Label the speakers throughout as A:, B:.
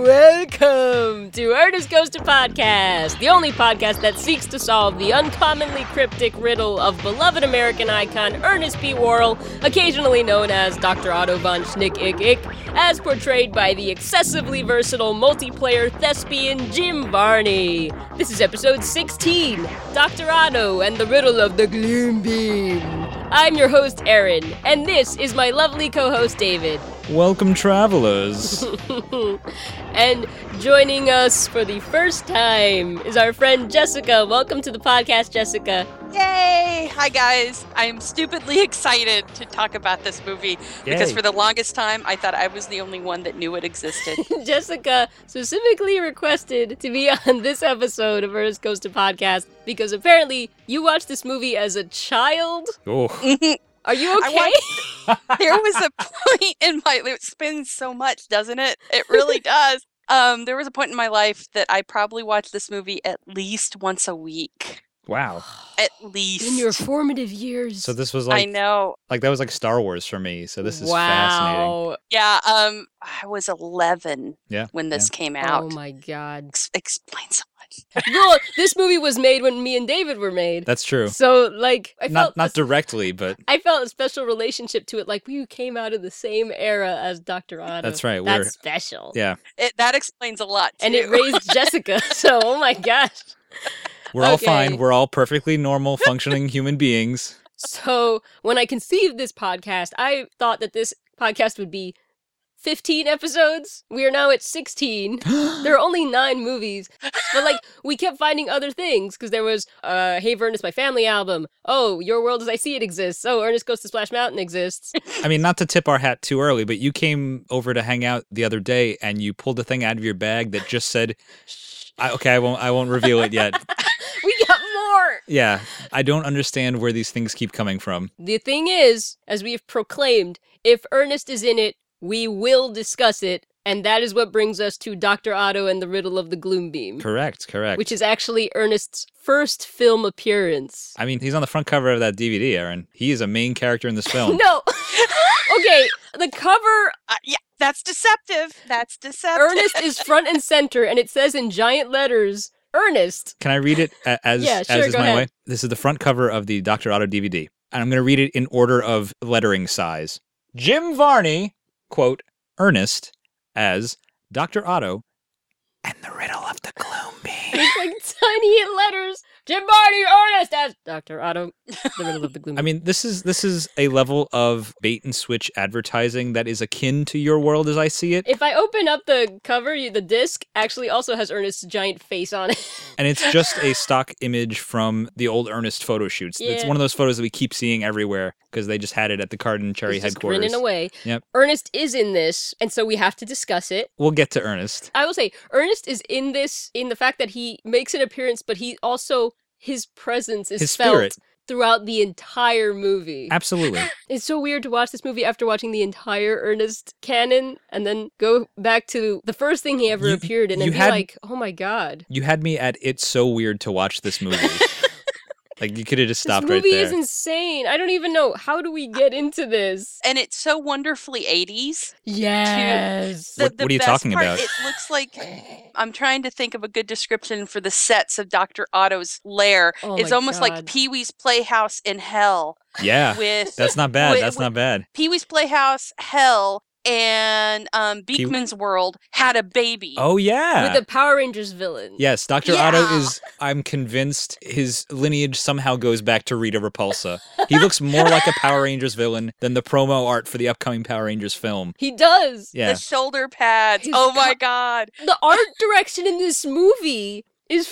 A: Welcome to Ernest Goes to Podcast, the only podcast that seeks to solve the uncommonly cryptic riddle of beloved American icon Ernest P. Worrell, occasionally known as Dr. Otto von Schnick Ick Ick, as portrayed by the excessively versatile multiplayer thespian Jim Varney. This is episode 16 Dr. Otto and the Riddle of the Gloom Beam. I'm your host, Aaron, and this is my lovely co host, David.
B: Welcome, travelers.
A: and joining us for the first time is our friend Jessica. Welcome to the podcast, Jessica.
C: Yay! Hi guys. I'm stupidly excited to talk about this movie because
B: Yay.
C: for the longest time I thought I was the only one that knew it existed.
A: Jessica specifically requested to be on this episode of Ernest Goes to Podcast because apparently you watched this movie as a child.
B: oh,
A: Are you
C: I
A: okay?
C: there was a point in my it spins so much, doesn't it? It really does. Um, there was a point in my life that I probably watched this movie at least once a week.
B: wow.
C: At least.
A: In your formative years.
B: So this was
C: I
B: like
C: know.
B: like that was like Star Wars for me. So this is fascinating.
A: wow.
C: Yeah. Um, I was 11
B: Yeah,
C: when this came out.
A: Oh my god.
C: Ex- explain so much.
A: well, this movie was made when me and David were made.
B: That's true.
A: So like I
B: Not
A: felt
B: not directly, but
A: I felt a special relationship to it. Like we came out of the same era as Dr. Otto.
B: That's right,
A: That's
B: we're-
A: special.
B: yeah,
C: It, that explains a lot.
A: And it
C: too.
A: raised Jessica. So, oh my gosh.
B: we're all fine.
A: Okay.
B: We're all perfectly normal, functioning human beings.
A: So, when I conceived this podcast, I thought that this podcast would be 15 episodes. We are now at 16. There are only nine movies, but like we kept finding other things because there was uh, "Hey, Ernest, My Family" album. Oh, "Your World as I See It" exists. Oh, Ernest Goes to Splash Mountain exists.
B: I mean, not to tip our hat too early, but you came over to hang out the other day, and you pulled a thing out of your bag that just said, I, "Okay, I won't. I won't reveal it yet."
A: we got more.
B: Yeah, I don't understand where these things keep coming from.
A: The thing is, as we have proclaimed, if Ernest is in it, we will discuss it, and that is what brings us to Doctor Otto and the Riddle of the Gloom Beam,
B: Correct. Correct.
A: Mm. which is actually Ernest's first film appearance.
B: I mean, he's on the front cover of that DVD, Aaron. He is a main character in this film.
A: No. okay, the cover
C: Uh, yeah, that's deceptive. That's deceptive.
A: Ernest is front and center and it says in giant letters Ernest.
B: Can I read it a- as
A: Yeah, sure,
B: as is
A: go
B: my
A: ahead.
B: way? This is the front cover of the Dr. Otto DVD, and I'm going to read it in order of lettering size. Jim Varney, quote, Ernest as Dr. Otto and the Riddle of the Gloom Beam.
A: It's like tiny letters. Jim Barney Ernest as Dr. Otto. The riddle of the gloom.
B: I mean, this is this is a level of bait and switch advertising that is akin to your world as I see it,
A: if I open up the cover, you- the disc actually also has Ernest's giant face on it.
B: and it's just a stock image from the old Ernest photo shoots. It's
A: Yeah.
B: one of those photos that we keep seeing everywhere because they just had it at the Cardin Cherry
A: He's just
B: headquarters.
A: grinning away.
B: Yep.
A: Ernest is in this, and so we have to discuss it.
B: We'll get to Ernest.
A: I will say Ernest is in this in the fact that he makes an appearance, but he also his presence is
B: His
A: felt
B: spirit.
A: throughout the entire movie.
B: Absolutely.
A: It's so weird to watch this movie after watching the entire Ernest canon and then go back to the first thing he ever
B: You-
A: appeared in
B: you
A: and be
B: had-
A: like, oh my god.
B: You had me at it's so weird to watch this movie. like you could have just stopped
A: this movie
B: right there.
A: is insane. I don't even know. How do we get into this?
C: and it's so wonderfully 80s.
A: Yes.
B: What- what are you
C: best
B: talking
C: part,
B: about?
C: It looks like I'm trying to think of a good description for the sets of Dr. Otto's lair.
A: Oh
C: it's
A: my
C: almost
A: God.
C: like Pee Wee's Playhouse in Hell
B: yeah.
C: with
B: That's not bad.
C: Wait,
B: That's
C: wait.
B: not bad.
C: Pee Wee's Playhouse, Hell, and um, Beekman's World had a baby.
B: Oh yeah.
A: With the Power Rangers villain.
B: yes, Dr. Otto
C: Yeah.
B: is I'm convinced his lineage somehow goes back to Rita Repulsa. He looks more like a Power Rangers villain than the promo art for the upcoming Power Rangers film.
A: He does.
B: Yeah.
C: The shoulder pads.
A: He's
C: oh my
A: got-
C: God.
A: The art direction in this movie is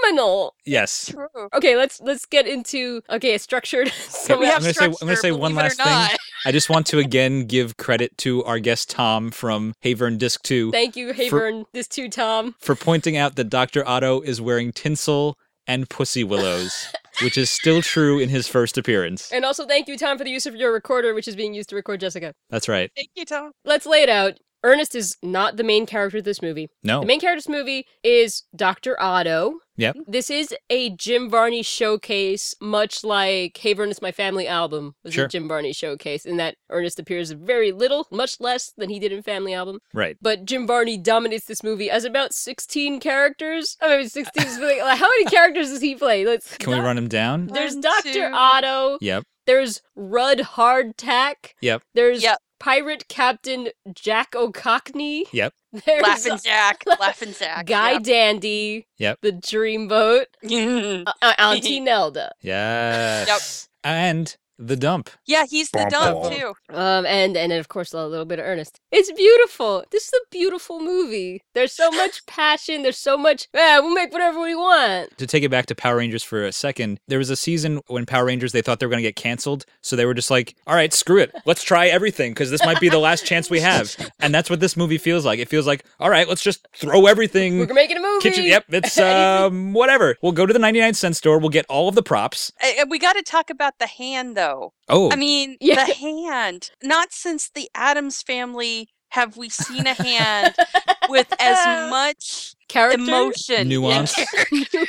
A: phenomenal.
B: yes.
C: True.
A: Okay, let's let's get into okay, it's structured. so
B: Okay,
A: we
B: I'm
A: have
B: gonna say- I'm gonna
C: structure,
B: say one
C: believe it or
B: last thing.
C: not.
B: I just want to again give credit to our guest Tom from Havern Disc 2
A: Thank you, Hayburn. This too, Tom.
B: for pointing out that Dr. Otto is wearing tinsel and pussy willows, which is still true in his first appearance.
A: And also thank you, Tom, for the use of your recorder, which is being used to record Jessica.
B: That's right.
C: Thank you, Tom.
A: Let's lay it out. Ernest is not the main character of this movie.
B: No.
A: The main character of this movie is Dr. Otto.
B: Oh. Yep.
A: This is a Jim Varney showcase, much like Hey Ernest, My Family album was
B: Sure.
A: a Jim Varney showcase, in that Ernest appears very little, much less than he did in Family album.
B: Right.
A: But Jim Varney dominates this movie as about 16 characters. I mean, 16 is really, like, how many characters does he play? Let's,
B: Can we run him down?
A: There's
C: One,
A: Dr.
C: two.
A: Otto.
B: Yep.
A: There's Rudd Hardtack.
B: Yep.
A: There's
C: Yep.
A: Pirate Captain Jack O'Cockney.
B: Yep.
A: There's
C: Laughing Jack, Laughing Jack.
A: Guy Dandy.
B: Yep.
A: The Dreamboat.
C: Yep.
A: Uh, uh, Auntie Nelda.
B: Yes. Yep. And the dump.
C: yeah, he's the
B: Bum,
C: dumb
B: bum.
C: too.
A: Um, and and then of course a little bit of Ernest. It's beautiful. This is a beautiful movie. There's so much passion. There's so much. Yeah, we'll make whatever we want.
B: To take it back to Power Rangers for a second, there was a season when Power Rangers they thought they were going to get canceled, so they were just like, "All right, screw it. Let's try everything because this might be the last chance we have." And that's what this movie feels like. It feels like, "All right, let's just throw
A: We're
B: everything
A: making a movie.
B: Hmm. kitchen. Yep, it's um whatever. We'll go to the 99 cent store, we'll get all of the props."
C: And- and we got to talk about the hand though.
B: Oh.
C: I mean,
A: Yeah.
C: the hand. Not since the Adams family have we seen a hand with as much
A: Character.
C: emotion. and
B: Nuance.
C: character.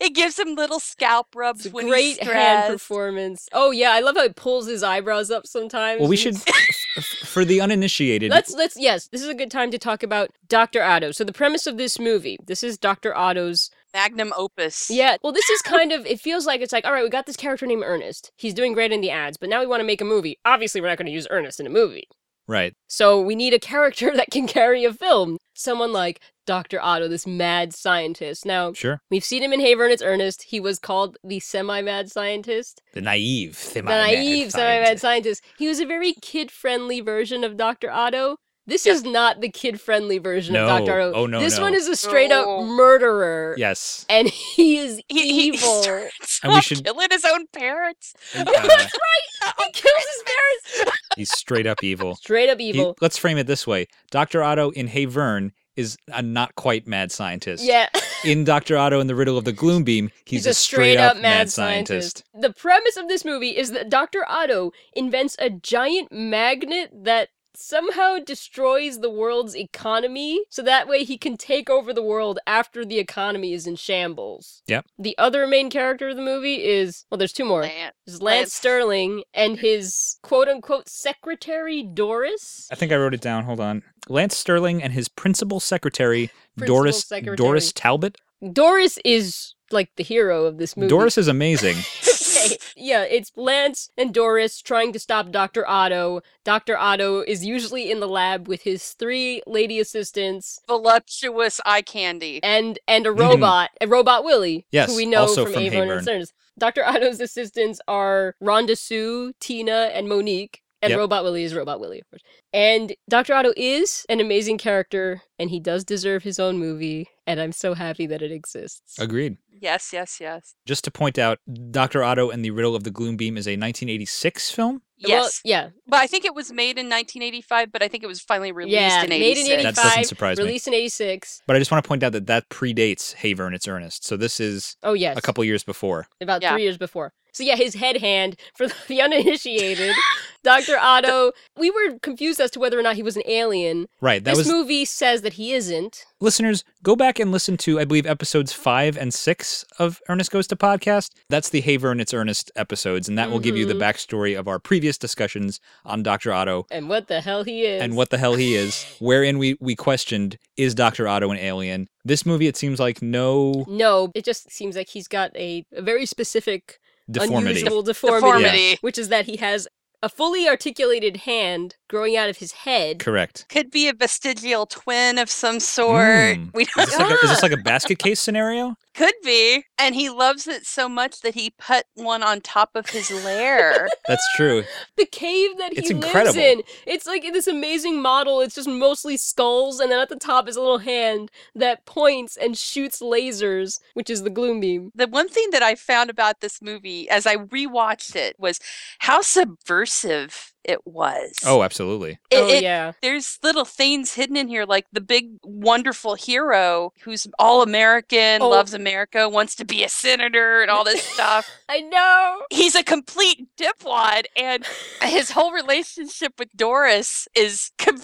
C: it gives him little scalp rubs
A: It's a
C: when
A: great
C: he's
A: hand
C: stressed.
A: performance. Oh yeah, I love how he pulls his eyebrows up sometimes.
B: well, we
A: It's-
B: should f- f- for the uninitiated.
A: Let's let's yes, this is a good time to talk about Dr. Otto. So the premise of this movie, this is Dr. Otto's
C: Magnum opus.
A: Yeah, well this is kind of it feels like it's like all right, we got this character named Ernest. He's doing great in the ads, but now we want to make a movie. Obviously, we're not going to use Ernest in a movie.
B: right.
A: So we need a character that can carry a film. Someone like Dr. Otto, this mad scientist. Now,
B: Sure.
A: we've seen him in Hey Vernon's Ernest. He was called the semi-mad scientist.
B: The naive, the
A: the naive semi-mad scientist. He was a very kid-friendly version of Dr. Otto. This is not the kid-friendly version of
B: No.
A: Dr. Otto.
B: Oh, no,
A: this
B: no.
A: one is a straight-up
C: No.
A: murderer.
B: Yes.
A: And he is
C: He, he, he
A: evil.
C: starts
B: And we
C: off
B: should-
C: killing his own parents. Oh,
B: Uh,
A: He kills his parents.
B: he's straight up evil.
A: Straight up
B: He-
A: evil.
B: let's frame it this way: Doctor Otto in Hey Vern is a not quite mad scientist.
A: yeah.
B: In Doctor Otto and the Riddle of the Gloom Beam, he's, a straight, up, mad, scientist.
A: The premise of this movie is that Dr. Otto invents a giant magnet that somehow destroys the world's economy so that way he can take over the world after the economy is in shambles.
B: Yep.
A: The other main character of the movie is well there's two more.
C: Man.
A: There's Lance,
C: Lance.
A: Sterling and his quote unquote secretary Doris.
B: I think I wrote it down. Hold on. Lance Sterling and his principal secretary,
A: Principal
B: Doris
A: secretary.
B: Doris Talbot.
A: Doris is like the hero of this movie.
B: Doris is amazing.
A: Okay, yeah, it's Lance and Doris trying to stop Dr. Otto. Dr. Otto is usually in the lab with his three lady assistants
C: Voluptuous eye candy.
A: and and a robot, a robot Willie,
B: Mm-hmm. Yes,
A: who we know
B: also
A: from,
B: from
A: Avon
B: Hayburn.
A: and Sterns. Dr. Otto's assistants are Rhonda Sue, Tina, and Monique. And
B: Yep.
A: Robot Willie is Robot Willie, of course. And Dr. Otto is an amazing character, and he does deserve his own movie, and I'm so happy that it exists.
B: Agreed.
C: Yes, yes, yes.
B: Just to point out, Doctor Otto and the Riddle of the Gloom Beam is a 1986 film.
A: Well,
C: Yes.
A: yeah.
C: but I think it was made in 1985, but I think it was finally released
A: Yeah,
C: in 86.
A: made in
B: That
A: 85,
B: doesn't surprise me.
A: Released in 86.
B: But I just want to point out that that predates Hey Vern, It's Ernest. So this is
A: Oh, yes.
B: a couple years before.
A: about
C: Yeah.
A: three years before. So yeah, his head hand for the uninitiated, Doctor Otto. We were confused as to whether or not he was an alien.
B: Right. That
A: this
B: was
A: movie says that he isn't.
B: listeners, go back and listen to, I believe, episodes five and six of Ernest Goes to Podcast. That's the Hey Vern, It's Ernest episodes, and that will give you the
A: Mhm.
B: backstory of our previous discussions on Dr. Otto
A: And what the hell he is?
B: and what the hell he is, wherein we, we questioned, is Dr. Otto an alien? This movie, it seems like no
A: No, it just seems like he's got a, a very specific
B: deformity.
A: unusual deformity,
C: Deformity.
A: which is that he has a fully articulated hand growing out of his head.
B: Correct.
C: Could be a vestigial twin of some sort.
B: Mm.
C: We
B: Is
C: don't
B: this,
C: know.
B: like a, is this like a basket case scenario?
C: Could be. And he loves it so much that he put one on top of his lair.
B: That's true.
A: the cave that he
B: It's
A: lives
B: incredible.
A: in. It's like this amazing model. It's just mostly skulls, and then at the top is a little hand that points and shoots lasers, which is the gloom beam.
C: the one thing that I found about this movie as I rewatched it was how subversive it was.
B: Oh, absolutely.
C: It-
A: oh
C: it-
A: yeah,
C: There's little things hidden in here, like the big, wonderful hero who's all American,
A: Oh.
C: loves America, wants to be a senator, and all this stuff.
A: I know.
C: he's a complete dipwad and his whole relationship with Doris is com-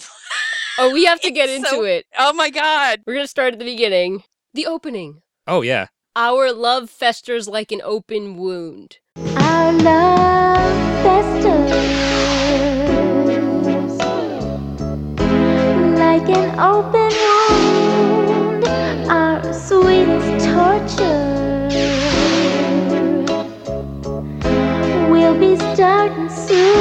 A: Oh, we have to get
C: It's
A: into
C: so-
A: it.
C: Oh my God.
A: We're going to start at the beginning. The opening.
B: Oh yeah.
A: Our love festers like an open wound.
D: Our love festers like an open wound. Our sweet torture will be starting soon.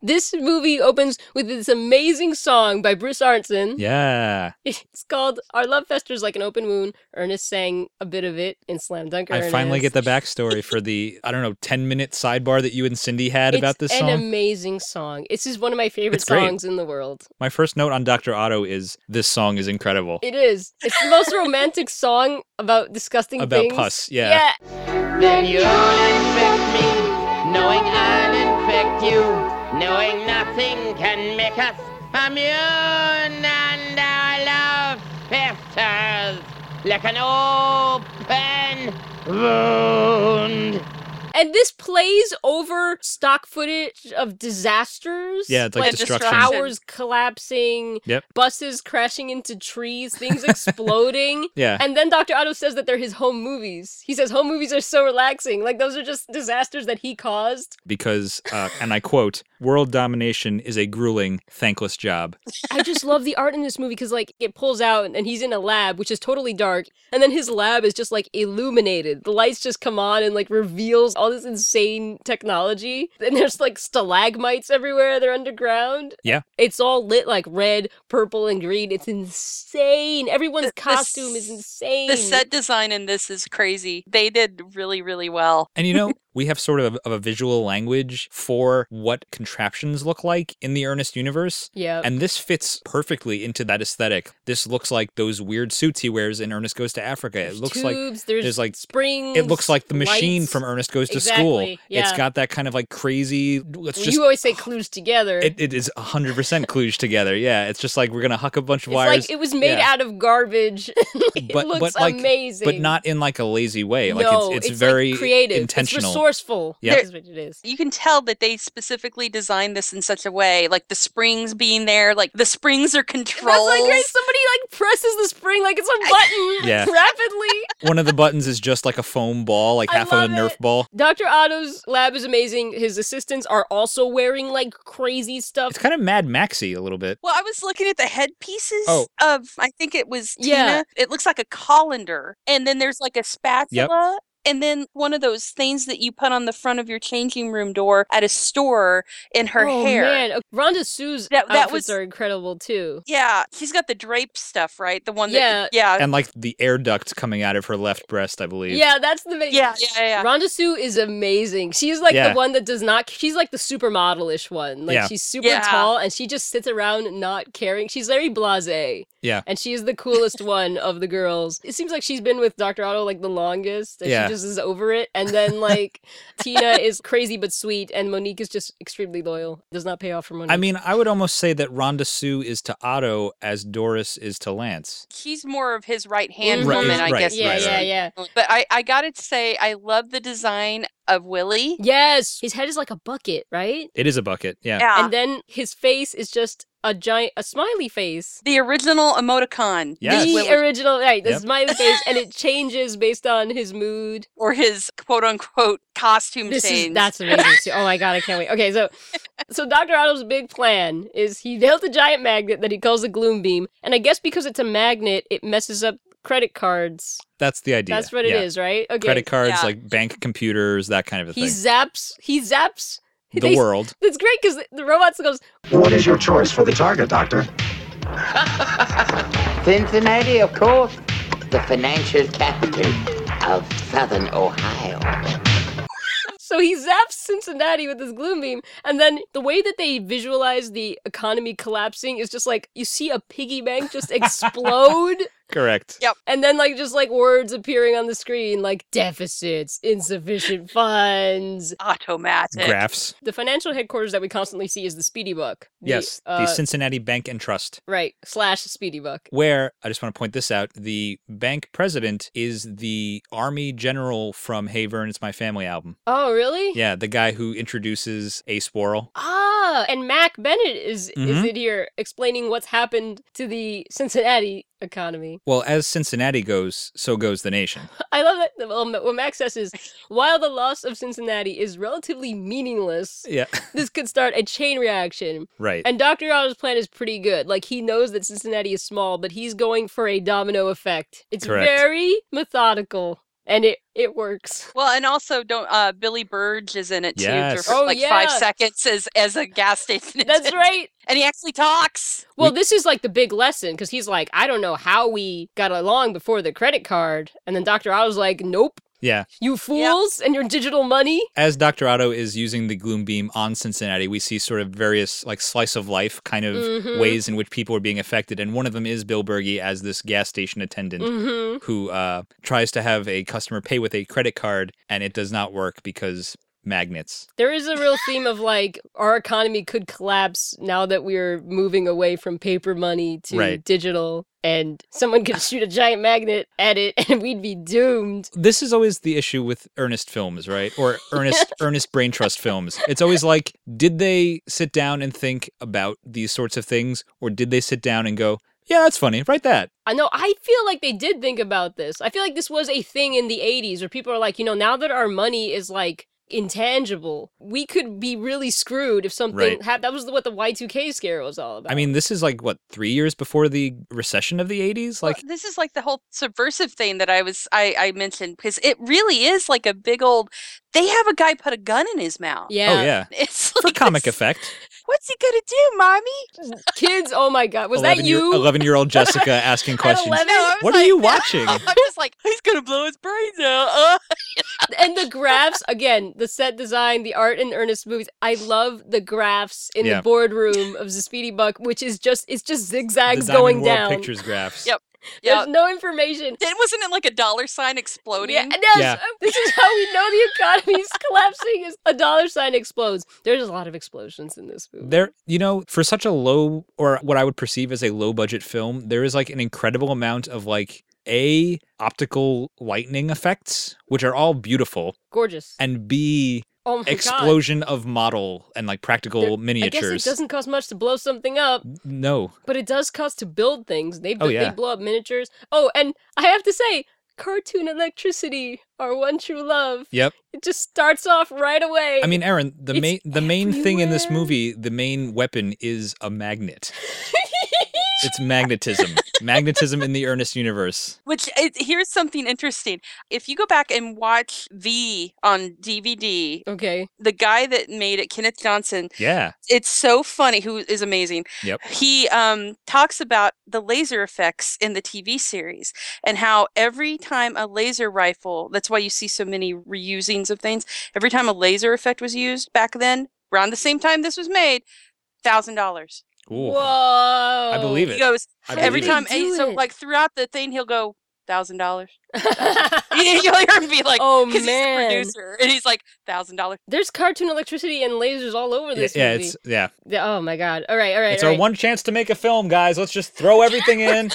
A: This movie opens with this amazing song by Bruce Arntzen.
B: Yeah.
A: It's called Our Love Festers Like an Open Wound. Ernest sang a bit of it in Slam Dunk.
B: I finally
A: Ernest.
B: get the backstory for the I don't know ten minute sidebar that you and Cindy had
A: it's
B: about this
A: an
B: song.
A: amazing song. This is one of my favorite
B: It's great.
A: songs in the world.
B: My first note on Doctor Otto is this song is incredible
A: It is. It's the most romantic song about disgusting
B: about
A: things.
B: pus.
A: Yeah.
B: Yeah.
E: Then you'll infect me, knowing I'll infect you, knowing nothing can make us immune, and our love festers like an open wound.
A: And this plays over stock footage of disasters.
B: Yeah, it's like
C: Like
B: destruction.
C: destruction.
A: towers collapsing,
B: Yep.
A: buses crashing into trees, things exploding.
B: Yeah.
A: And then Dr. Otto says that they're his home movies. He says home movies are so relaxing. Like those are just disasters that he caused.
B: Because uh, and I quote, world domination is a grueling, thankless job.
A: I just love the art in this movie because like it pulls out and he's in a lab which is totally dark, and then his lab is just like illuminated. The lights just come on and like reveals all this insane technology. And there's like stalagmites everywhere. They're underground.
B: Yeah.
A: it's all lit like red, purple, and green. It's insane. Everyone's
C: The- the s-
A: costume is insane.
C: The set design in this is crazy. They did really, really well.
B: And you know, we have sort of a, of a visual language for what contraptions look like in the Ernest universe.
A: Yeah.
B: And this fits perfectly into that aesthetic. This looks like those weird suits he wears in Ernest Goes to Africa. It looks
A: tubes,
B: like
A: there's,
B: there's, like-
A: springs.
B: it looks like the machine
A: lights.
B: from Ernest Goes to School.
A: Exactly, yeah.
B: It's got that kind of like crazy. Let's
A: Well,
B: just
A: you always say clues together.
B: it, it is 100% kludge together. Yeah, it's just like we're going to huck a bunch of
A: it's
B: wires,
A: like it was made
B: yeah.
A: out of garbage. it
B: But-
A: looks
B: but, like-
A: amazing,
B: but not in like a lazy way. Like
A: no,
B: it's, it's,
A: like,
B: very
A: creative, It's
B: intentional.
A: resourceful.
B: Yeah.
A: That's what it is.
C: You can tell that they specifically designed this in such a way, like the springs being there, like the springs are
A: That's
C: controlled.
A: like right, somebody like presses the spring like it's a button
B: Yeah.
A: rapidly.
B: One of the buttons is just like a foam ball, like
A: I
B: half of a
A: love
B: Nerf
A: it.
B: ball.
A: Dr. Otto's lab is amazing. His assistants are also wearing like crazy stuff.
B: It's kind of Mad Maxy a little bit.
C: Well, I was looking at the headpieces
B: Oh.
C: of I think it was
A: Yeah.
C: Tina. It looks like a colander, and then there's like a spatula. And then one of those things that you put on the front of your changing room door at a store in her
A: oh,
C: hair.
A: man. Okay, Rhonda Sue's
C: That- that
A: outfits
C: was-
A: are incredible too.
C: Yeah, she's got the drape stuff, right? The one
A: Yeah.
C: that yeah,
B: And like the air duct coming out of her left breast, I believe.
A: Yeah, that's the main.
C: yeah, yeah, yeah.
A: Rhonda Sue is amazing. She's like
B: Yeah.
A: the one that does not. She's like the supermodel-ish one. Like
B: Yeah.
A: she's super
C: Yeah.
A: tall and she just sits around not caring. She's very blasé.
B: Yeah.
A: and she is the coolest one of the girls. It seems like she's been with Dr. Otto like the longest, and
B: Yeah.
A: she just is over it. And then like Tina is crazy but sweet, and Monique is just extremely loyal. Does not pay off for Monique.
B: I mean, I would almost say that Rhonda Sue is to Otto as Doris is to Lance.
C: She's more of his right hand
A: Right,
C: woman, I
B: Mm-hmm. right,
C: guess.
A: yeah,
B: right,
A: yeah,
B: right.
A: yeah.
C: But I, I gotta say, I love the design of Willie.
A: Yes, his head is like a bucket, right?
B: It is a bucket. Yeah.
C: Yeah.
A: And then his face is just a giant, a smiley face.
C: the original emoticon is
B: Yes.
A: The
C: Willie,
A: original, right? This
B: Yep.
A: is my face, and it changes based on his mood.
C: or his quote unquote costume
A: This
C: change.
A: is that's amazing. Too. Oh my god, I can't wait. Okay, so so Doctor Otto's big plan is he built a giant magnet that he calls a gloom beam, and I guess because it's a magnet, it messes up credit cards.
B: That's the idea.
A: That's what it
B: Yeah.
A: is, right? Okay.
B: Credit cards,
C: Yeah.
B: like bank computers, that kind of a
A: he
B: thing.
A: zaps. He zaps.
B: The
A: they-
B: world.
A: It's great because the robot goes.
F: What is your choice for the target, Doctor?
G: Cincinnati, of course, the financial capital of southern Ohio.
A: So he zaps Cincinnati with his gloom beam, and then the way that they visualize the economy collapsing is just like you see a piggy bank just explode.
B: Correct.
A: And then like just like words appearing on the screen like deficits, insufficient funds.
C: automatic.
B: Graphs.
A: The financial headquarters that we constantly see is the Speedy Buck. The,
B: yes.
A: uh,
B: the Cincinnati Bank and Trust.
A: right slash Speedy Buck.
B: where I just want to point this out the bank president is the army general from Hey Vern, It's My Family album.
A: Oh really?
B: Yeah, the guy who introduces Ace Worrell.
A: Ah, Ah, and Mac Bennett is is
B: Mhm.
A: in here explaining what's happened to the Cincinnati economy.
B: Well, as Cincinnati goes, so goes the nation.
A: I love that. Well, what Mac says is, while the loss of Cincinnati is relatively meaningless,
B: Yeah.
A: this could start a chain reaction.
B: Right.
A: And Dr. Otto's plan is pretty good. Like, he knows that Cincinnati is small, but he's going for a domino effect. It's
B: Correct.
A: very methodical, and it, it works.
C: Well, and also don't uh Billy Burge is in it too
B: Yes.
C: for
A: Oh,
C: like five
A: yeah.
C: seconds as as a gas station.
A: That's
C: attendant.
A: right.
C: And he actually talks.
A: Well, this is like the big lesson because he's like, I don't know how we got along before the credit card. And then Dr. Otto's like, nope,
B: Yeah.
A: you fools and your digital money.
B: As Dr. Otto is using the gloom beam on Cincinnati, we see sort of various like slice of life kind of
A: Mhm.
B: ways in which people are being affected. And one of them is Bill Berge as this gas station attendant
A: hmm
B: who uh, tries to have a customer pay with a credit card and it does not work because magnets.
A: There is a real theme of like our economy could collapse now that we're moving away from paper money to
B: Right.
A: digital, and someone could shoot a giant magnet at it and we'd be doomed.
B: This is always the issue with Ernest films, right? Or Ernest Ernest Brain Trust films. It's always like, did they sit down and think about these sorts of things, or did they sit down and go, yeah, that's funny, write that.
A: I know, I feel like they did think about this. I feel like this was a thing in the 80s where people are like, you know, now that our money is like intangible, we could be really screwed if something
B: Right.
A: happened. That was what the Y2K scare was all about.
B: I mean, this is like what three years before the recession of the '80s.
C: Well,
B: Like,
C: this is like the whole subversive thing that I was I, I mentioned because it really is like a big old they have a guy put a gun in his mouth.
A: yeah.
B: oh yeah,
C: It's
B: for
C: like
B: comic
C: this-
B: effect.
C: What's he gonna do, mommy?
A: Kids, oh my God. Was that
B: Year,
A: you?
B: Eleven-year-old Jessica asking
A: At
B: questions.
A: 11?
C: No, I was
B: What are
C: like-
B: you watching?
C: I'm just like, he's gonna blow his brains out. Uh.
A: and the graphs again the set design the art in ernest movies i love the graphs in
B: Yeah.
A: the boardroom of the speedy buck which is just it's just zigzags
B: The Diamond
A: going
B: World
A: down
B: Pictures graphs.
C: Yep.
A: there's
C: Yeah.
A: no information
C: Then wasn't it like a dollar sign exploding?
A: yeah, and that's-
B: Yeah.
A: this is how we know the economy is collapsing is a dollar sign explodes there's a lot of explosions in this movie
B: There, you know, for such a low or what I would perceive as a low budget film, there is like an incredible amount of like a optical lightning effects, which are all beautiful,
A: gorgeous
B: and b
A: oh my god
B: explosion of model and like practical
A: There- I guess
B: miniatures.
A: it doesn't cost much to blow something up,
B: no,
A: but it does cost to build things. They,
B: Oh, yeah.
A: they blow up miniatures. Oh, and I have to say, cartoon electricity, our one true love.
B: yep.
A: It just starts off right away.
B: I mean, Aaron, the
A: It's
B: main the main thing in this
A: everywhere.
B: movie, the main weapon is a magnet. It's magnetism. magnetism in the Ernest universe.
C: Which it, here's something interesting. If you go back and watch V on DVD,
A: okay.
C: the guy that made it, Kenneth Johnson,
B: Yeah.
C: it's so funny. Who is amazing?
B: Yep.
C: He um, talks about the laser effects in the TV series and how every time a laser rifle, that's why you see so many reusings of things. Every time a laser effect was used back then, around the same time this was made, thousand dollars.
B: Ooh.
A: Whoa.
B: I believe
C: He
B: it.
C: goes
B: I
A: How
C: every
A: did
B: believe
A: they
B: it.
C: time, and
A: do
C: so
A: it?
C: like throughout the thing, he'll go thousand dollars. You'll hear him be like,
A: oh
C: because he's a
A: man.
C: producer, and he's like thousand dollars.
A: There's cartoon electricity and lasers all over
B: Yeah,
A: this
B: yeah,
A: movie.
B: it's yeah.
A: The- Oh my god. All right, all right.
B: it's
A: all
B: our
A: right.
B: one chance to make a film, guys. Let's just throw everything in.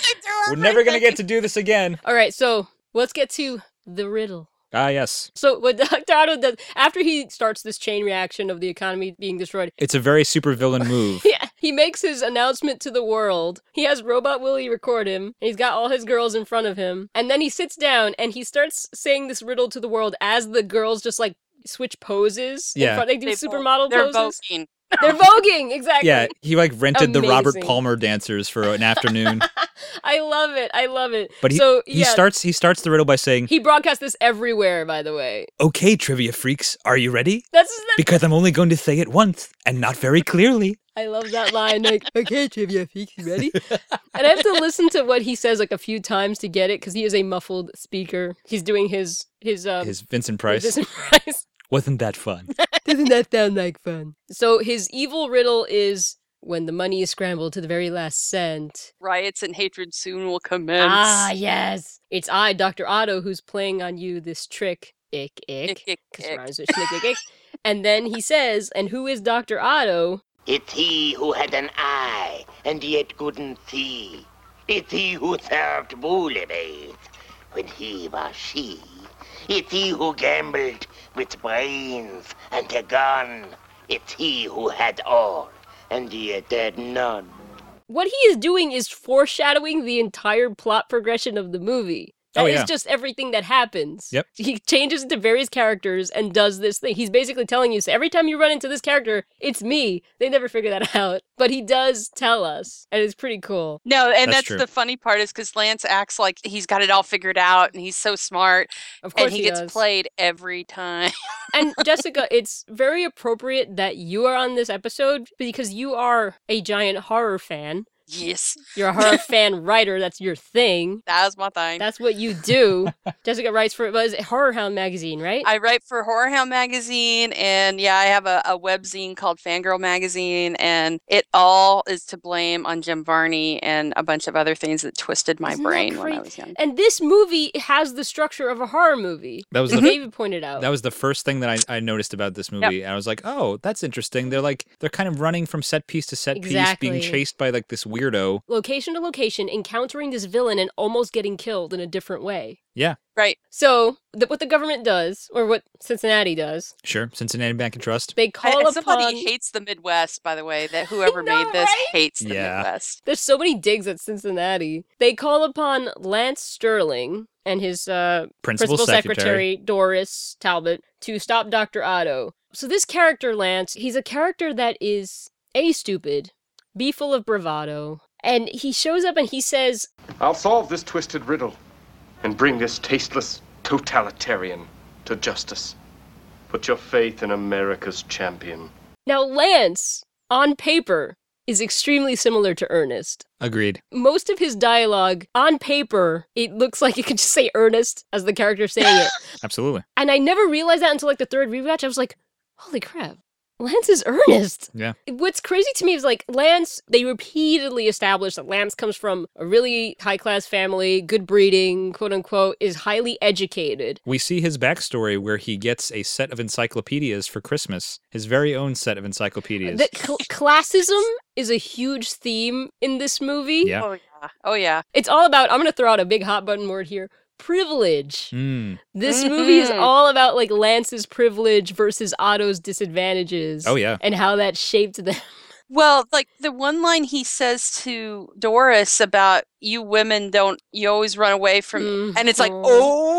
B: We're never gonna get to do this again.
A: all right, so let's get to the riddle.
B: Ah, yes.
A: So what Dr. Otto does after he starts this chain reaction of the economy being destroyed,
B: It's a very supervillain move.
A: Yeah, he makes his announcement to the world. He has Robot Willie record him. and He's got all his girls in front of him. And then he sits down and he starts saying this riddle to the world as the girls just like switch poses. in
B: Yeah.
A: front- They do
C: They vote.
A: supermodel
C: They're
A: poses.
C: voguing.
A: They're voguing, exactly.
B: Yeah, he like rented the Robert
A: Amazing.
B: Palmer dancers for an afternoon.
A: I love it. I love it.
B: But he,
A: so,
B: he
A: yeah,
B: starts he starts the riddle by saying,
A: he broadcasts this everywhere, by the way.
B: "Okay, trivia freaks, are you ready?
A: That's that,
B: Because I'm only going to say it once and not very clearly."
A: I love that line. Like, okay, trivia freaks, you ready? And I have to listen to what he says like a few times to get it because he is a muffled speaker. He's doing his his um,
B: His Vincent Price
A: Vincent Price.
B: wasn't that fun.
A: Doesn't that sound like fun? So his evil riddle is when the money is scrambled to the very last cent.
C: Riots and hatred soon will commence.
A: Ah, yes. It's I, Dr. Otto, who's playing on you this trick. Ick,
C: Ick,
A: ick.
C: ick,
A: Because
C: ick.
A: rhymes with schnick, ick, ick. And then he says, and who is Dr. Otto?
G: It's he who had an eye and yet couldn't see. It's he who served bullybase when he was she. It's he who gambled with brains and a gun. It's he who had all, and yet had none.
A: What he is doing is foreshadowing the entire plot progression of the movie. That
B: Oh,
A: is
B: yeah.
A: just everything that happens.
B: Yep.
A: He changes into various characters and does this thing. He's basically telling you, so every time you run into this character, it's me. They never figure that out. But he does tell us, and it's pretty cool.
C: No, and
B: That's
C: that's,
B: true.
C: the funny part is because Lance acts like he's got it all figured out and he's so smart,
A: Of course
C: and he, gets
A: does.
C: played every time.
A: and Jessica, it's very appropriate that you are on this episode because you are a giant horror fan.
C: yes,
A: You're a horror fan writer. That's your thing.
C: that was my thing.
A: That's what you do. Jessica writes for was it Horror Hound magazine, right?
C: I write for Horror Hound magazine, and yeah, I have a, a webzine called Fangirl Magazine, and it all is to blame on Jim Varney and a bunch of other things that twisted my
A: Isn't that
C: brain when I
A: crazy?
C: was young.
A: and this movie has the structure of a horror movie.
B: That was the
A: David pointed out.
B: Mm-hmm. That was the first thing that I, I noticed about this movie. And I was like, oh, that's interesting. They're like they're kind of running from set piece to set piece,
A: Exactly.
B: being chased by like this weirdo.
A: location to location, encountering this villain and almost getting killed in a different way.
C: Right.
A: So th- what the government does, or what Cincinnati does,
B: Sure, Cincinnati Bank and Trust.
A: they
C: I-
A: call
C: and
A: upon.
C: somebody hates the Midwest, by the way, that whoever
A: know,
C: made this
A: right?
C: hates the
B: Yeah.
C: Midwest.
A: There's so many digs at Cincinnati. They call upon Lance Sterling and his uh,
B: Principal,
A: Principal, Secretary. Doris Talbot to stop Dr. Otto. So this character, Lance, he's a character that is A, stupid, B, full of bravado, and he shows up and he says,
H: I'll solve this twisted riddle and bring this tasteless totalitarian to justice. Put your faith in America's champion.
A: Now, Lance, on paper, is extremely similar to Ernest.
B: Agreed.
A: Most of his dialogue, on paper, it looks like it could just say Ernest as the character saying it.
B: Absolutely.
A: And I never realized that until like the third rewatch. I was like, holy crap. Lance is earnest.
B: Yeah.
A: What's crazy to me is like Lance, they repeatedly establish that Lance comes from a really high class family, good breeding, quote unquote, is highly educated.
B: We see his backstory where he gets a set of encyclopedias for Christmas, his very own set of encyclopedias.
A: Uh, That cl- classism is a huge theme in this movie.
B: Yeah.
C: Oh yeah. Oh yeah.
A: It's all about, I'm going to throw out a big hot button word here privilege.
B: Mm.
A: This movie is
C: Mhm.
A: all about like Lance's privilege versus Otto's disadvantages.
B: Oh yeah.
A: And how that shaped them.
C: Well, like the one line he says to Doris about you women don't you always run away from and it's like,
A: Mhm.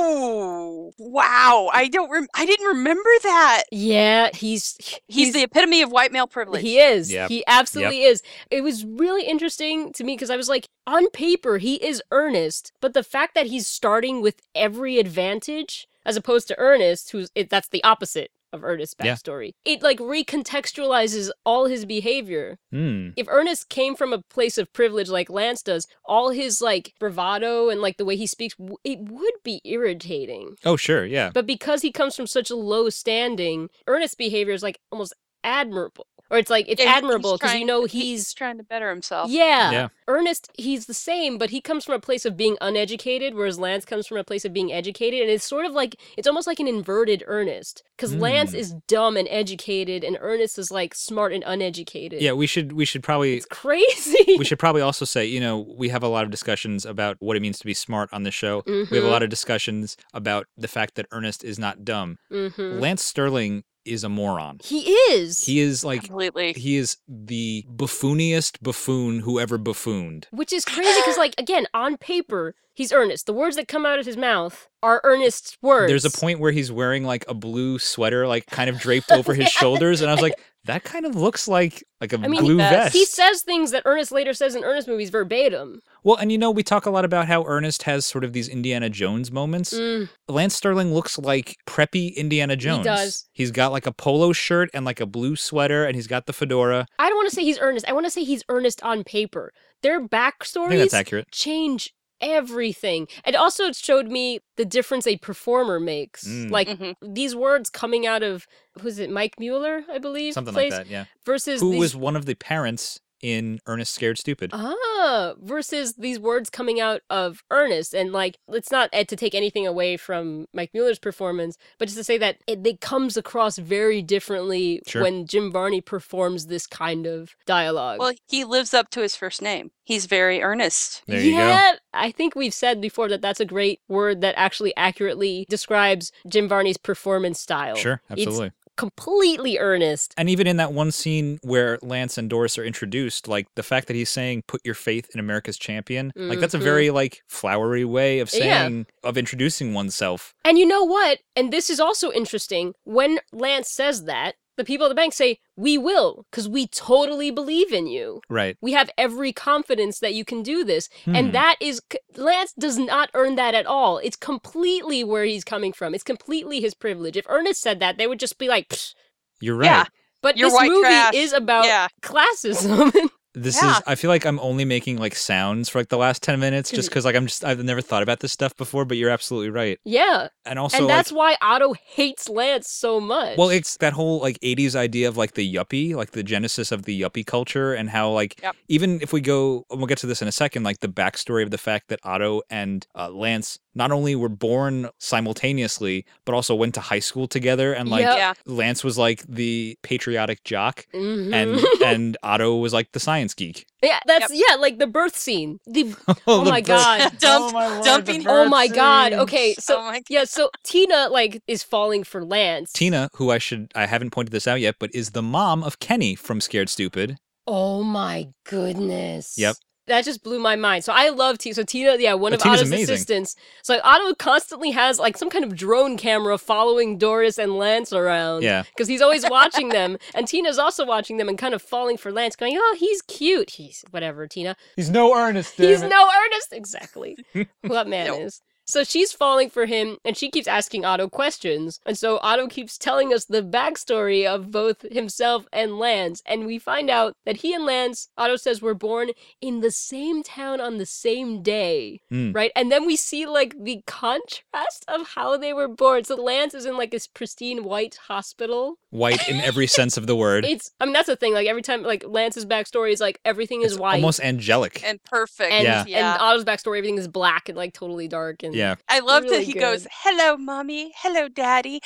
C: "Oh, wow. I don't rem- I didn't remember that."
A: Yeah, he's
C: He's, the epitome of white male privilege.
A: he is.
B: Yep.
A: He absolutely is. It was really interesting to me because I was like, on paper, he is earnest, but the fact that he's starting with every advantage as opposed to Ernest, who's it, that's the opposite of Ernest's
B: Yeah.
A: backstory. It like recontextualizes all his behavior.
B: Mm.
A: If Ernest came from a place of privilege like Lance does, all his like bravado and like the way he speaks, w- it would be irritating.
B: Oh sure, yeah.
A: But because he comes from such a low standing, Ernest's behavior is like almost admirable. Or it's like it's
C: Yeah, he- he's
A: admirable because you
C: trying-
A: know
C: he-
A: he's
C: trying to better himself.
A: yeah.
B: Yeah.
A: Ernest, he's the same, but he comes from a place of being uneducated, whereas Lance comes from a place of being educated. And it's sort of like, it's almost like an inverted Ernest, because Lance
B: Mm.
A: is dumb and educated, and Ernest is like smart and uneducated.
B: Yeah, we should we should probably
A: It's crazy.
B: we should probably also say, you know, we have a lot of discussions about what it means to be smart on the show.
A: Mm-hmm.
B: We have a lot of discussions about the fact that Ernest is not dumb.
A: hmm
B: Lance Sterling is a moron.
A: He is.
B: He is like
C: Completely.
B: he is the buffooniest buffoon who ever buffooned.
A: Which is crazy because, like, again, on paper, he's earnest. The words that come out of his mouth are earnest words.
B: There's a point where he's wearing like a blue sweater, like kind of draped over his shoulders, and I was like, that kind of looks like like a
A: I mean,
B: blue
C: he-
B: vest.
A: He says things that Ernest later says in Ernest movies verbatim.
B: well, and you know, we talk a lot about how Ernest has sort of these Indiana Jones moments.
A: Mm.
B: Lance Sterling looks like preppy Indiana Jones.
A: does.
B: He's got like a polo shirt and like a blue sweater, and he's got the fedora.
A: I don't want to say he's earnest. I want to say he's earnest on paper. Their
B: I think that's
A: backstories
B: accurate.
A: change everything. And also, it showed me the difference a performer makes.
B: Mm.
A: Like uh,
C: Mhm.
A: these words coming out of who's it, Mike Mueller, I believe,
B: Something
A: plays,
B: like that, yeah.
A: Versus
B: Who
A: these,
B: was one of the parents in Ernest Scared Stupid?
A: Ah, versus these words coming out of Ernest. And like, it's not eh, to take anything away from Mike Mueller's performance, but just to say that it, it comes across very differently
B: Sure.
A: when Jim Varney performs this kind of dialogue.
C: Well, he lives up to his first name. He's very earnest.
B: There you go.
A: yeah, I think we've said before that that's a great word that actually accurately describes Jim Varney's performance style.
B: Sure,
A: It's
B: absolutely.
A: completely earnest.
B: And even in that one scene where Lance and Doris are introduced, like the fact that he's saying, put your faith in America's champion, like that's a
A: Mhm.
B: very like flowery way of
A: Yeah.
B: saying, of introducing oneself.
A: And you know what? And this is also interesting. When Lance says that, the people at the bank say, "We will, because we totally believe in you."
B: Right.
A: We have every confidence that you can do this.
B: Hmm.
A: And that is, c- Lance does not earn that at all. It's completely where he's coming from. It's completely his privilege. If Ernest said that, they would just be like, Psh.
B: You're right.
C: Yeah.
A: but
C: You're
A: this
C: white
A: movie
C: trash.
A: is about
C: Yeah.
A: classism.
B: This
C: Yeah.
B: is. I feel like I'm only making like sounds for like the last ten minutes, just because like I'm just. I've never thought about this stuff before, but you're absolutely right.
A: yeah.
B: And also,
A: and
B: like,
A: that's why Otto hates Lance so much.
B: well, it's that whole like '80s idea of like the yuppie, like the genesis of the yuppie culture, and how like
C: Yep.
B: even if we go, and we'll get to this in a second, like the backstory of the fact that Otto and uh, Lance not only were born simultaneously, but also went to high school together, and like
A: Yep.
C: Yeah.
B: Lance was like the patriotic jock,
A: Mhm.
B: and and Otto was like the science geek.
A: yeah, that's yeah, like the birth scene. The oh
B: The
A: my
B: birth-
A: god,
C: Dump- dumping-
A: oh my god. Okay, so
C: oh my God.
A: yeah, so Tina like is falling for Lance.
B: Tina, who I should I haven't pointed this out yet, but is the mom of Kenny from Scared Stupid.
A: Oh my goodness.
B: Yep.
A: That just blew my mind. So I love Tina. So Tina, yeah, one
B: Oh,
A: of
B: Tina's
A: Otto's
B: amazing.
A: assistants. So Otto constantly has like some kind of drone camera following Doris and Lance around.
B: Yeah.
A: Because he's always watching them. And Tina's also watching them and kind of falling for Lance, going, oh, he's cute. He's whatever, Tina.
B: He's no earnest.
A: He's no earnest. Exactly. what man
C: No.
A: is. So she's falling for him and she keeps asking Otto questions. And so Otto keeps telling us the backstory of both himself and Lance. And we find out that he and Lance, Otto says, were born in the same town on the same day.
B: Mm.
A: Right? And then we see like the contrast of how they were born. So Lance is in like this pristine white hospital.
B: White in every sense of the word.
A: It's, I mean, that's the thing. Like every time, like Lance's backstory is like everything is
B: It's
A: white.
B: almost angelic.
C: and perfect.
A: and,
B: Yeah.
A: and Otto's backstory, everything is black and like totally dark. And
B: yeah.
C: I love
A: really
C: that he goes,
A: good.
C: "Hello, mommy. Hello, daddy."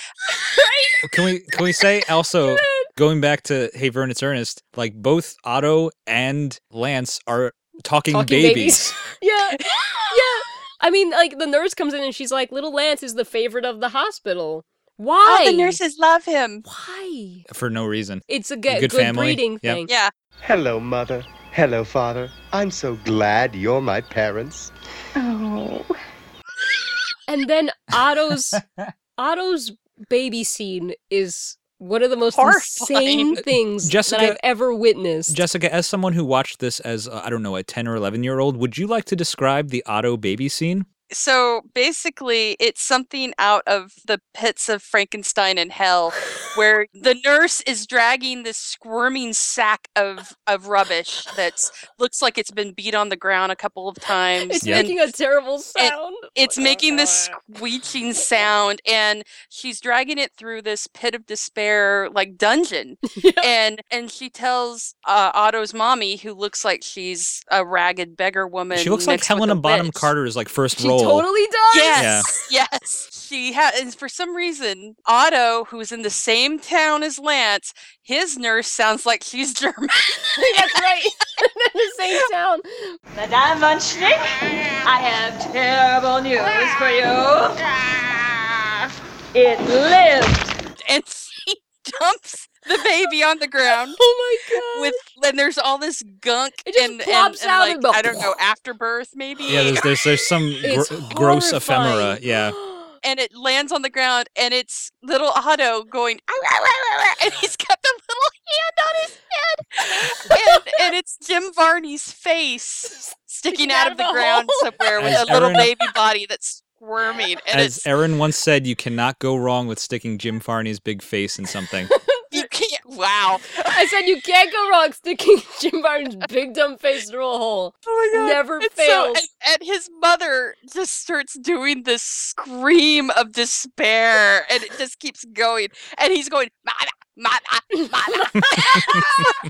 B: Can we can we say also going back to Hey Vern, it's Ernest, like both Otto and Lance are talking,
A: Talking
B: babies.
A: yeah, yeah. I mean, like the nurse comes in and she's like, "Little Lance is the favorite of the hospital. Why?
C: All Oh, the nurses love him.
A: Why?
B: for no reason.
A: It's a good,
B: Good
A: good,
B: family.
A: breeding
B: Yep.
A: thing.
C: Yeah.
I: Hello, Mother. Hello, Father. I'm so glad you're my parents.
D: Oh,
A: And then Otto's Otto's baby scene is one of the most
C: Horrifying.
A: insane things
B: Jessica-
A: that I've ever witnessed.
B: Jessica, as someone who watched this as uh, I don't know a ten or eleven year old, would you like to describe the Otto baby scene?
C: So basically, it's something out of the pits of Frankenstein and hell, where the nurse is dragging this squirming sack of of rubbish that looks like it's been beat on the ground a couple of times.
A: it's
B: Yeah. Oh
C: and
A: making a terrible sound.
C: it's making this squeeching sound and she's dragging it through this pit of despair like dungeon
A: Yeah.
C: and and she tells uh, otto's mommy who looks like she's a ragged beggar woman
B: She looks like
C: mixed with
B: Helena
C: a
B: Bonham
C: witch.
B: Carter's like first
A: She
B: role.
A: totally does.
C: yes yes she has and for some reason otto who's in the same town as lance his nurse sounds like she's german
A: That's right. in the same town.
J: Madame von Schlick, I have terrible news for you. It lived.
C: and she dumps the baby on the ground
A: Oh my god.
C: with and there's all this gunk
A: It just
C: and,
A: plops
C: and, and,
A: out
C: like,
A: and go-
C: I don't know afterbirth maybe
B: Yeah, there's there's, there's some
A: It's
B: gr- gross
A: horrifying.
B: ephemera. Yeah,
C: and it lands on the ground and it's little Otto going "Ow, ow, ow, ow, ow," and he's got the little hand on his head and, and it's Jim Varney's face sticking out of the
A: out of a
C: ground
A: hole.
C: somewhere with
B: As
C: a little
B: Erin-
C: baby body that's squirming and
B: as
C: it's
B: Erin once said, you cannot go wrong with sticking Jim Farney's big face in something.
C: you can't wow
A: I said you can't go wrong sticking Jim Barton's big dumb face through a hole.
C: oh
A: Never
C: And so,
A: fails.
C: and, and his mother just starts doing this scream of despair, and it just keeps going. And he's going, mama, mama, mama.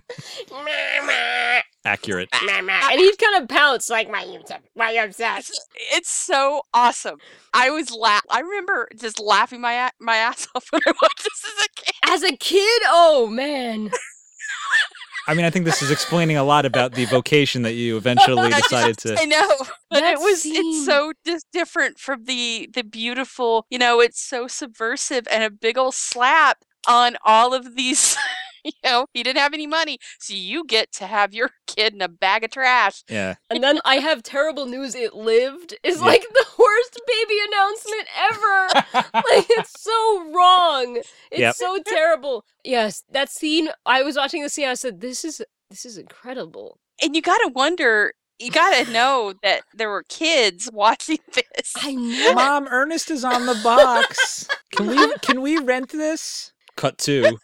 B: Accurate.
A: and he'd kind of pounce like my YouTube, my obsessed.
C: It's- it's so awesome. I was la- I remember just laughing my a- my ass off when I watched this as a kid.
A: As a kid, oh man.
B: I mean, I think this is explaining a lot about the vocation that you eventually decided
C: I
B: to.
C: know, but
A: That
C: it was
A: scene.
C: it's so dis- different from the the beautiful. You know, it's so subversive and a big old slap on all of these. You know, he didn't have any money, so you get to have your kid in a bag of trash.
B: Yeah.
A: And then I have terrible news. It lived is
B: Yeah.
A: like the worst baby announcement ever. like it's so wrong. It's
B: Yep.
A: so terrible. Yes, that scene. I was watching the scene. I said, "This is this is incredible."
C: And you got to wonder, you got to know that there were kids watching this.
A: I know.
B: Mom, Ernest is on the box. Can we can we rent this? Cut two.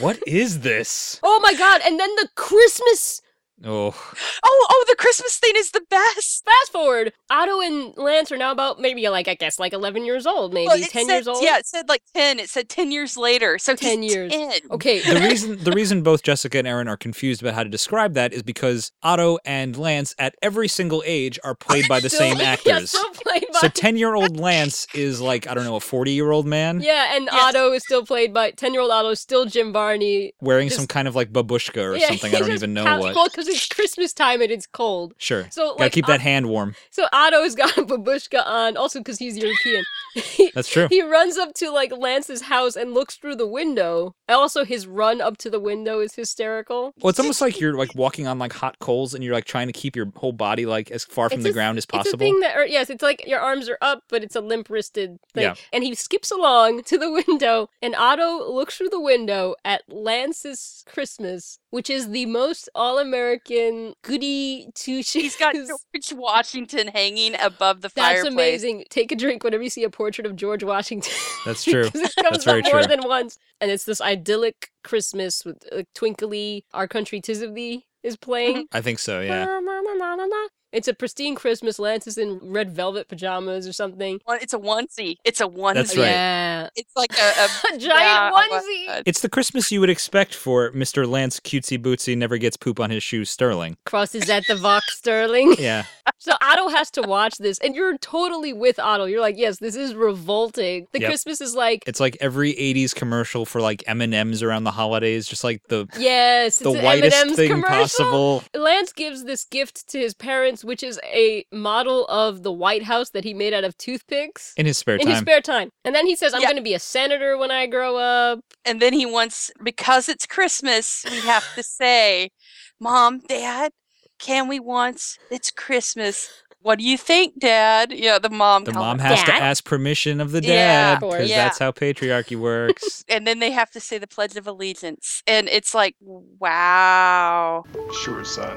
B: What is this?
A: Oh my god! And then the Christmas
B: Oh,
C: Oh, oh, the Christmas thing is the best.
A: fast forward. Otto and Lance are now about maybe like I guess like eleven years old, maybe
C: Well, it
A: ten
C: said-
A: years old.
C: Yeah, it said like 10. It said 10 years later. So
A: 10
C: he's
A: years.
C: 10.
A: Okay.
B: the reason the reason both Jessica and Aaron are confused about how to describe that is because Otto and Lance at every single age are played by the
A: Still-
B: same
A: yeah,
B: actors.
A: still played by.
B: So 10 year old Lance is like, I don't know, a 40 year old man
A: yeah, and
C: Yes.
A: Otto is still played by ten-year-old Otto, is still Jim Varney.
B: wearing
A: just-
B: some kind of like babushka or
A: Yeah,
B: something.
A: he
B: I don't
A: just
B: even know
A: pounds-
B: what.
A: Well, because it's Christmas time and it's cold.
B: Sure.
A: So
B: Gotta
A: like uh,
B: keep that hand warm.
A: So Otto's got a babushka on, also because he's European. he,
B: That's true.
A: he runs up to like Lance's house and looks through the window. And Also, his run up to the window is hysterical.
B: Well, it's almost like you're like walking on like hot coals and you're like trying to keep your whole body like as far from
A: It's
B: the
A: a-
B: ground as
A: It's a
B: possible.
A: thing that, or, yes, it's like your arms are up, but it's a limp wristed thing.
B: Yeah.
A: And he skips along to the window, and Otto looks through the window at Lance's Christmas, which is the most all American goody two shoes.
C: He's got George Washington hanging above the
A: That's
C: fireplace.
A: amazing. Take a drink whenever you see a portrait of George Washington.
B: That's true.
A: Because it comes
B: That's very
A: up more
B: true.
A: than once. And it's this idyllic Christmas with like, Twinkly, Our Country Tis of Thee is playing.
B: I think so, yeah.
A: Na-na-na-na-na-na. It's a pristine Christmas. Lance is in red velvet pajamas or something.
C: One- It's a onesie. It's a onesie.
B: That's right.
A: Yeah.
C: It's like a, a
A: A giant
C: yeah, oh my
A: onesie.
C: God.
B: It's the Christmas you would expect for Mr. Lance Cutesy Bootsy never gets poop on his shoes Sterling.
A: Crosses at the Vox Sterling.
B: Yeah.
A: So Otto has to watch this, and you're totally with Otto. You're like, yes, this is revolting. The
B: Yep.
A: Christmas is like,
B: It's like every 80s commercial for like M&Ms around the holidays, just like the
A: yes,
B: the
A: it's an
B: whitest
A: M&M's
B: thing
A: commercial.
B: possible.
A: Lance gives this gift to his parents, which is a model of the White House that he made out of toothpicks
B: In his spare
A: in
B: time.
A: his spare time. And then he says, I'm
C: Yeah.
A: going to be a senator when I grow up.
C: And then he wants, because it's Christmas, we have to say, Mom, Dad, can we once? It's Christmas. What do you think, Dad? Yeah, the mom.
B: the
C: color.
B: mom has to
A: Oh, Dad?
B: ask permission of the
C: Yeah,
B: dad
A: of course.
B: because
C: Yeah.
B: that's how patriarchy works.
C: And then they have to say the Pledge of Allegiance. And it's like, wow.
H: Sure, son.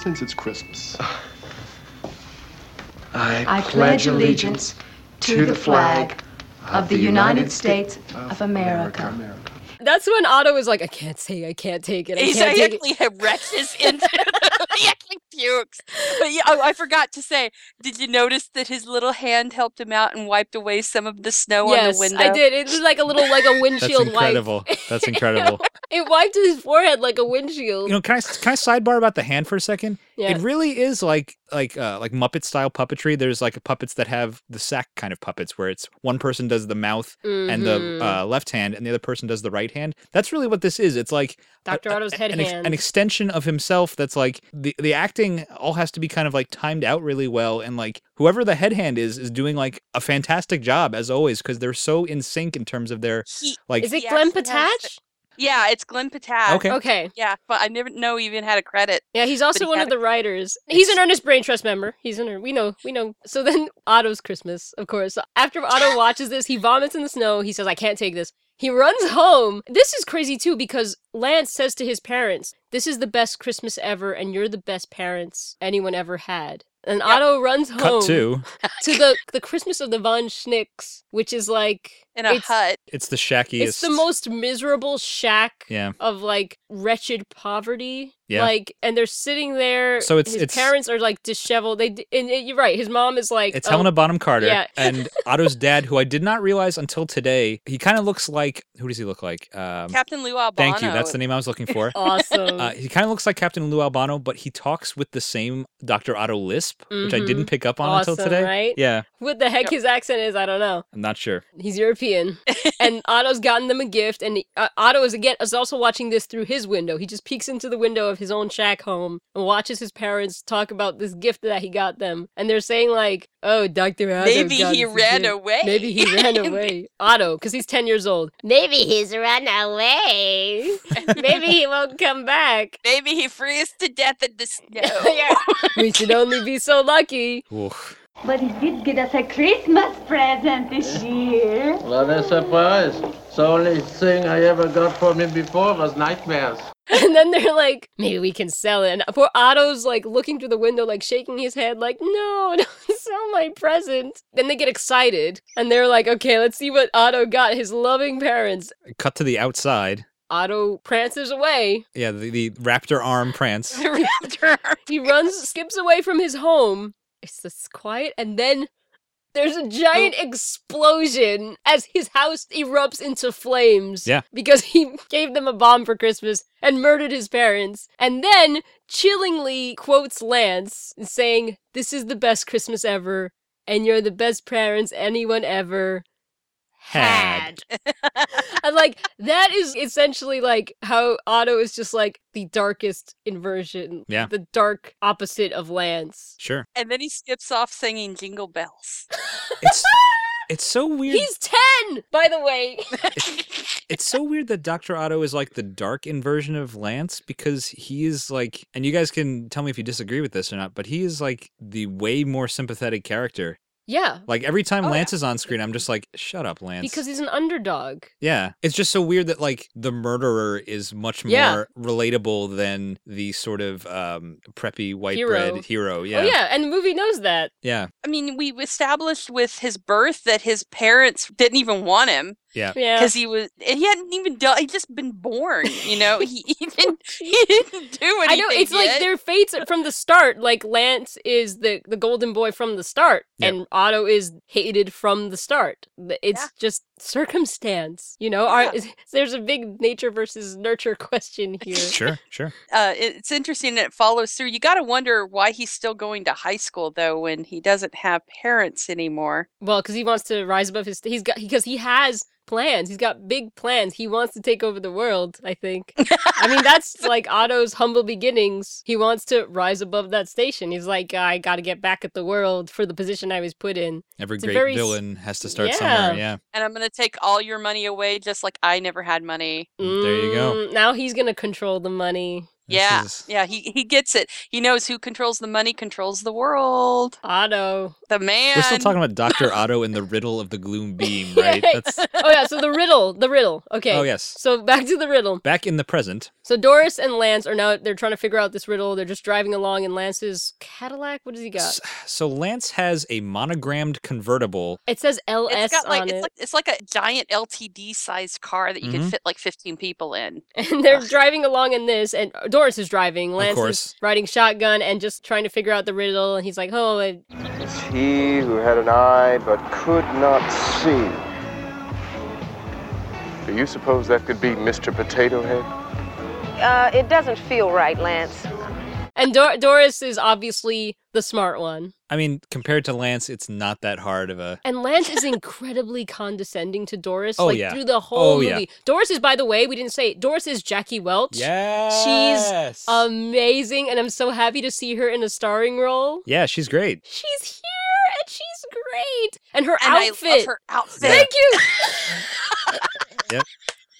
H: Since it's Christmas.
F: I pledge allegiance to the flag of the United States of America.
A: That's when Otto is like, I can't say, I can't take it. I
C: He's
A: can't
C: he
A: take it.
C: actually retches into He actually pukes. But yeah, oh, I forgot to say, did you notice that his little hand helped him out and wiped away some of the snow on the
A: Yes,
C: window?
A: I did. It was like a little, like a
B: That's
A: windshield wipe.
B: incredible. That's incredible.
A: It wiped his forehead like a windshield.
B: You know, can I can I sidebar about the hand for a second?
A: yeah.
B: It really is like like uh, like Muppet style puppetry. There's like puppets that have the sack kind of puppets where it's one person does the mouth and the
A: Mhm.
B: uh, left hand and the other person does the right hand. That's really what this is. It's like a-
A: Dr.
B: a-
A: Otto's head
B: an, ex-
A: hand.
B: an extension of himself that's like the the acting all has to be kind of like timed out really well and like whoever the head hand is is doing like a fantastic job as always because they're so in sync in terms of their
C: He-
B: like
A: is it
C: He
A: Glenn
C: actually has
A: Patach?
C: yeah, it's Glenn Patag.
B: Okay.
A: Okay.
C: Yeah, but I never know he even had a credit.
A: Yeah, he's also
C: he
A: one
C: had
A: of
C: a-
A: the writers. He's an
C: It's-
A: Earnest Brain Trust member. He's an. We know. We know. So then Otto's Christmas, of course. After Otto watches this, he vomits in the snow. He says, "I can't take this." He runs home. This is crazy too because Lance says to his parents, "This is the best Christmas ever, and you're the best parents anyone ever had." And Otto runs home
B: cut two.
A: to the the Christmas of the Von Schnicks, which is like
C: In a
A: it's,
C: hut.
B: It's the shackiest.
A: It's the most miserable shack
B: Yeah.
A: of like wretched poverty.
B: Yeah.
A: Like, and they're sitting there.
B: So it's-
A: his
B: it's-
A: parents are like disheveled. They d- and, and you're right. His mom is like
B: It's
A: oh,
B: Helena Bonham Carter
A: yeah.
B: and Otto's dad, who I did not realize until today. He kind of looks like who does he look like? Um,
C: Captain Lou Albano.
B: thank you. That's the name I was looking for.
A: awesome.
B: Uh, he kind of looks like Captain Lou Albano, but he talks with the same Dr. Otto lisp, which I didn't
A: Mhm.
B: pick up on until
A: Awesome,
B: today.
A: right?
B: Yeah,
A: what the heck
C: Yep.
A: his accent is, I don't know.
B: I'm not sure.
A: He's European, and Otto's gotten them a gift. And uh, Otto is again is also watching this through his window. He just peeks into the window of his own shack home and watches his parents talk about this gift that he got them. And they're saying, like, oh, Dr. Otto.
C: Maybe
A: got
C: he
A: us this
C: ran
A: gift.
C: away.
A: Maybe he ran away. Otto, because he's 10 years old. Maybe he's run away. Maybe he won't come back.
C: Maybe he freezes to death in the snow.
A: Yeah. We should only be so lucky.
B: Oof.
K: But he did get us a Christmas present this year.
L: What a surprise. The only thing I ever got from him before was nightmares.
A: And then they're like, maybe we can sell it. And poor Otto's like looking through the window, like shaking his head, like, no, don't sell my present. Then they get excited and they're like, okay, let's see what Otto got his loving parents.
B: Cut to the outside.
A: Otto prances away.
B: Yeah, the, the raptor arm prance.
A: he runs, skips away from his home. It's this quiet, and then there's a giant explosion as his house erupts into flames.
B: Yeah.
A: Because he gave them a bomb for Christmas and murdered his parents, and then chillingly quotes Lance saying, This is the best Christmas ever, and you're the best parents anyone ever
B: Had.
A: and like that is essentially like how Otto is just like the darkest inversion.
B: Yeah.
A: The dark opposite of Lance.
B: Sure.
C: And then he skips off singing Jingle Bells.
B: It's it's so weird.
A: He's ten, by the way.
B: It's so weird that Dr. Otto is like the dark inversion of Lance because he is like, and you guys can tell me if you disagree with this or not, but he is like the way more sympathetic character.
A: yeah.
B: Like every time
A: Oh,
B: Lance is on screen, I'm just like, shut up, Lance.
A: Because he's an underdog.
B: yeah. It's just so weird that like the murderer is much more
A: Yeah.
B: relatable than the sort of um, preppy white
A: Hero.
B: bread hero. Yeah.
A: Oh yeah, and the movie knows that.
B: Yeah.
C: I mean, we established with his birth that his parents didn't even want him
B: Yeah.
A: Yeah.
C: because he was, and he hadn't even done. He just been born, you know. He, he didn't, he didn't do anything.
A: I know it's like
C: yet.
A: their fates are from the start. Like Lance is the the golden boy from the start,
B: Yep.
A: and Otto is hated from the start. Th- It's
C: Yeah.
A: just circumstance, you know. Our, is, there's a big nature versus nurture question here.
B: Sure. Sure.
C: uh, it- it's interesting that it follows through. You got to wonder why he's still going to high school though when he doesn't have parents anymore.
A: Well, because he wants to rise above his. He's got because he has plans. He's got big plans. He wants to take over the world. I think. I mean, that's like Otto's humble beginnings. He wants to rise above that station. He's like, I got to get back at the world for the position I was put in.
B: Every
A: It's a
B: great
A: very s-
B: villain has to start
A: Yeah.
B: somewhere. Yeah.
C: And I'm gonna take all your money away, just like I never had money.
B: There you go.
A: Mm, Now he's gonna control the money.
B: This
C: yeah,
B: is-
C: yeah. He he gets it. He knows who controls the money controls the world.
A: Otto.
C: The man.
B: We're still talking about Dr. Otto and the riddle of the gloom beam, right? That's,
A: oh yeah. So the riddle. The riddle. Okay.
B: oh, yes.
A: So back to the riddle.
B: Back in the present,
A: So Doris and Lance are now they're trying to figure out this riddle. They're just driving along in Lance's Cadillac. What does he got?
B: S- So Lance has a monogrammed convertible.
A: It says LS
C: It's got like
A: on
C: it's
A: it.
C: like it's like a giant LTD sized car that you
B: Mhm.
C: can fit like 15 people in.
A: and they're driving along in this, and Doris is driving. Lance
B: Ah. course.
A: is riding shotgun and just trying to figure out the riddle. And he's like, "Oh, I-
M: It's he who had an eye but could not see.
H: Do you suppose that could be Mr. Potato Head?
N: Uh, it doesn't feel right, Lance.
A: and Dor- Doris is obviously the smart one.
B: I mean, compared to Lance, it's not that hard of a.
A: And Lance is incredibly condescending to Doris,
B: Oh,
A: like
B: yeah.
A: through the whole
B: Oh,
A: movie.
B: yeah.
A: Doris is, by the way, we didn't say Doris is Jackie Welch.
B: Yeah. She's.
A: Amazing, and I'm so happy to see her in a starring role.
B: yeah, she's great.
A: She's here and she's great. And her
C: And
A: outfit.
C: I love her outfit.
A: Thank you.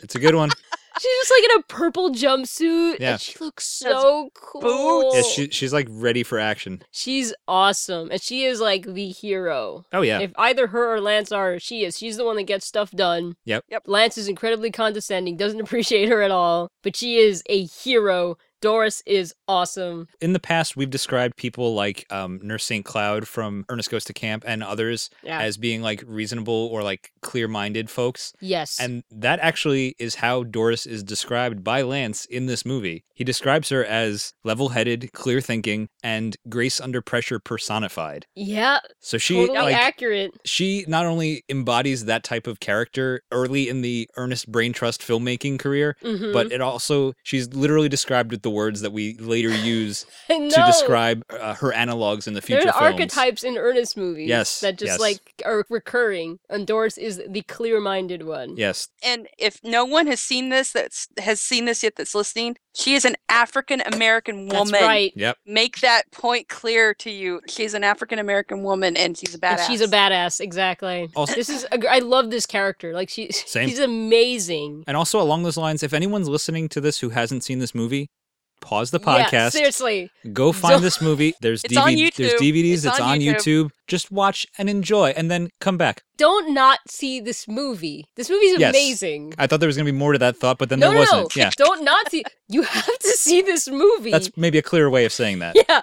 B: It's a good one.
A: She's just like in a purple jumpsuit.
B: Yeah.
A: And she looks so cool.
B: yeah, she, she's like ready for action.
A: She's awesome. And she is like the hero.
B: Oh yeah.
A: If either her or Lance are, she is. She's the one that gets stuff done.
B: Yep.
C: Yep.
A: Lance is incredibly condescending, doesn't appreciate her at all, but she is a hero. Doris is awesome.
B: In the past, we've described people like um, Nurse St. Cloud from Ernest Goes to Camp and others
A: Yeah.
B: as being like reasonable or like clear minded folks.
A: yes.
B: And that actually is how Doris is described by Lance in this movie. He describes her as level headed, clear thinking, and grace under pressure personified.
A: yeah,
B: So she
A: totally
B: like
A: accurate.
B: she not only embodies that type of character early in the Ernest Brain Trust filmmaking career,
A: Mhm.
B: but it also she's literally described with the words that we later use
A: I
B: to
A: know.
B: describe uh, her analogs in the future
A: There are
B: films.
A: archetypes in Ernest movies
B: Yes,
A: that just
B: yes.
A: like are recurring, and Doris is the clear-minded one.
B: Yes.
C: And if no one has seen this, that's has seen this yet, that's listening, she is an African American
A: That's
C: woman.
A: right.
B: Yep.
C: Make that point clear to you. She's an African American woman, and she's a badass.
A: And she's a badass, exactly.
B: Also-
A: this is a gr- I love this character. Like she,
B: Same.
A: she's amazing.
B: And also along those lines, if anyone's listening to this who hasn't seen this movie, pause the
A: Yeah,
B: podcast.
A: seriously.
B: Go find
A: Don't-
B: this movie. There's
A: It's on
B: DVD, there's
A: YouTube.
B: DVDs.
A: It's
B: It's,
A: on
B: on,
A: YouTube.
B: YouTube. Just watch and enjoy, and then come back.
A: Don't not see this movie. This movie's
B: Yes.
A: amazing.
B: I thought there was gonna be more to that thought, but then
A: no,
B: there
A: no,
B: wasn't.
A: no.
B: Yeah,
A: Don't not see. You have to see this movie.
B: that's maybe a clearer way of saying that.
A: yeah.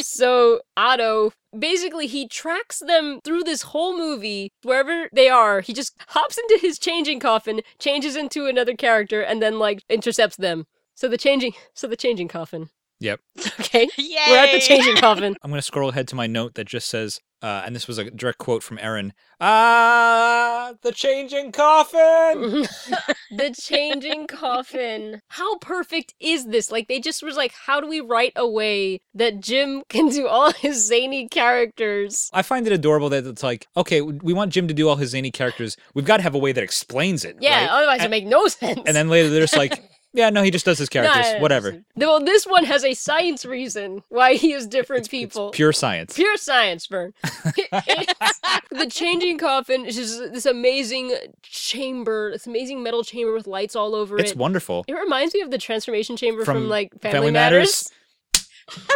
A: So Otto basically he tracks them through this whole movie wherever they are. He just hops into his changing coffin, changes into another character, and then like intercepts them. So the changing, so the changing coffin.
B: Yep.
A: Okay, we're at the
C: Yay!
A: changing coffin.
B: I'm gonna scroll ahead to my note that just says, uh, and this was a direct quote from Aaron. Ah, the changing
A: Mm-hmm.
B: coffin.
A: the changing coffin. How perfect is this? Like they just was like, how do we write away that Jim can do all his zany characters?
B: I find it adorable that it's like, okay, we want Jim to do all his zany characters. We've got to have a way that explains it.
A: Yeah, oh,
B: right?
A: otherwise it make no sense.
B: And then later they're just like, yeah, no, he just does his characters.
A: No,
B: Whatever.
A: Well, this one has a science reason why he is different people.
B: Pure science.
A: Pure science, Vern. It's- the changing coffin is just this amazing chamber, this amazing metal chamber with lights all over it.
B: It's wonderful.
A: It reminds me of the transformation chamber from,
B: From
A: like Family,
B: Family
A: Matters,
B: Matters?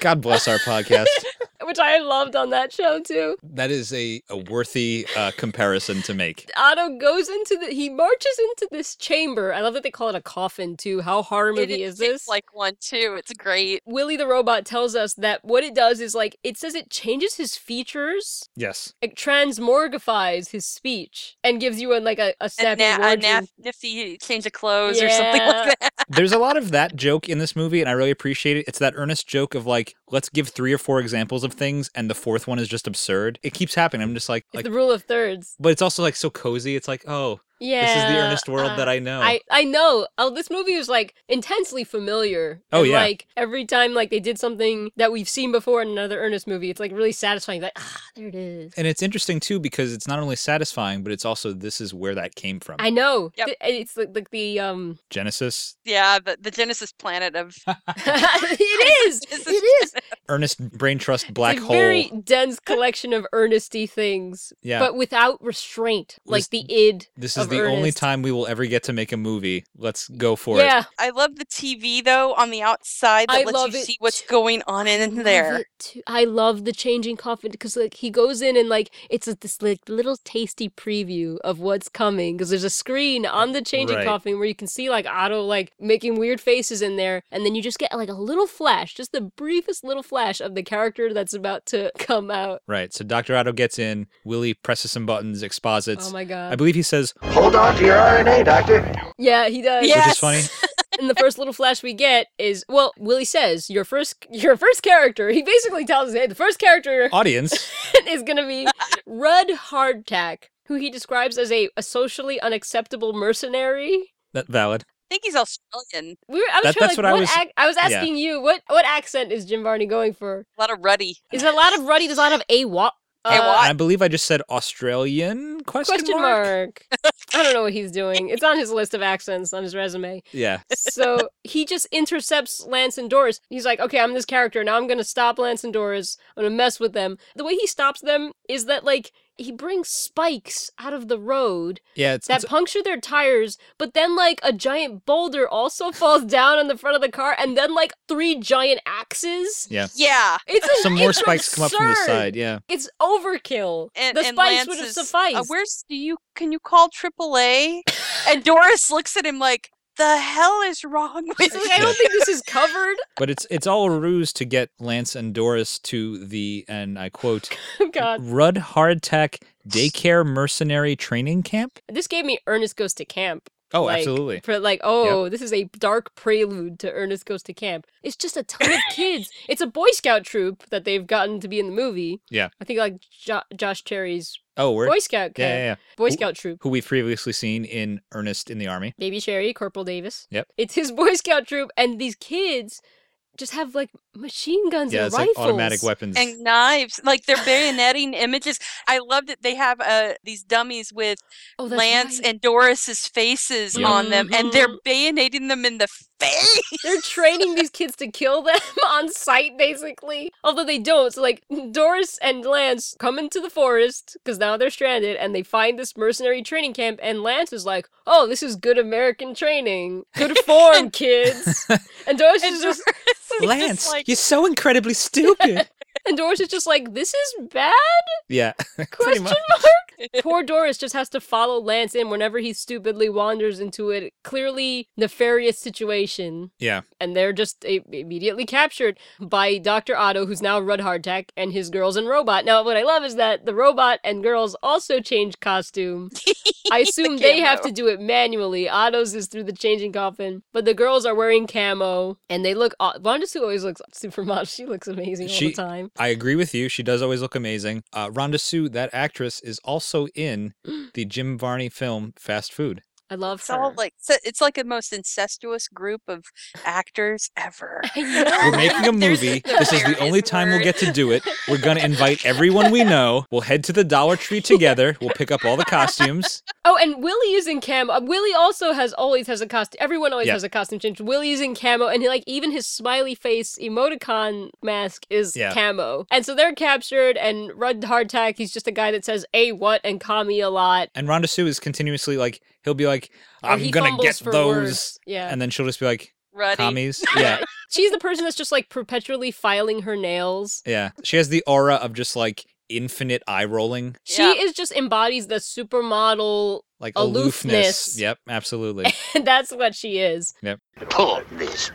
B: God bless our podcast.
A: which I loved on that show too.
B: that is a, a worthy uh, comparison to make.
A: Otto goes into the he marches into this chamber. I love that they call it a coffin too. How horror movie is this?
C: like one too. It's great.
A: Willy the robot tells us that what it does is like it says it changes his features.
B: Yes.
A: It transmorgifies his speech and gives you a, like a, a
C: A,
A: snappy
C: na- a
A: word.
C: naf- nifty change of clothes or something
A: Yeah.
C: like that.
B: There's a lot of that joke in this movie, and I really appreciate it. It's that earnest joke of like, let's give three or four examples of things, and the fourth one is just absurd. It keeps happening. I'm just like,
A: it's
B: like
A: the rule of thirds.
B: but it's also like so cozy. It's like, oh,
A: Yeah. uh,
B: this is the earnest world that I know.
A: I, I know. Oh, this movie was like intensely familiar.
B: Oh,
A: And,
B: yeah.
A: Like every time like they did something that we've seen before in another Ernest movie, it's like really satisfying. Like ah, there it is.
B: and it's interesting too because it's not only satisfying, but it's also this is where that came from.
A: I know. Th- It's like, like the um.
B: Genesis.
C: Yeah, the, the Genesis planet of
A: it is. It is.
B: Earnest brain trust black
A: it's a
B: hole.
A: very dense collection of earnesty things,
B: Yeah.
A: but without restraint, like
B: This-
A: the id.
B: This is
A: of
B: the only
A: earnest.
B: time we will ever get to make a movie. Let's go for
A: Yeah,
B: it.
C: I love the TV though on the outside that
A: I
C: lets
A: love
C: you
A: it
C: see what's going on in
A: love
C: there.
A: it too. I love the changing coffin because like he goes in and like it's a, this like little tasty preview of what's coming because there's a screen on the changing
B: Right.
A: coffin where you can see like Otto like making weird faces in there, and then you just get like a little flash, just the briefest little flash of the character that's about to come out.
B: Right. So Dr. Otto gets in. Willie presses some buttons, exposits.
A: oh my god!
B: I believe he says,
M: Hold on to your RNA, Doctor.
A: yeah, he does.
B: which is funny.
A: and the first little flash we get is well, Willie says your first your first character. He basically tells us, hey, the first character
B: Audience.
A: is going to be Rudd Hardtack, who he describes as a, a socially unacceptable mercenary.
B: That valid.
C: I think he's Australian.
A: We were, I was
B: That-
A: trying
B: that's
A: like
B: what I
A: what
B: was-
A: ac- I was
B: yeah.
A: asking you what what accent is Jim Varney going for?
C: A lot of ruddy.
A: Is there a lot of ruddy? There's a lot of a Uh, what?
B: And I believe I just said Australian question,
A: question mark. I don't know what he's doing. It's on his list of accents on his resume.
B: Yeah.
A: so he just intercepts Lance and Doris. He's like, okay, I'm this character. Now I'm going to stop Lance and Doris. I'm going to mess with them. The way he stops them is that, like, he brings spikes out of the road
B: Yeah. It's,
A: that
B: it's-
A: puncture their tires, but then, like, a giant boulder also falls down on the front of the car, and then, like, three giant axes.
B: yeah.
C: Yeah.
A: It's a,
B: Some more
A: it's
B: spikes come up from the
A: absurd.
B: side. Yeah.
A: It's overkill.
C: And,
A: the spikes
C: and Lance
A: would have
C: is, uh,
A: sufficed.
C: where's do you can you call AAA? and Doris looks at him like, the hell is wrong with
A: It's like, I
C: you?
A: don't think this is covered.
B: But it's it's all a ruse to get Lance and Doris to the and I quote
A: Oh, God.
B: Rudd Hardtack Daycare Mercenary Training Camp.
A: This gave me Ernest Goes to Camp.
B: Oh,
A: like,
B: absolutely.
A: For like, oh, this is a dark prelude to Ernest Goes to Camp. It's just a ton of kids. It's a Boy Scout troop that they've gotten to be in the movie.
B: Yeah.
A: I think like jo- Josh Cherry's
B: Oh, we're
A: Boy Scout
B: yeah, yeah,
A: camp.
B: yeah.
A: Boy
B: Who-
A: Scout troop.
B: Who we've previously seen in Ernest in the Army.
A: Baby Sherry, Corporal Davis.
B: Yep.
A: It's his Boy Scout troop, and these kids just have like machine guns
B: Yeah,
A: and
B: it's like
A: rifles.
B: automatic weapons.
C: and knives like they're bayoneting images i love that they have uh, these dummies with
A: Oh, that's
C: lance and doris's faces
B: Yeah.
C: on them and they're
A: Mm-hmm.
C: bayoneting them in the face
A: They're training these kids to kill them on sight, basically. Although they don't. So, like, Doris and Lance come into the forest because now they're stranded and they find this mercenary training camp. And Lance is like, oh, this is good American training. Good form, kids. And Doris is just.
B: Lance, you're so incredibly stupid.
A: And Doris is just like, this is bad?
B: yeah. Pretty
A: Question
B: much.
A: mark? Poor Doris just has to follow Lance in whenever he stupidly wanders into a clearly nefarious situation.
B: Yeah.
A: and they're just i- immediately captured by Dr. Otto, who's now Rudd Hardtack, and his girls and robot. Now, what I love is that the robot and girls also change costume. I assume they have to
C: camo.
A: do it manually. Otto's is through the changing coffin, but the girls are wearing camo, and they look. aw- Wanda Sue always looks supermodel. She looks amazing all
B: She-
A: the time.
B: I agree with you. She does always look amazing. Uh, Rhonda Sue, that actress, is also in the Jim Varney film Fast Food.
A: I love
C: it's all like so- it's like the most incestuous group of actors ever
B: We're making a movie. This is the only time we'll get to do it. We're going to invite everyone we know. We'll head to the Dollar Tree together. We'll pick up all the costumes.
A: Oh, and Willie is in camo. Uh, Willie also has always has a costume. Everyone always
B: Yeah.
A: has a costume change. Willie is in camo, and he, like even his smiley face emoticon mask is
B: Yeah.
A: camo. And so they're captured, and Rudd Hardtack, he's just a guy that says "a what" and "kami" a lot.
B: And Rhonda Sue is continuously like, he'll be like,
A: Or
B: I'm
A: Oh, he
B: going to
A: fumbles
B: get
A: for
B: those.
A: words. Yeah.
B: And then she'll just be like,
C: Ruddy.
B: commies. Yeah.
A: She's the person that's just like perpetually filing her nails.
B: Yeah. She has the aura of just like infinite eye rolling,
A: She is just embodies the supermodel
B: like
A: aloofness.
B: aloofness. Yep, absolutely.
A: and that's what she is.
B: Yep.
G: Pull this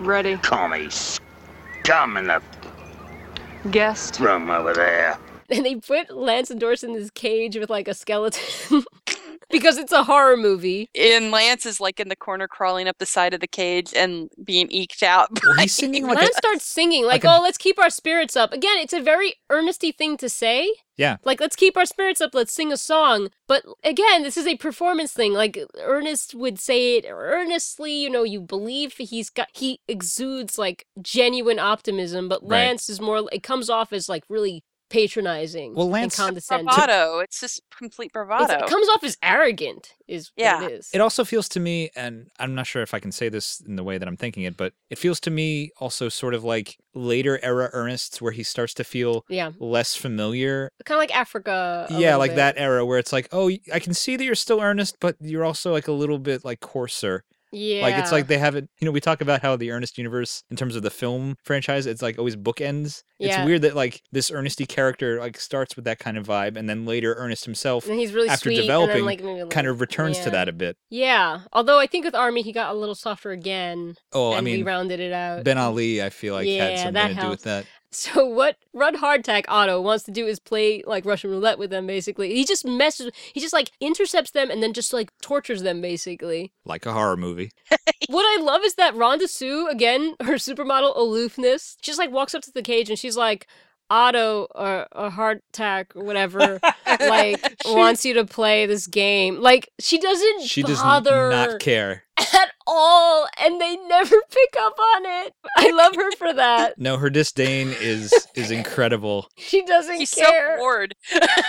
F: Ready.
G: commie scum in the
F: Guest.
G: room over there.
A: and they put Lance and Doris in this cage with like a skeleton because it's a horror movie.
C: and lance is like in the corner crawling up the side of the cage and being eked out
B: Well, he's singing like a-
A: Lance starts singing like, "Oh, let's keep our spirits up." Again, it's a very earnesty thing to say.
B: Yeah.
A: Like, let's keep our spirits up. Let's sing a song. But again, this is a performance thing. Like Ernest would say it earnestly. You know, you believe he's got he exudes like genuine optimism. But
B: Right.
A: Lance is more. It comes off as like really patronizing.
B: Well, Lance-
A: and condescending.
C: bravado it's just complete
A: It's-
C: bravado
A: it comes off as arrogant. Is
C: Yeah.
A: what it is.
B: It also feels to me, and I'm not sure if I can say this in the way that I'm thinking it, but it feels to me also sort of like later era Ernest's where he starts to feel
A: Yeah.
B: less familiar.
A: kind of like Africa. a
B: yeah,
A: little
B: like
A: bit.
B: that era where it's like, oh, y- I can see that you're still Ernest, but you're also like a little bit like coarser.
A: Yeah,
B: Like it's like they haven't, you know, we talk about how the Ernest universe in terms of the film franchise, it's like always bookends.
A: Yeah.
B: It's weird that like this Ernesty character like starts with that kind of vibe and then later Ernest himself
A: And then he's really
B: after
A: sweet, and then,
B: developing
A: like, maybe a
B: kind
A: little-
B: of returns
A: Mm, yeah.
B: to that a bit.
A: Yeah, although I think with Army he got a little softer again.
B: Oh, I
A: and we
B: mean,
A: rounded it out.
B: Ben Ali, I feel like
A: Yeah,
B: had something
A: that
B: to do with that.
A: so what Rudd Hardtack Otto wants to do is play like Russian roulette with them. Basically, he just messes. He just like intercepts them and then just like tortures them. Basically,
B: Like a horror movie.
A: what I love is that Rhonda Sue again, her supermodel aloofness. She just like walks up to the cage and she's like. Otto or a heart attack or whatever like wants you to play this game. Like she doesn't
B: She does n-
A: bother
B: not care.
A: at all, and they never pick up on it. I love her for that.
B: No, her disdain is is incredible.
A: She doesn't
C: he's
A: care.
C: so bored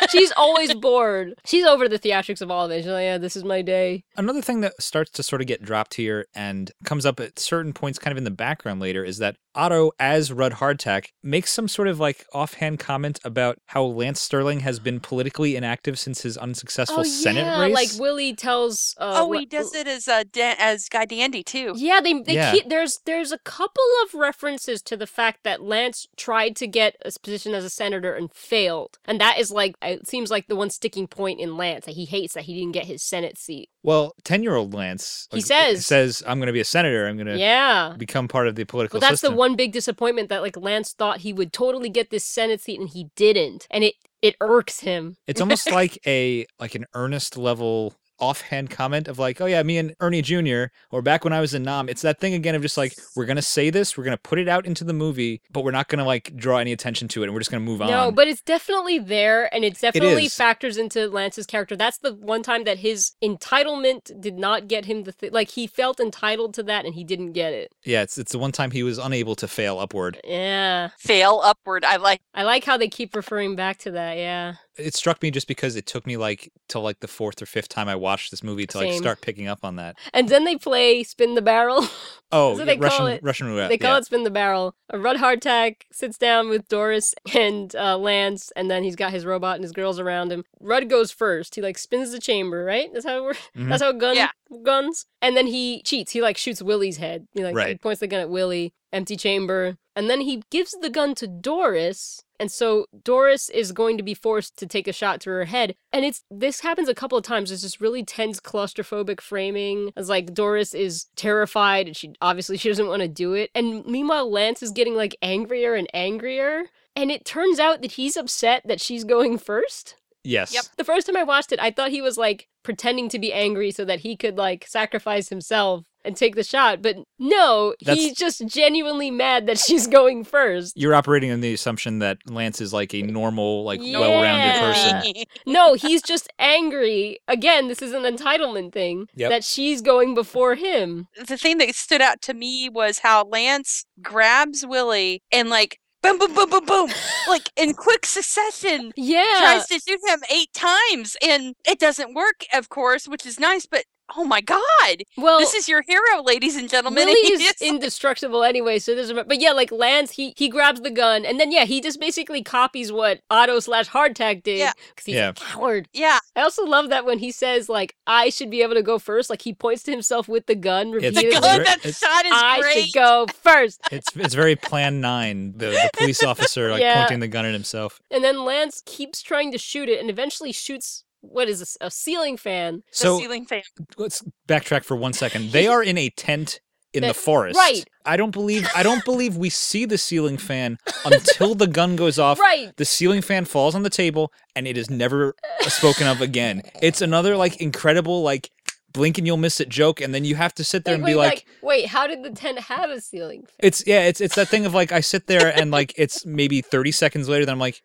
A: She's always bored. She's over the theatrics of all of it. She's like, yeah, this is my day.
B: Another thing that starts to sort of get dropped here and comes up at certain points kind of in the background later is that Otto as Rudd Hardtack makes some sort of like offhand comment about how Lance Sterling has been politically inactive since his unsuccessful
A: oh,
B: Senate
A: yeah,
B: race.
A: like Willie tells. Uh,
C: oh he
A: what-
C: does it as uh, Dan- as guy dandy too
A: Yeah, they they
B: Yeah.
A: keep there's there's a couple of references to the fact that Lance tried to get a position as a senator and failed, and that is like it seems like the one sticking point in Lance that he hates that he didn't get his Senate seat.
B: well, 10-year-old Lance
A: He
B: like,
A: says-
B: says I'm going to be a senator. I'm going to
A: yeah,
B: become part of the political
A: Well, that's
B: system.
A: the one big disappointment that like Lance thought he would totally get this Senate seat and he didn't, and it it irks him.
B: It's almost like a like an earnest level offhand comment of like, oh yeah, me and Ernie Jr. or back when I was in Nam, it's that thing again of just like we're gonna say this, we're gonna put it out into the movie, but we're not gonna like draw any attention to it, and we're just gonna move on.
A: No, but it's definitely there, and it definitely
B: is.
A: factors into Lance's character. That's the one time that his entitlement did not get him the thi- like he felt entitled to that, and he didn't get it.
B: yeah, it's it's the one time he was unable to fail upward.
A: Yeah,
C: fail upward. I like.
A: I like how they keep referring back to that. Yeah,
B: It struck me just because it took me like till like the fourth or fifth time I watched this movie to like
A: Same.
B: start picking up on that.
A: and then they play spin the barrel.
B: Oh,
A: That's what
B: yeah,
A: they call
B: Russian
A: it.
B: Russian roulette.
A: they call
B: yeah.
A: it spin the barrel. Uh, Rudd Hardtack sits down with Doris and uh, Lance, and then he's got his robot and his girls around him. Rudd goes first. He like spins the chamber, right? That's how it works.
B: Mhm.
A: That's how gun guns. And then he cheats. He like shoots Willie's head. He like he
B: Right.
A: points the gun at Willie. Empty chamber, and then he gives the gun to Doris. And so Doris is going to be forced to take a shot to her head. And it's this happens a couple of times. There's this really tense claustrophobic framing. It's like Doris is terrified and she obviously she doesn't want to do it. And meanwhile Lance is getting like angrier and angrier. And it turns out that he's upset that she's going first.
B: Yes.
A: The first time I watched it, I thought he was like pretending to be angry so that he could like sacrifice himself and take the shot. But no,
B: That's-
A: he's just genuinely mad that she's going first.
B: You're operating on the assumption that Lance is like a normal, like well-rounded person.
A: no, he's just angry. Again, this is an entitlement thing
B: Yep.
A: that she's going before him.
C: the thing that stood out to me was how Lance grabs Willie and like boom, boom, boom, boom, boom, like in quick succession.
A: Yeah.
C: tries to shoot him eight times, and it doesn't work, of course, which is nice, but. Oh my God!
A: Well,
C: this is your hero, ladies and gentlemen.
A: Willie is
C: He's-
A: indestructible anyway, so it doesn't matter. But yeah, like Lance, he he grabs the gun, and then yeah, he just basically copies what Otto slash Hardtack did because he's
B: Yeah.
A: a coward.
C: Yeah.
A: I also love that when he says like I should be able to go first, like he points to himself with the gun
B: It's
A: repeatedly.
B: The gun, that it's-
C: shot
A: is I should go first.
B: It's it's very Plan Nine. The, the police officer like
A: Yeah.
B: pointing the gun at himself.
A: And then Lance keeps trying to shoot it, and eventually shoots what is this, a ceiling fan.
B: So-
C: ceiling fan.
B: Let's backtrack for one second. They are in a tent in the
A: That-
B: forest.
A: right.
B: I don't believe I don't believe we see the ceiling fan until the gun goes off.
A: Right.
B: The ceiling fan falls on the table and it is never spoken of again. It's another like incredible like blink and you'll miss it joke and then you have to sit there
A: Like,
B: and
A: wait,
B: be like
A: wait, how did the tent have a ceiling? fan?
B: It's yeah, it's it's that thing of like I sit there and like it's maybe 30 seconds later that I'm like,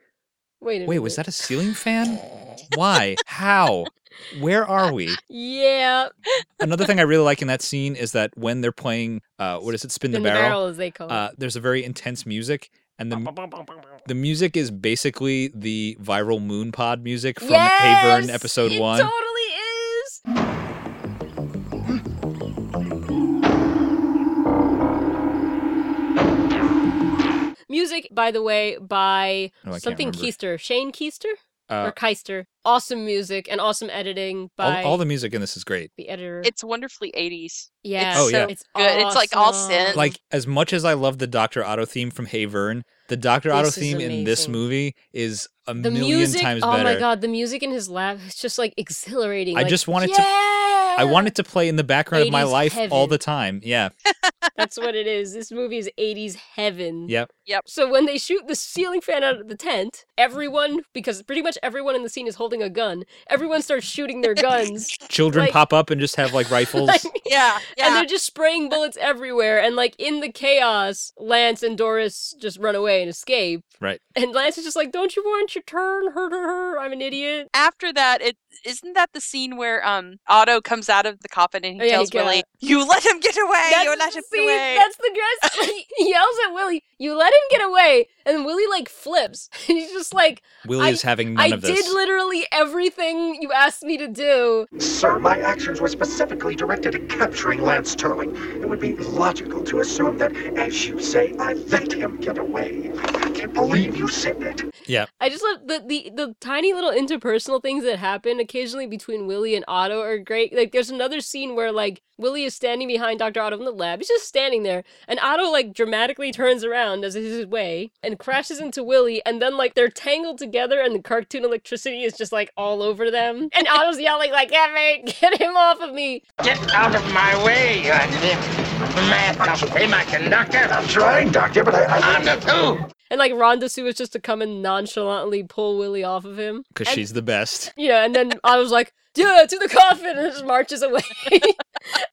A: Wait, a
B: wait, was that a ceiling fan? Why? How? Where are we?
A: Yeah,
B: Another thing I really like in that scene is that when they're playing uh what is it, spin,
A: in
B: the barrel,
A: as they call it.
B: uh there's a very intense music and the
A: Uh-huh.
B: mu- the music is basically the viral moon pod music from Hayburn
A: Yes!
B: episode
A: It
B: 1.
A: totally is. Music, by the way, by
B: Oh, I can't
A: something
B: remember.
A: Keister, Shane Keister
B: Uh,
A: or Keister. Awesome music and awesome editing by
B: all, all the music in this is great.
A: the editor.
C: it's wonderfully 80s.
A: yeah,
B: It's Oh, so yeah.
A: it's
C: good. It's like all
A: awesome.
C: synth.
B: like as much as I love the Doctor Otto theme from Hey Vern, the Doctor Otto
A: This is
B: theme in this
A: amazing.
B: movie is a
A: the
B: million
A: music.
B: times
A: oh
B: better.
A: my god, the music in his lab is just like exhilarating.
B: I
A: like,
B: just wanted to
A: yeah!
B: I want it to play in the background of my
A: 80s
B: life all
A: heaven.
B: the time. Yeah.
A: That's what it is. This movie is 80s heaven.
B: Yep.
C: Yep.
A: So when they shoot the ceiling fan out of the tent, everyone, because pretty much everyone in the scene is holding a gun, everyone starts shooting their guns.
B: Children
A: Like-
B: pop up and just have like rifles.
C: Yeah,
A: And they're just spraying bullets everywhere. And like in the chaos, Lance and Doris just run away and escape.
B: right.
A: And Lance is just like, Don't you want your turn? Her, her, her. I'm an idiot.
C: After that, it isn't that the scene where um Otto comes out of the coffin and he
A: Oh, yeah, he
C: tells
A: got-
C: Willie, "You let him get away.
A: That's
C: you let
A: the
C: him
A: scene.
C: get away."
A: That's the guess. he yells at Willie, "You let him get away," and Willie like flips. He's just like,
B: Willie
A: I-
B: is having none
A: I
B: of this.
A: did literally everything you asked me to do.
O: Sir, my actions were specifically directed at capturing Lance Sterling. It would be logical to assume that, as you say, I let him get away. I can't believe you said that.
B: yeah.
A: I just love the, the the tiny little interpersonal things that happen occasionally between Willie and Otto are great. Like there's another scene where like Willie is standing behind Dr. Otto in the lab. He's just standing there and Otto like dramatically turns around as is his way and crashes into Willie and then like they're tangled together and the cartoon electricity is just like all over them. And Otto's yelling like, "Get me, get him off of me."
E: Get out of my way, you nip. Master, be my conductor.
O: I'm trying, Doctor, but I. I
E: On the tube.
A: And like Rhonda Sue was just to come and nonchalantly pull Willie off of him.
B: because
A: And-
B: she's the best.
A: Yeah, and then I was like, yeah, to the coffin, and just marches away.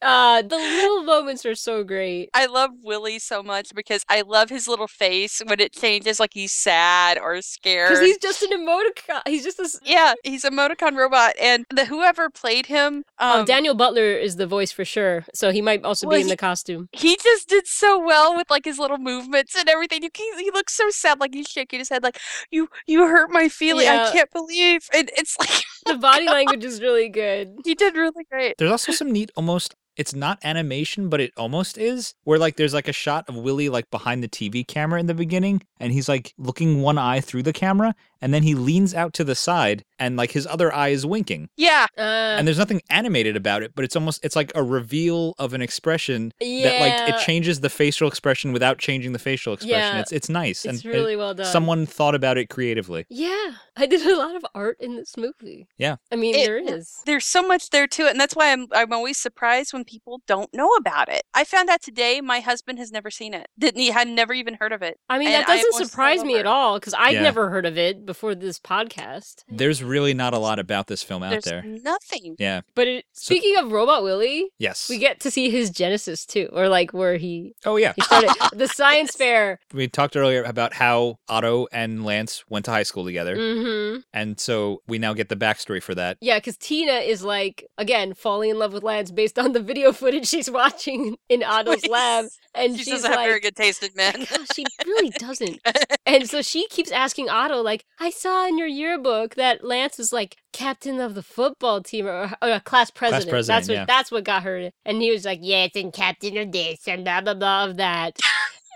A: uh, the little moments are so great.
C: I love Willie so much because I love his little face when it changes, like he's sad or scared.
A: Because he's just an emoticon. He's just this.
C: yeah, he's a emoticon robot, and the whoever played him, um,
A: oh, Daniel Butler is the voice for sure, so he might also
C: Well,
A: be in
C: he-
A: the costume.
C: he just did so well with like his little movements and everything. You can, he looks so sad, like he's shaking his head, like you you hurt my feeling.
A: Yeah.
C: I can't believe. And it's like
A: The body language is really good.
C: he did really great.
B: There's also some neat almost it's not animation, but it almost is, where like there's like a shot of Willie like behind the TV camera in the beginning, and he's like looking one eye through the camera, and then he leans out to the side and like his other eye is winking.
C: Yeah,
A: Uh,
B: And there's nothing animated about it, but it's almost it's like a reveal of an expression that like
A: Yeah.
B: it changes the facial expression without changing the facial expression.
A: Yeah.
B: It's it's nice.
A: it's
B: and it-
A: really well done.
B: someone thought about it creatively.
A: Yeah, I did a lot of art in this movie.
B: Yeah.
A: I mean,
C: It-
A: there is.
C: There's so much there to it, and that's why I'm I'm always surprised when people don't know about it. I found out today. My husband has never seen it. Didn't he? Had never even heard of it.
A: I mean,
C: and
A: that
C: I
A: doesn't
C: was so
A: surprise me at
C: over-
A: all because I'd
B: Yeah.
A: never heard of it before this podcast.
B: There's really not a lot about this film out
C: There's
B: there.
C: nothing.
B: Yeah.
A: But it,
B: So-
A: speaking of Robot Willie,
B: Yes.
A: we get to see his genesis too, or like where he
B: oh yeah.
A: he started the science fair.
B: we talked earlier about how Otto and Lance went to high school together.
A: hmm
B: And so we now get the backstory for that.
A: Yeah, because Tina is like again falling in love with Lance based on the video footage she's watching in Otto's lab, and
C: She
A: she's
C: doesn't have very
A: like,
C: good taste in men.
A: "Gosh, she really doesn't." and so she keeps asking Otto, like, "I saw in your yearbook that Lance was like captain of the football team or, or a class president."
B: president,
A: that's what
B: yeah.
A: that's what got her. And he was like, "Yeah, it's in captain of this and blah blah blah of that."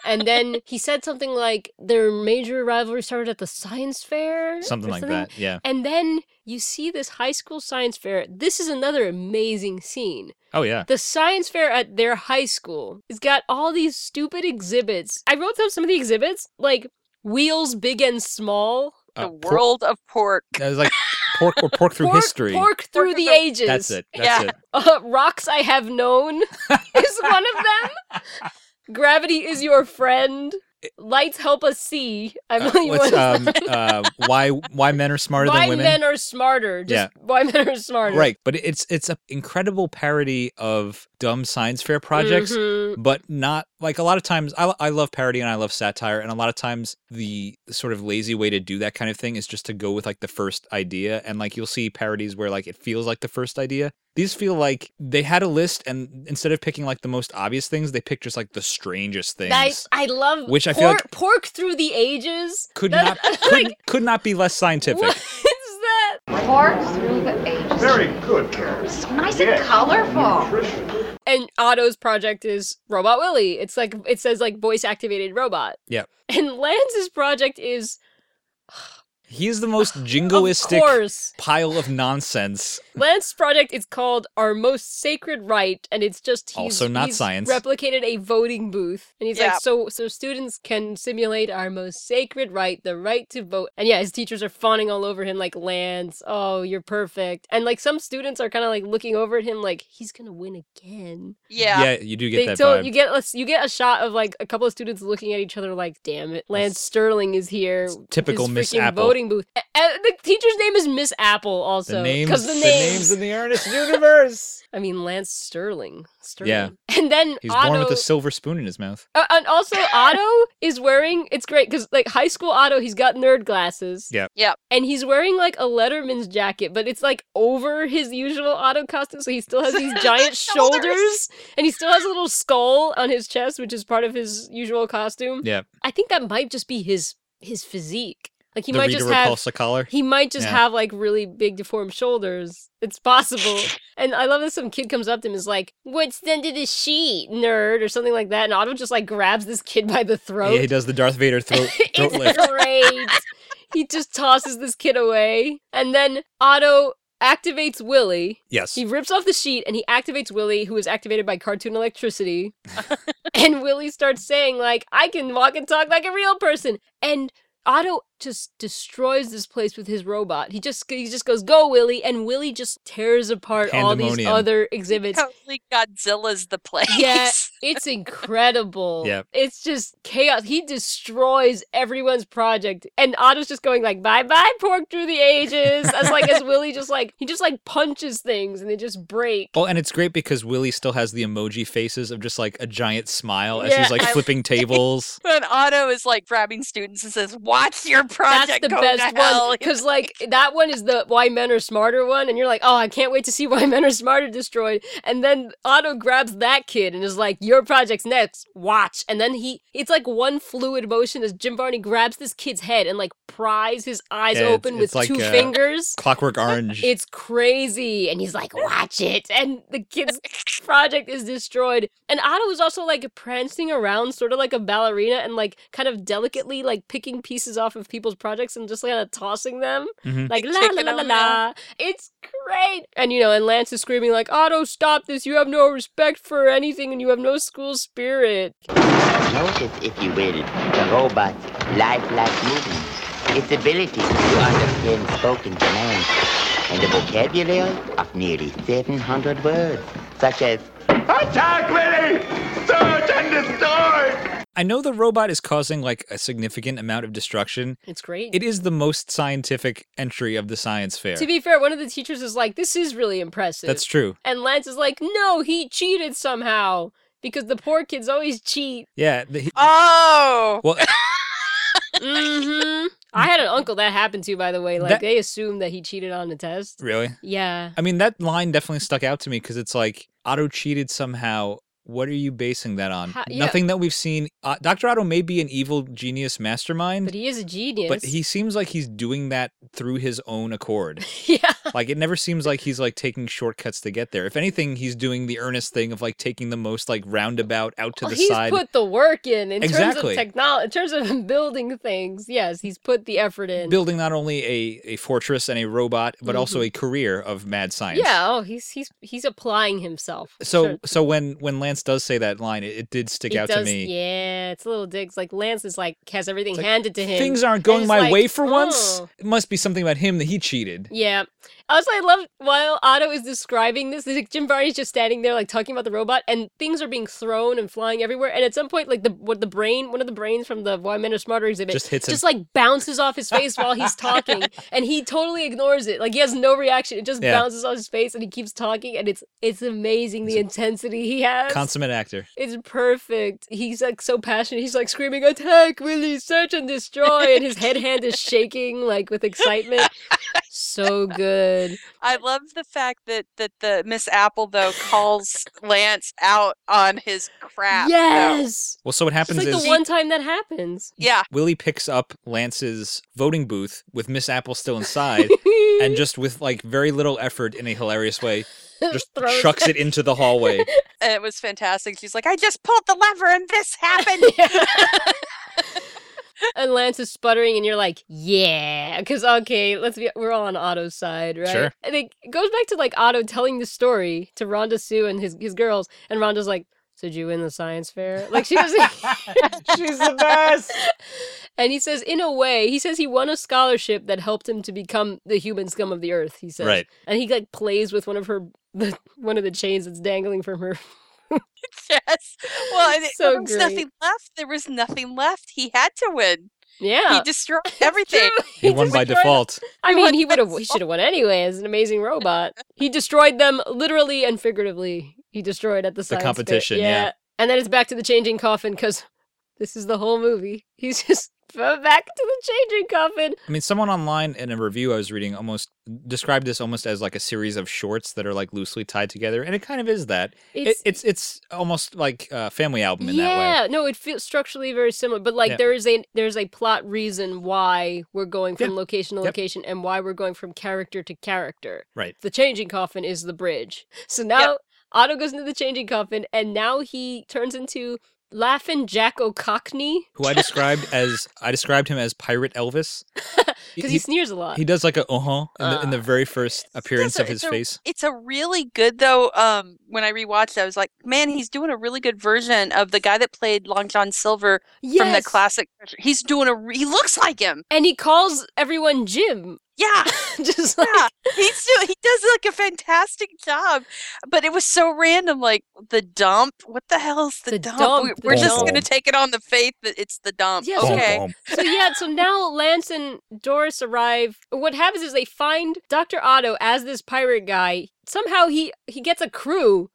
A: And then he said something like their major rivalry started at the science fair. or
B: Something like that. Yeah.
A: and then you see this high school science fair. This is another amazing scene.
B: Oh, yeah.
A: The science fair at their high school has got all these stupid exhibits. I wrote down some of the exhibits, like wheels big and small,
C: the
B: Uh, por-
C: world of pork.
B: that was like pork or pork through
A: pork,
B: history.
A: pork through
C: Pork
A: the
C: through-
A: ages.
B: That's it. That's
C: Yeah.
B: it.
A: Uh, rocks I have known is one of them. Gravity is your friend. Lights help us see. I'm
B: Uh,
A: only
B: what's,
A: one.
B: um, uh, why why men are smarter
A: why
B: than women?
A: men are smarter. Just why men are smarter.
B: right, but it's it's an incredible parody of dumb science fair projects.
A: Mhm.
B: but not like a lot of times I, I love parody and i love satire and a lot of times the sort of lazy way to do that kind of thing is just to go with like the first idea and like you'll see parodies where like it feels like the first idea these feel like they had a list and instead of picking like the most obvious things they picked just like the strangest things
A: I, I love
B: Which I
A: pork,
B: feel like-
A: pork through the ages.
B: could
A: That-
B: not could,
A: like
B: could not be less scientific
A: what is that?
F: Pork through the ages.
O: Very good, Karen.
F: Nice and colorful.
O: Nutrition.
A: And Otto's project is Robot Willie. It's like it says like voice activated robot.
B: Yep.
A: And Lance's project is
B: he's the most
A: of
B: jingoistic
A: course.
B: pile of nonsense
A: Lance's project is called Our Most Sacred Right, and it's just he's,
B: Also not
A: he's
B: science.
A: replicated a voting booth, and he's
C: Yeah.
A: like, so so students can simulate our most sacred right, the right to vote. And yeah, his teachers are fawning all over him like Lance, oh you're perfect, and like some students are kind of like looking over at him like he's gonna win again.
C: Yeah.
B: you do get
A: They
B: that
A: told
B: vibe
A: you get a, you get a shot of like a couple of students looking at each other like, damn it, Lance Sterling is here.
B: It's typical
A: his
B: Miss
A: freaking
B: Apple.
A: voting booth. A- and the teacher's name is Miss Apple also.
B: the
A: 'cause the
B: names the
A: names.
B: names in the earnest universe
A: I mean, Lance Sterling. Sterling.
B: Yeah.
A: And then
B: he's
A: Otto.
B: born with a silver spoon in his mouth
A: uh, and also, Otto is wearing. It's great because, like, high school Otto, he's got nerd glasses.
B: Yeah.
C: Yep.
A: And he's wearing, like, a Letterman's jacket, but it's, like, over his usual Otto costume. So he still has these giant
C: Shoulders.
A: shoulders. And he still has a little skull on his chest, which is part of his usual costume.
B: yeah
A: I think that might just be his his physique. Like, he
B: the
A: might
B: Rita
A: just have.
B: Repulsa collar
A: He might just
B: Yeah.
A: have like really big deformed shoulders. It's possible. and I love that some kid comes up to him and is like, What's the end of the sheet, nerd? or something like that. And Otto just like grabs this kid by the throat.
B: Yeah, he does the Darth Vader throat, throat lift.
A: it's great. he just tosses this kid away. And then Otto activates Willy.
B: Yes.
A: He rips off the sheet and he activates Willy, who is activated by cartoon electricity. and Willy starts saying, like, I can walk and talk like a real person. And Otto just destroys this place with his robot. He just he just goes, "Go, Willie," and Willie just tears apart all these
B: Pandemonium.
A: other exhibits.
C: Totally Godzilla's the place.
A: Yeah, it's incredible.
B: Yep.
A: It's just chaos. He destroys everyone's project. And Otto's just going like, bye bye, pork through the ages. As like as Willie just like he just like punches things and they just break.
B: Oh, and it's great because Willie still has the emoji faces of just like a giant smile as
A: Yeah,
B: he's like
C: I-
B: flipping tables.
C: When Otto is like grabbing students and says, "Watch your
A: That's
C: project
A: the
C: go
A: best
C: to hell."
A: one. Because like that one is the why men are smarter one, and you're like, oh, I can't wait to see why men are smarter destroyed. And then Otto grabs that kid and is like, your project's next. Watch. And then he, it's like one fluid motion as Jim Varney grabs this kid's head and like pries his eyes
B: Yeah, it's-
A: open with
B: it's like,
A: two
B: uh,
A: fingers.
B: Clockwork Orange.
A: It's crazy. And he's like, watch it. And the kid's project is destroyed. And Otto was also like prancing around, sort of like a ballerina, and like kind of delicately like picking pieces off of people's projects and just kind of tossing them.
B: Mhm.
A: Like la la
C: Kicking
A: la la
C: them,
A: la. It's great. And you know, and Lance is screaming like, Otto, stop this. You have no respect for anything and you have no school spirit.
G: Notice, if you will, the robot's lifelike movement, its ability to understand spoken command, and a vocabulary of nearly 700 words, such as
E: Attack, Willie! Search and destroy!
B: I know the robot is causing like a significant amount of destruction.
A: It's great.
B: It is the most scientific entry of the science fair.
A: To be fair, one of the teachers is like, this is really impressive.
B: That's true.
A: And Lance is like, no, he cheated somehow. Because the poor kids always cheat.
B: Yeah. the- he-
C: Oh,
B: well,
A: hmm I had an uncle that happened to, by the way. Like,
B: That-
A: they assumed that he cheated on the test.
B: really?
A: Yeah.
B: I mean, that line definitely stuck out to me because it's like Otto cheated somehow. What are you basing that on?
A: How- yeah.
B: Nothing that we've seen. Uh, Dr. Otto may be an evil genius mastermind,
A: But he is a genius.
B: but he seems like he's doing that through his own accord.
A: yeah.
B: like it never seems like he's like taking shortcuts to get there. If anything, he's doing the earnest thing of like taking the most like roundabout out to
A: Well,
B: the
A: he's
B: side.
A: put the work in in
B: Exactly.
A: terms of technology, in terms of building things. Yes, he's put the effort in.
B: Building not only a, a fortress and a robot, but also
A: Mhm.
B: a career of mad science.
A: yeah. Oh, he's he's he's applying himself.
B: So
A: Sure.
B: so when when Lance does say that line, it, it did stick
A: He
B: out to
A: does-
B: me.
A: Yeah, it's a little digs. Like Lance is like has everything
B: It's like,
A: handed to him.
B: Things aren't
A: and
B: going
A: he's
B: my
A: like,
B: way for once.
A: "Oh."
B: It must be something about him that he cheated.
A: Yeah. Also, I love while Otto is describing this, like Jim Varney's just standing there, like talking about the robot, and things are being thrown and flying everywhere. And at some point, like the what the brain, one of the brains from the Why Men Are Smarter exhibit,
B: Just hits him.
A: just like bounces off his face while he's talking, and he totally ignores it. Like he has no reaction. It just
B: Yeah.
A: bounces off his face, and he keeps talking, and it's it's amazing the intensity he has.
B: Consummate actor.
A: It's perfect. He's like so passionate. He's like screaming, "Attack, Willie! Search and destroy!" And his head hand is shaking like with excitement. So good.
C: I love the fact that that the Miss Apple though calls Lance out on his crap. though.
A: yes,
B: Well, so what
A: it's
B: happens
A: like
B: is
A: the one time that happens.
C: Yeah.
B: Willie picks up Lance's voting booth with Miss Apple still inside, and just with like very little effort in a hilarious way, just
A: Throws-
B: chucks it into the hallway.
C: And it was fantastic. She's like, I just pulled the lever and this happened.
A: and Lance is sputtering, and you're like, "Yeah," because okay, let's be, we're all on Otto's side, right?
B: Sure.
A: And it goes back to like Otto telling the story to Rhonda Sue and his his girls, and Rhonda's like. So Did you win the science fair? Like she doesn't.
B: She's the best.
A: And he says, in a way, he says he won a scholarship that helped him to become the human scum of the earth. He says,
B: Right.
A: and he like plays with one of her, the, one of the chains that's dangling from her.
C: yes. Well, and it-
A: So
C: there was nothing left. There was nothing left. He had to win.
A: Yeah,
C: He destroyed everything.
B: He won by default.
A: I mean, he
C: won
A: would have, he should have won anyway. As an amazing robot, he destroyed them literally and figuratively. He destroyed at the, science fair.
B: competition, yeah.
A: and then it's back to the changing coffin because this is the whole movie. He's just back to the changing coffin.
B: I mean, someone online in a review I was reading almost described this almost as like a series of shorts that are like loosely tied together, and it kind of is that.
A: It's-
B: It's it, it's, it's almost like a family album in that way.
A: yeah, no, it feels structurally very similar, but like
B: Yeah.
A: there is a there's a plot reason why we're going from
B: Yeah.
A: location to
B: Yep.
A: location and why we're going from character to character.
B: Right.
A: The changing coffin is the bridge. So now Otto goes into the changing coffin and now he turns into Laughing Jack O'Cockney.
B: Who I described as I described him as Pirate Elvis
A: because he, sneers a lot.
B: He does like a uh huh in, the- in the very first appearance of his
C: it's a,
B: face.
C: It's a really good though. Um, when I rewatched, it, I was like, man, he's doing a really good version of the guy that played Long John Silver from the
A: Yes.
C: classic. He's doing a. re- He looks like him.
A: And he calls everyone Jim.
C: Yeah,
A: just like
C: he's do- he does like a fantastic job, but it was so random. Like the dump. What the hell's the,
A: The
C: dump?
A: dump,
C: We-
A: the
C: We're just gonna
A: dump.
C: take it on the faith that it's the dump.
A: Yeah, so-
C: okay.
A: so yeah, so now Lance and Doris arrive. What happens is they find Dr. Otto as this pirate guy. Somehow he he gets a crew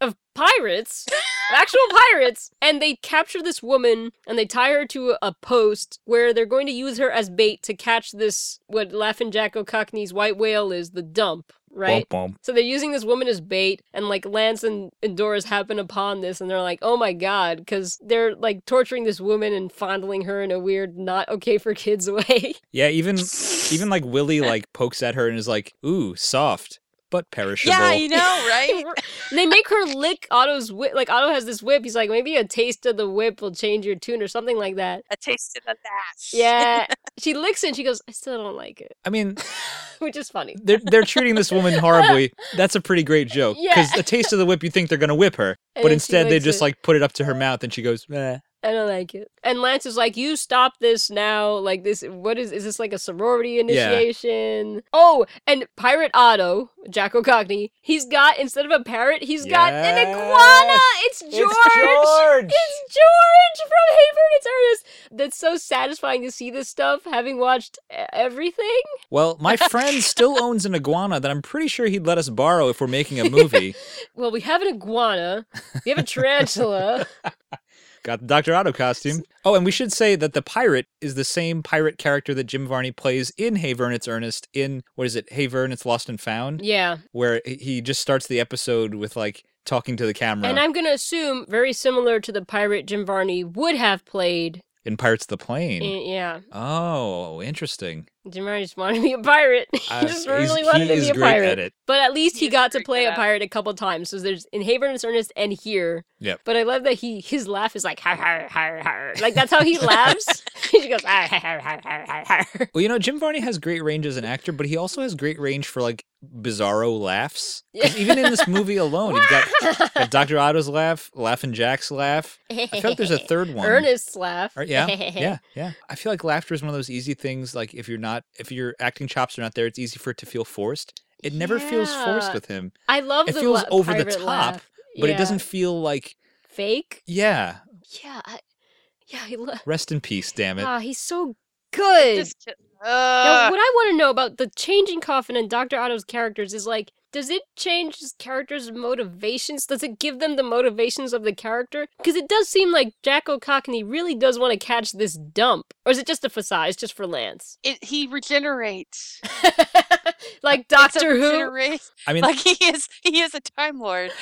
A: of pirates, actual pirates, and they capture this woman and they tie her to a post where they're going to use her as bait to catch this what Laughing Jack O'Cockney's white whale is, the dump, right?
B: Bum, bum.
A: So they're using this woman as bait, and like Lance and, and Doris happen upon this, and they're like, oh my god, because they're like torturing this woman and fondling her in a weird, not okay for kids way.
B: Yeah, even even like Willie like pokes at her and is like, "Ooh, soft but perishable."
C: know, right?
A: they make her lick Otto's whip. Like, Otto has this whip. He's like, maybe a taste of the whip will change your tune or something like that.
C: A taste of the lash.
A: Yeah. she licks it and she goes, I still don't like it,
B: I mean,
A: which is funny.
B: they're they're treating this woman horribly. That's a pretty great joke
A: Yeah.
B: because the taste of the whip, you think they're gonna whip her,
A: And
B: but
A: then she
B: instead they
A: licks
B: just
A: it.
B: like put it up to her mouth and she goes, "Meh."
A: I don't like it. And Lance is like, "You stop this now! Like this, what is? Is this like a sorority initiation? Oh, and Pirate Otto, Jack O'Cockney, he's got instead of a parrot, he's got an iguana. It's George.
B: George!
A: It's George from Hayford. It's Ernest. That's so satisfying to see this stuff. Having watched e- everything,
B: Well, my friend still owns an iguana that I'm pretty sure he'd let us borrow if we're making a movie.
A: well, we have an iguana. We have a tarantula.
B: Got the Dr. Otto costume. Oh, and we should say that the pirate is the same pirate character that Jim Varney plays in Hey Vern, It's Ernest in, what is it, Hey Vern, It's Lost and Found?
A: yeah.
B: Where he- he just starts the episode with like talking to the camera
A: And I'm gonna assume very similar to the pirate Jim Varney would have played.
B: in Pirates of the Plane.
A: Eh, yeah.
B: Oh, interesting.
A: Jim Murray just wanted to be a pirate. He
B: Uh,
A: just
B: he's-
A: really wanted
B: he
A: to
B: is
A: be a
B: great
A: pirate.
B: at it.
A: But at least he,
C: He's
A: got to
C: great
A: play
C: at
A: a
C: it.
A: pirate a couple times. So there's in Haven and Ernest and here.
B: Yep.
A: But I love that he his laugh is like har har har har. Like that's how he laughs. he just goes har har har har har har.
B: Well, you know, Jim Varney has great range as an actor, but he also has great range for like bizarro laughs. 'Cause even in this movie alone, you've got, got Dr. Otto's laugh, Laughing Jack's laugh. I feel like there's a third one.
A: Ernest's laugh.
B: Or- yeah, yeah, yeah. I feel like laughter is one of those easy things. Like if you're not, if your acting chops are not there, it's easy for it to feel forced. It never feels
A: Yeah.
B: forced with him.
A: I love
B: It
A: the
B: feels
A: la-
B: over the
A: pirate
B: top,
A: laugh.
B: but
A: Yeah.
B: it doesn't feel like
A: fake.
B: yeah.
A: Yeah. I, yeah, he lo-
B: Rest in peace, damn it.
A: Ah, he's so good. Now,
B: Uh.
C: Ugh.
A: what I want to know about the changing coffin and Dr. Otto's characters is like, does it change his characters' motivations? Does it give them the motivations of the character? Because it does seem like Jack O'Cockney really does want to catch this dump. Or is it just a facade? It's just for Lance.
C: It, he regenerates.
A: Like
C: It's a
A: Doctor Who?
C: regenerate-
B: I mean-
C: like he is, he is a time lord.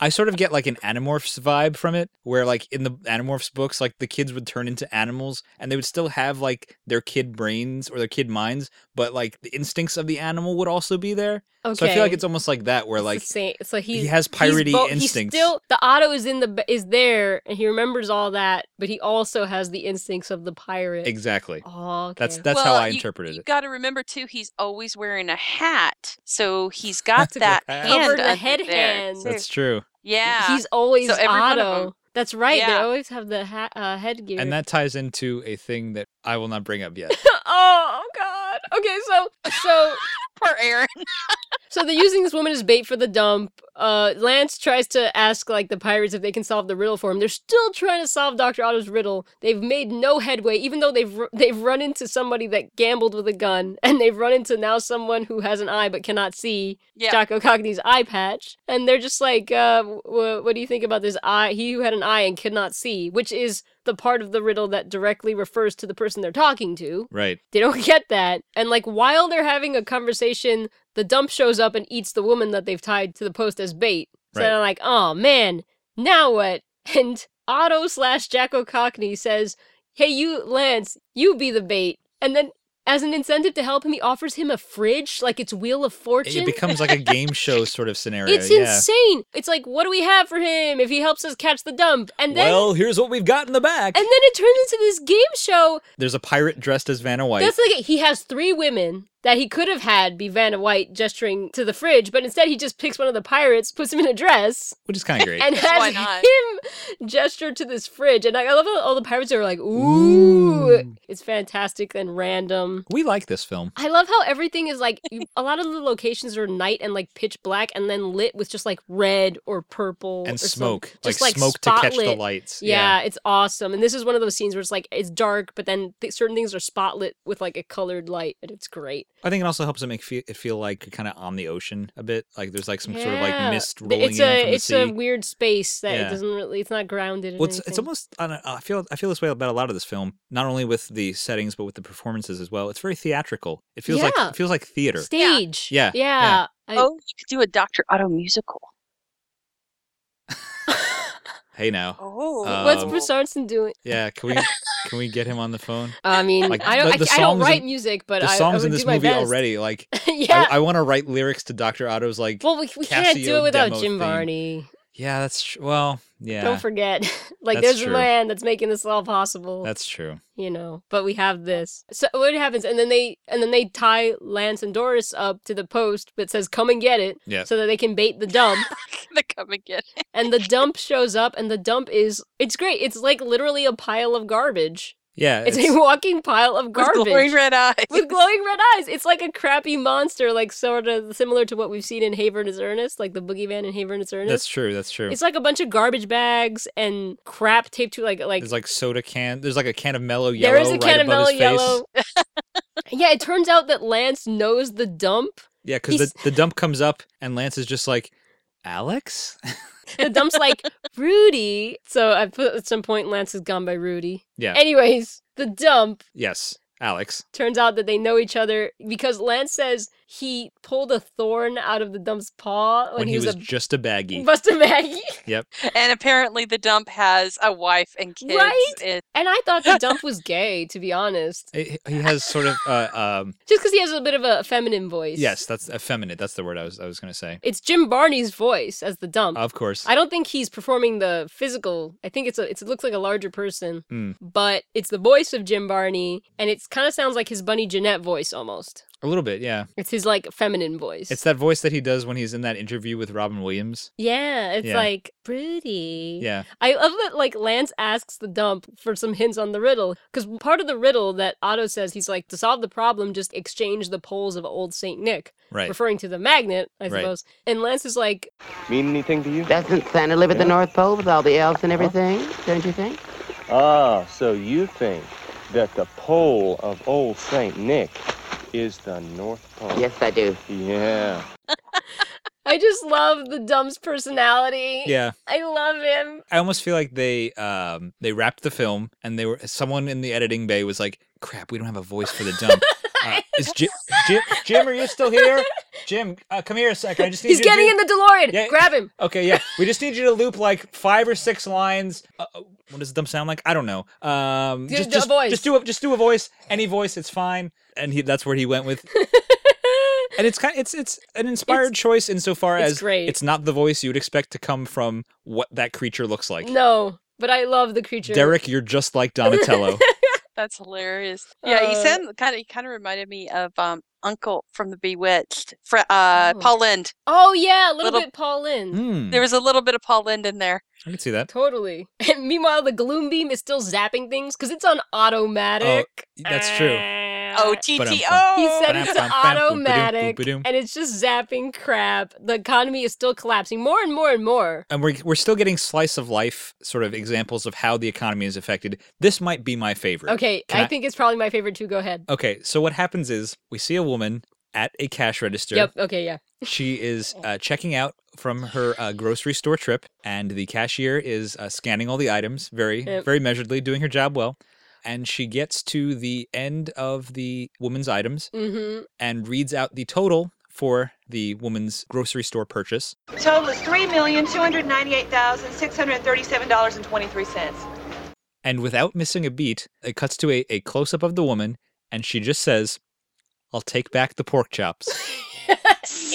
B: I sort
A: uh
B: of get like an Animorphs vibe from it, where like in the Animorphs books, like the kids would turn into animals and they would still have like their kid brains or their kid minds, but like the instincts of the animal would also be there. So I feel like
A: Okay.
B: it's almost like that, where like
A: the same. So he
B: has
A: he's
B: piratey
A: bo-
B: instincts.
A: He's still the Otto is in the b- is there, and he remembers all that, but he also has the instincts of the pirate.
B: exactly.
A: Oh,
B: That's
A: okay.
B: that's how
C: Well,
B: I
C: you-
B: interpreted
C: You
B: it.
C: got to remember too, he's always wearing a hat, so he's got
B: That's a good
C: that
B: hat.
C: hand
A: Covered the
C: under
A: head
C: there,
A: hand.
C: too.
B: That's true.
C: yeah.
A: He's always
C: So every one of
A: Otto.
C: 'em.
A: That's right. They
C: Yeah.
A: always have the ha- uh, headgear.
B: And that ties into a thing that I will not bring up yet.
A: oh God. Okay, so so
C: poor Aaron.
A: so they're using this woman as bait for the dump. Uh, Lance tries to ask like the pirates if they can solve the riddle for him. They're still trying to solve Doctor Otto's riddle. They've made no headway, even though they've ru- they've run into somebody that gambled with a gun, and they've run into now someone who has an eye but cannot see.
C: Yeah.
A: Jocko Cockney's eye patch, and they're just like, uh, w- w- "What do you think about this eye? He who had an eye and could not see, which is the part of the riddle that directly refers to the person they're talking to."
B: right.
A: They don't get that, and like while they're having a conversation, the dump shows up and eats the woman that they've tied to the post as bait. So
B: Right.
A: they're like, "Oh man, now what?" And Otto slash Jacko Cockney says, "Hey, you Lance, you be the bait," and then As an incentive to help him, he offers him a fridge, like it's Wheel of Fortune.
B: It becomes like a game show sort of scenario.
A: It's
B: yeah.
A: insane. It's like, what do we have for him if he helps us catch the dump? And then
B: Well, here's what we've got in the back.
A: and then it turns into this game show
B: There's a pirate dressed as Vanna White.
A: That's like he has three women that he could have had be Vanna White gesturing to the fridge, but instead he just picks one of the pirates, puts him in a dress,
B: which is kind of great.
A: and
C: Why
A: has
C: not?
A: him gesture to this fridge. And I I love how all the pirates are like, "Ooh,
B: Mm.
A: it's fantastic and random."
B: we like this film.
A: I love how everything is like you, a lot of the locations are night and like pitch black, and then lit with just like red or purple
B: And
A: or some-
B: smoke,
A: just
B: like,
A: like,
B: smoke to catch the
A: spotlit.
B: lights.
A: Yeah, it's awesome. And this is one of those scenes where it's like it's dark, but then th- certain things are spotlit with like a colored light, and it's great.
B: I think it also helps it make fe- it feel like kind of on the ocean a bit. Like there's like some sort of
A: Yeah.
B: like mist
A: Th-
B: rolling
A: it's
B: in
A: a
B: from the
A: it's
B: sea.
A: a weird space that
B: Yeah.
A: it doesn't really. It's not grounded. In
B: Well, it's, it's
A: anything.
B: almost on a, I feel I feel this way about a lot of this film, not only with the settings but with the performances as well. It's very theatrical. It feels like
A: Yeah.
B: it feels like theater.
A: stage.
B: Yeah,
A: yeah.
B: yeah.
A: I-
C: oh, you could do a Dr. Otto musical.
B: hey now,
C: Oh,
A: What's
B: Um,
A: Bruce Arnson doing?
B: yeah, can we can we get him on the phone?
A: I mean,
B: Like,
A: I don't.
B: the- the
A: I, I don't
B: songs in-
A: write music, but
B: the
A: I, I
B: songs
A: would
B: in this
A: do my
B: movie
A: best.
B: already, like
A: yeah.
B: I, I want to write lyrics to Doctor Otto's like.
A: well, we, we can't do
B: Casio
A: it without
B: demo
A: Jim
B: thing.
A: Varney.
B: yeah, that's tr- well, yeah,
A: Don't forget, like
B: That's
A: there's a
B: true.
A: man that's making this all possible.
B: that's true.
A: you know but we have this so what happens and then they and then they tie lance and doris up to the post that says come and get it
B: Yeah.
A: so that they can bait the dump
C: the come and get it.
A: and the dump shows up and the dump is it's great it's like literally a pile of garbage
B: Yeah,
A: it's, a walking pile of garbage
C: With glowing red eyes.
A: With glowing red eyes it's like a crappy monster like sort of similar to what we've seen in haver and his ernest like the boogeyman in haver and his ernest
B: that's true. That's true.
A: it's like a bunch of garbage bags and crap taped to like like
B: there's like soda can. There's like a can of mellow yellow.
A: there is a
B: right
A: can of
B: above
A: mellow
B: his face.
A: yellow. yeah, it turns out that Lance knows the dump.
B: Yeah, because the, the dump comes up and Lance is just like, Alex?
A: The dump's like Rudy. So I put at some point Lance has gone by Rudy.
B: Yeah.
A: Anyways, the dump
B: yes, Alex.
A: turns out that they know each other because Lance says he pulled a thorn out of the dump's paw when,
B: When, he was,
A: Oh, a
B: just a baggie.
A: Buster Maggie.
B: yep.
C: And apparently the dump has a wife and kids.
A: Right?
C: It-
A: And I thought the dump was gay, to be honest,
B: He he has sort of, uh, um,
A: just because he has a bit of a feminine voice.
B: yes, that's effeminate. That's the word I was, I was going to say.
A: It's Jim Barney's voice as the dump.
B: Of course.
A: I don't think he's performing the physical. I think it's a. It's, it looks like a larger person,
B: Mm.
A: but it's the voice of Jim Barney, and it's kind of sounds like his Bunny Jeanette voice almost.
B: a little bit, yeah.
A: It's his like feminine voice.
B: It's that voice that he does when he's in that interview with Robin Williams.
A: yeah, it's
B: Yeah.
A: like pretty.
B: Yeah.
A: I love that like Lance asks the dump for some hints on the riddle because part of the riddle that Otto says he's like to solve the problem just exchange the poles of old Saint Nick,
B: Right.
A: referring to the magnet, I
B: Right.
A: suppose. And Lance is like,
M: Mean anything to you?
G: Doesn't Santa live at the
M: Yeah.
G: North Pole with all the elves and everything? Don't you think?
M: Ah, so you think that the pole of old Saint Nick is the North Pole?
G: Yes, I do.
M: Yeah.
A: I just love the dump's personality.
B: Yeah.
A: I love him.
B: I almost feel like they um they wrapped the film and they were someone in the editing bay was like, "Crap, we don't have a voice for the dump." Uh, is Jim, Jim Jim are you still here? Jim, uh, come here a second. I just need
A: He's
B: you to
A: getting
B: do-
A: in the DeLorean.
B: Yeah.
A: Grab him.
B: Okay, yeah. We just need you to loop like five or six lines. Uh, uh, what does the dump sound like? I don't know. Um,
A: Do-
B: just,
A: do a
B: just,
A: voice.
B: just do a just do a voice. Any voice, it's fine. And he, that's where he went with. and it's kind, it's it's an inspired choice insofar
A: it's
B: as
A: great.
B: it's not the voice you'd expect to come from what that creature looks like.
A: No, but I love the creature.
B: Derek, you're just like Donatello.
C: That's hilarious. Yeah, he
A: Uh,
C: sound kind of he kind of reminded me of um Uncle from The Bewitched, Fre- uh,
A: Oh.
C: Paul Lind.
A: Oh yeah, a little,
C: Little-
A: bit Paul Lynn.
B: Hmm,
C: There was a little bit of Paul Lind in there.
B: I can see that.
A: Totally. And meanwhile, the gloom beam is still zapping things because it's on automatic.
B: that's true.
C: Oh,
A: He
C: TTO.
A: said it's on automatic,
B: Ba-dum-bum,
A: and it's just zapping crap. The economy is still collapsing more and more and more.
B: And we're, we're still getting slice of life sort of examples of how the economy is affected. This might be my favorite.
A: Okay,
B: Can
A: I think it's probably my favorite too. Go ahead.
B: Okay, so what happens is we see a woman at a cash register.
A: Yep. Okay. Yeah.
B: She is uh, checking out from her uh, grocery store trip, and the cashier is uh, scanning all the items very,
A: Yep.
B: very measuredly, doing her job well. And she gets to the end of the woman's items
A: Mm-hmm.
B: and reads out the total for the woman's grocery store purchase.
J: Total is three million two hundred ninety-eight thousand six hundred thirty-seven dollars and twenty-three cents.
B: And without missing a beat, it cuts to a, a close up of the woman, and she just says, "I'll take back the pork chops."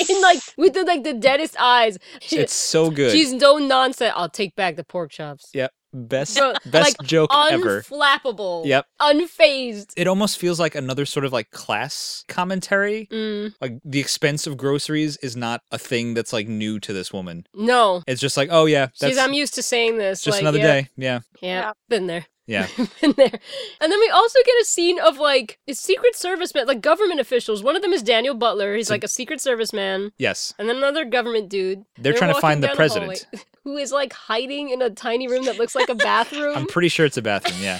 A: in like with the, like the deadest eyes. She-
B: it's so good.
A: She's no nonsense. I'll take back the pork chops.
B: yep, best
A: Bro,
B: best joke ever.
A: Unflappable.
B: Yep.
A: Unfazed.
B: It almost feels like another sort of like class commentary.
A: Mm,
B: Like the expense of groceries is not a thing that's like new to this woman.
A: no.
B: It's just like, oh yeah, that's
A: She's, I'm used to saying this.
B: just
A: like,
B: another
A: yeah,
B: day. Yeah.
A: Yeah, been there.
B: Yeah.
A: been there. And then we also get a scene of like it's Secret Service men, like government officials. One of them is Daniel Butler. He's
B: So-
A: like a Secret Service man.
B: Yes.
A: And then another government dude.
B: They're trying to
A: walking
B: find the
A: down a
B: president.
A: hallway, who is like hiding in a tiny room that looks like a bathroom.
B: I'm pretty sure it's a bathroom. Yeah.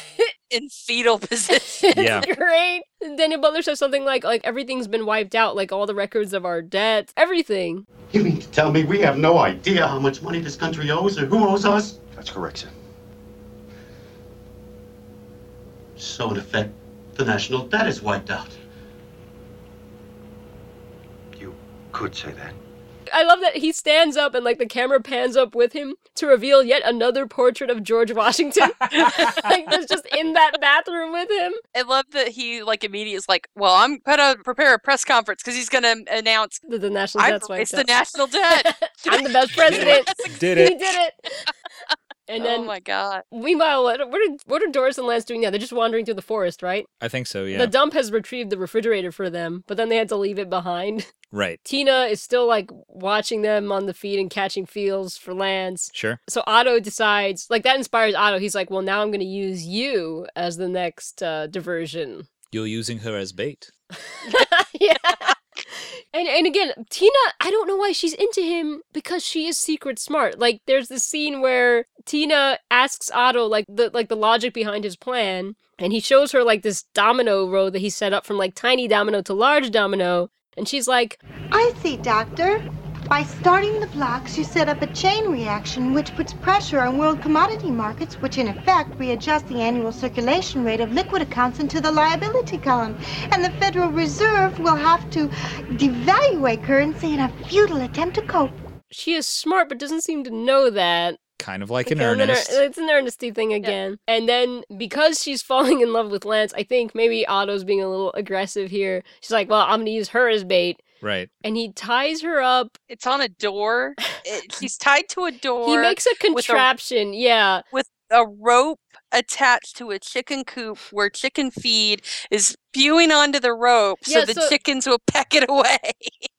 C: in fetal position.
B: Yeah.
A: It's great. And Daniel Butler says something like, like everything's been wiped out, like all the records of our debts, everything.
P: You mean to tell me we have no idea how much money this country owes or who owes us? That's correct, sir. So, in effect, the national debt is wiped out. You could say that.
A: I love that he stands up and like the camera pans up with him to reveal yet another portrait of George Washington. like that's just in that bathroom with him.
C: I love that he like immediately is like, "Well, I'm gonna prepare a press conference because he's gonna announce
A: The, the national
C: I'm-
A: debt's wiped
C: it's the
A: out.
C: national debt."
A: I'm the best president.
B: Did
A: He
B: it.
A: did it. And then,
C: oh my god!
A: meanwhile, what what are, what are Doris and Lance doing now? They're just wandering through the forest, right?
B: I think so. Yeah.
A: The dump has retrieved the refrigerator for them, but then they had to leave it behind.
B: right.
A: Tina is still like watching them on the feed and catching feels for Lance.
B: Sure.
A: So Otto decides, like that inspires Otto. He's like, well, now I'm going to use you as the next uh, diversion.
B: You're using her as bait.
A: yeah. And and again, Tina, I don't know why she's into him because she is secret smart. Like there's this scene where Tina asks Otto like the like the logic behind his plan, and he shows her like this domino row that he set up from like tiny domino to large domino, and she's like,
Q: I see, Doctor. By starting the blocks, you set up a chain reaction which puts pressure on world commodity markets, which in effect readjust the annual circulation rate of liquid accounts into the liability column. And the Federal Reserve will have to devaluate currency in a futile attempt to cope.
A: she is smart but doesn't seem to know that.
B: Kind of like in
A: Because I'm in ear-
B: earnest.
A: it's an earnesty thing again. And then because she's falling in love with Lance, I think maybe Otto's being a little aggressive here. She's like, well, I'm gonna use her as bait.
B: Right.
A: And he ties her up.
C: It's on a door. It- he's tied to a door.
A: He makes a
C: with
A: contraption, yeah.
C: with a rope attached to a chicken coop where chicken feed is spewing onto the rope
A: Yeah,
C: so the
A: so-
C: chickens will peck it away.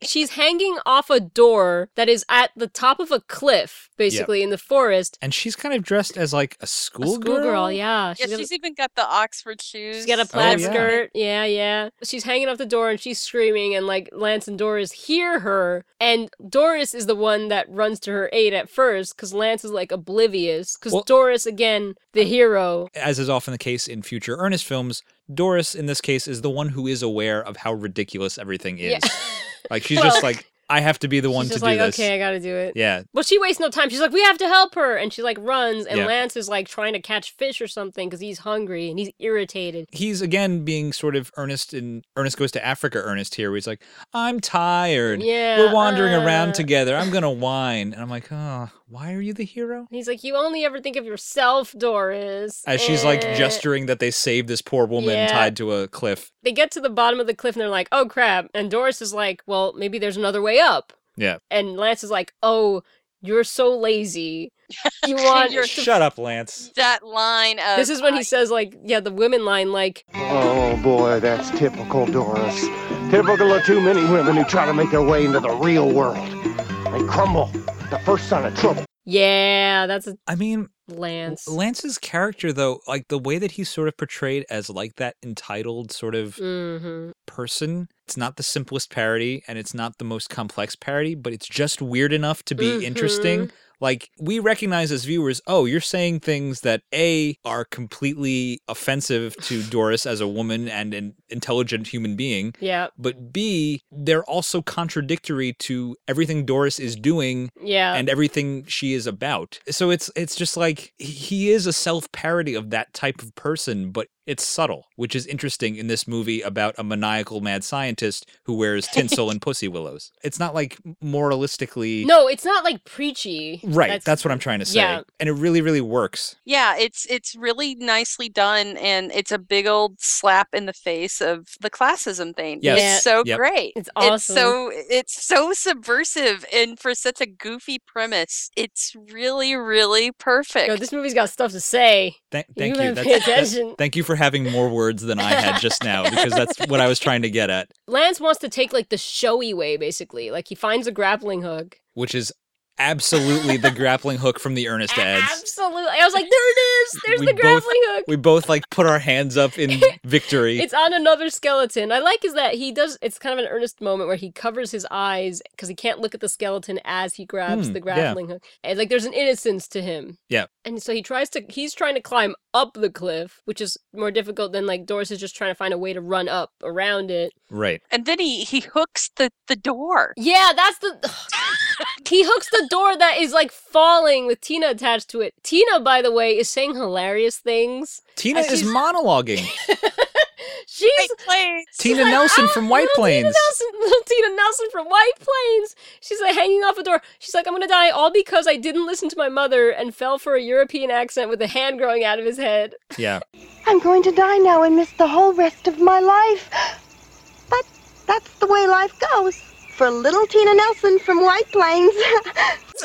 A: She's hanging off a door that is at the top of a cliff, basically in the forest.
B: And she's kind of dressed as like a schoolgirl.
A: Schoolgirl, yeah.
C: Yeah,
A: She's got-
C: she's even got the Oxford shoes.
A: She's got a plaid
B: yeah.
A: skirt. Oh, Yeah, yeah. She's hanging off the door and she's screaming, and like Lance and Doris hear her. And Doris is the one that runs to her aid at first because Lance is like oblivious. Because
B: Well-
A: Doris, again, the hero.
B: As is often the case in future Ernest films, Doris in this case is the one who is aware of how ridiculous everything is. Like she's just
A: Well-
B: like, I have to be the one
A: she's
B: to
A: just
B: do
A: like,
B: this.
A: okay, I gotta do it.
B: Yeah.
A: Well, she wastes no time. She's like, we have to help her. And she like runs, and
B: Yeah.
A: Lance is like trying to catch fish or something because he's hungry and he's irritated.
B: He's again being sort of earnest in Ernest Goes to Africa Ernest here, where he's like, I'm tired.
A: Yeah,
B: We're wandering
A: uh."
B: around together. I'm going to whine. And I'm like, oh, why are you the hero?
A: And he's like, you only ever think of yourself, Doris.
B: As she's like
A: Eh.
B: gesturing that they saved this poor woman
A: Yeah.
B: tied to a cliff.
A: They get to the bottom of the cliff and they're like, oh crap. And Doris is like, well, maybe there's another way up.
B: Yeah.
A: And Lance is like, oh, you're so lazy. You want.
C: You're-
B: Shut up, Lance.
C: that line of uh,
A: This is when he says, like, yeah, the women line, like,
I: Oh boy, that's typical Doris. Typical of too many women who try to make their way into the real world. They crumble at the first sign of trouble.
A: yeah, that's a
B: I mean,
A: Lance.
B: Lance's character, though, like the way that he's sort of portrayed as like that entitled sort of
A: hmm
B: person, it's not the simplest parody and it's not the most complex parody, but it's just weird enough to be interesting. Like, we recognize as viewers, oh, you're saying things that A, are completely offensive to Doris as a woman and an intelligent human being,
A: Yeah.
B: but B, they're also contradictory to everything Doris is doing
A: Yeah.
B: and everything she is about. So it's it's just like he is a self parody of that type of person, but It's subtle, which is interesting in this movie about a maniacal mad scientist who wears tinsel and pussy willows. It's not like moralistically.
A: No, it's not like preachy.
B: Right. That's, what I'm trying to say.
A: yeah.
B: And it really, really works.
C: Yeah, it's it's really nicely done, and it's a big old slap in the face of the classism thing.
B: Yes. Yeah.
C: It's so
B: Yep.
C: great.
A: It's
C: so it's so subversive, and for such a goofy premise, it's really really perfect.
A: Yo, this movie's got stuff to say.
B: Thank,
A: You
B: thank you.
A: better
B: That's-
A: pay
B: that-
A: attention.
B: thank you for having more words than I had just now because that's what I was trying to get at,
A: Lance wants to take like the showy way, basically. Like he finds a grappling hook.
B: which is absolutely the grappling hook from the Ernest ads.
A: Absolutely. I was like, there it is. There's the grappling
B: both,
A: hook.
B: We both like put our hands up in victory.
A: It's on another skeleton. I like is that he does. It's kind of an earnest moment where he covers his eyes because he can't look at the skeleton as he grabs
B: Hmm,
A: the
B: yeah.
A: grappling hook. And like there's an innocence to him.
B: yeah.
A: And so he tries to. He's trying to climb up the cliff, which is more difficult than like Doris is just trying to find a way to run up around it.
B: Right.
C: And then he he hooks the the door.
A: Yeah, that's the. he hooks the door that is like falling with Tina attached to it. Tina, by the way, is saying hilarious things.
B: Tina
A: As
B: is
A: she's-
B: monologuing.
A: She's she's
B: Tina
A: like,
B: Nelson
A: "Ah,
B: from White
A: little Tina
B: Plains.
A: Nelson, little Tina Nelson from White Plains. She's like hanging off a door. She's like, I'm gonna die all because I didn't listen to my mother and fell for a European accent with a hand growing out of his head.
B: Yeah.
Q: I'm going to die now and miss the whole rest of my life. But that's the way life goes. For little Tina Nelson from White Plains.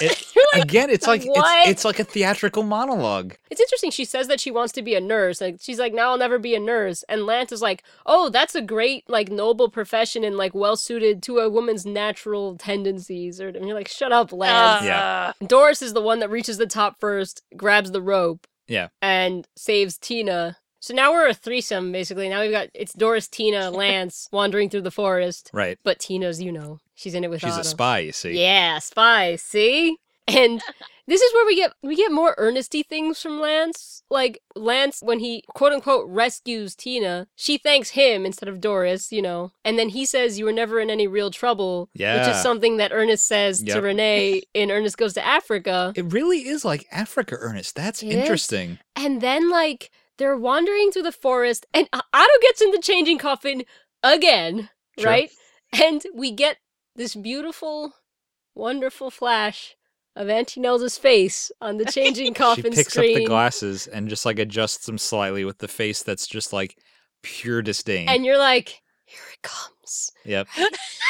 B: It- again, it's like
A: "What?"
B: it's, it's like a theatrical monologue.
A: It's interesting. She says that she wants to be a nurse. Like she's like, now I'll never be a nurse. And Lance is like, oh, that's a great, like, noble profession and like well suited to a woman's natural tendencies. Or and you're like, shut up, Lance.
B: Yeah.
A: Doris is the one that reaches the top first, grabs the rope,
B: Yeah.
A: and saves Tina. So now we're a threesome, basically. Now we've got it's Doris, Tina, Lance wandering through the forest.
B: Right.
A: But Tina's, you know, she's in it with
B: She's
A: Otto.
B: a spy, you see.
A: Yeah, spy. See, and this is where we get we get more earnesty things from Lance. Like Lance, when he quote unquote rescues Tina, she thanks him instead of Doris, you know. And then he says, "You were never in any real trouble," which
B: Yeah.
A: is something that Ernest says to
B: Yep.
A: Renee in Ernest Goes to Africa.
B: It really is like Africa, Ernest. That's
A: It is.
B: interesting.
A: And then like they're wandering through the forest, and O- Otto gets in the changing coffin again,
B: Sure.
A: right? And we get this beautiful, wonderful flash of Auntie Nelda's face on the changing
B: She
A: coffin
B: picks
A: screen.
B: up the glasses and just like adjusts them slightly with the face that's just like pure disdain.
A: and you're like, here it comes.
B: yep.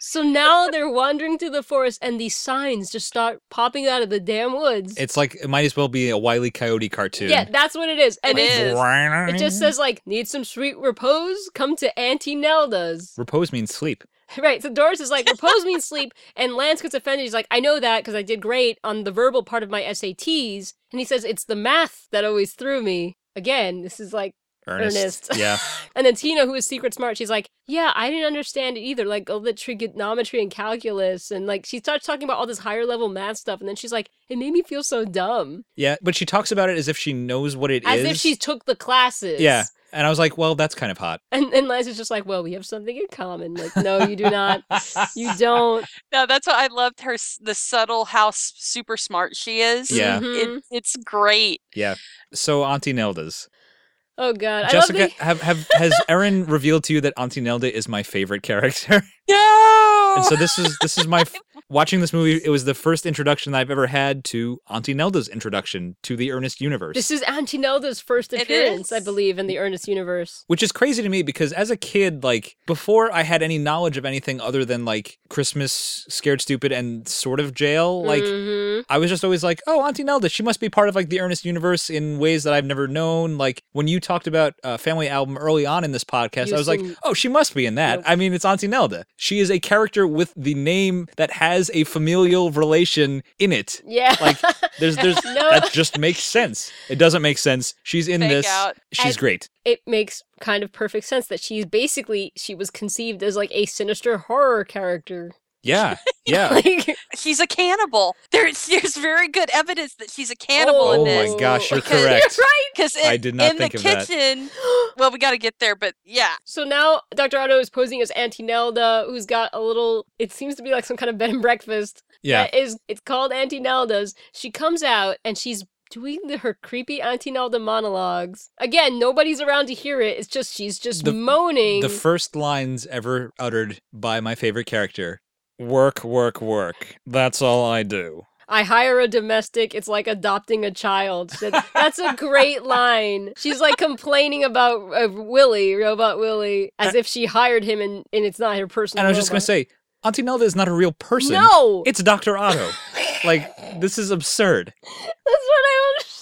A: So now they're wandering through the forest, and these signs just start popping out of the damn woods.
B: It's like it might as well be a Wily Coyote cartoon.
A: Yeah, that's what it is. And
B: It
A: it's-
B: is.
A: It just says like, need some sweet repose? Come to Auntie Nelda's.
B: Repose means sleep.
A: Right. So Doris is like, repose means sleep. And Lance gets offended. He's like, I know that because I did great on the verbal part of my SATs. And he says, it's the math that always threw me. Again, this is like
B: Ernest.
A: Ernest.
B: Yeah.
A: And then Tina, who is secret smart, she's like, Yeah, I didn't understand it either. Like all the trigonometry and calculus. And like she starts talking about all this higher level math stuff. And then she's like, It made me feel so dumb.
B: Yeah. But she talks about it as if she knows what it is.
A: as if she took the classes.
B: Yeah. And I was like, well, that's kind of hot.
A: And and Lance is just like, Well, we have something in common. Like, no, you do not. you don't.
C: No, that's why I loved her s- the subtle how s- super smart she is.
B: Yeah.
A: Mm-hmm.
C: It, it's great.
B: Yeah. So Auntie Nelda's.
A: Oh god. I
B: Jessica,
A: love the-
B: have, have has Erin revealed to you that Auntie Nelda is my favorite character?
C: No.
B: And so this is this is my f- watching this movie. It was the first introduction that I've ever had to Auntie Nelda's introduction to the Ernest universe,
A: This is Auntie Nelda's first appearance, I believe, in the Ernest universe.
B: which is crazy to me because as a kid, like before I had any knowledge of anything other than like Christmas, Scared Stupid, and sort of jail, like.
A: Mhm.
B: I was just always like, oh, Auntie Nelda, she must be part of like the Ernest universe in ways that I've never known. Like when you talked about uh, Family Album early on in this podcast,
A: You
B: I was like,
A: assume-
B: oh, she must be in that. I mean, it's Auntie Nelda. She is a character with the name that has a familial relation in it.
A: Yeah.
B: Like there's there's
A: No.
B: that just makes sense. It doesn't make sense. She's in
A: Fake
B: this.
A: out.
B: She's
A: I-
B: great.
A: it makes kind of perfect sense that she's basically she was conceived as like a sinister horror character.
B: Yeah. Yeah.
A: Like,
C: She's a cannibal. There's there's very good evidence that she's a cannibal
B: Oh
C: in
B: my
C: this.
B: gosh, you're
C: because-
B: correct. You're
A: right.
C: Because
B: I
C: in-
B: did not
C: in
B: think
C: the
B: of that.
C: kitchen. Well, we got to get there, but yeah.
A: So now Dr. Otto is posing as Auntie Nelda, who's got a little it seems to be like some kind of bed and breakfast.
B: Yeah.
A: That is it's called Auntie Nelda's. She comes out and she's doing the, her creepy Auntie Nalda monologues. Again, nobody's around to hear it. It's just she's just
B: The-
A: moaning.
B: The first lines ever uttered by my favorite character Work, work, work. That's all I do.
A: I hire a domestic. It's like adopting a child. She said, That's a great line. She's like complaining about uh, Willie, Robot Willie, as if she hired him and, and it's not her personal.
B: And I was just going to
A: robot.
B: say, Auntie Nelda is not a real person.
A: No!
B: It's Dr. Otto. like, this is absurd.
A: That's what I understand.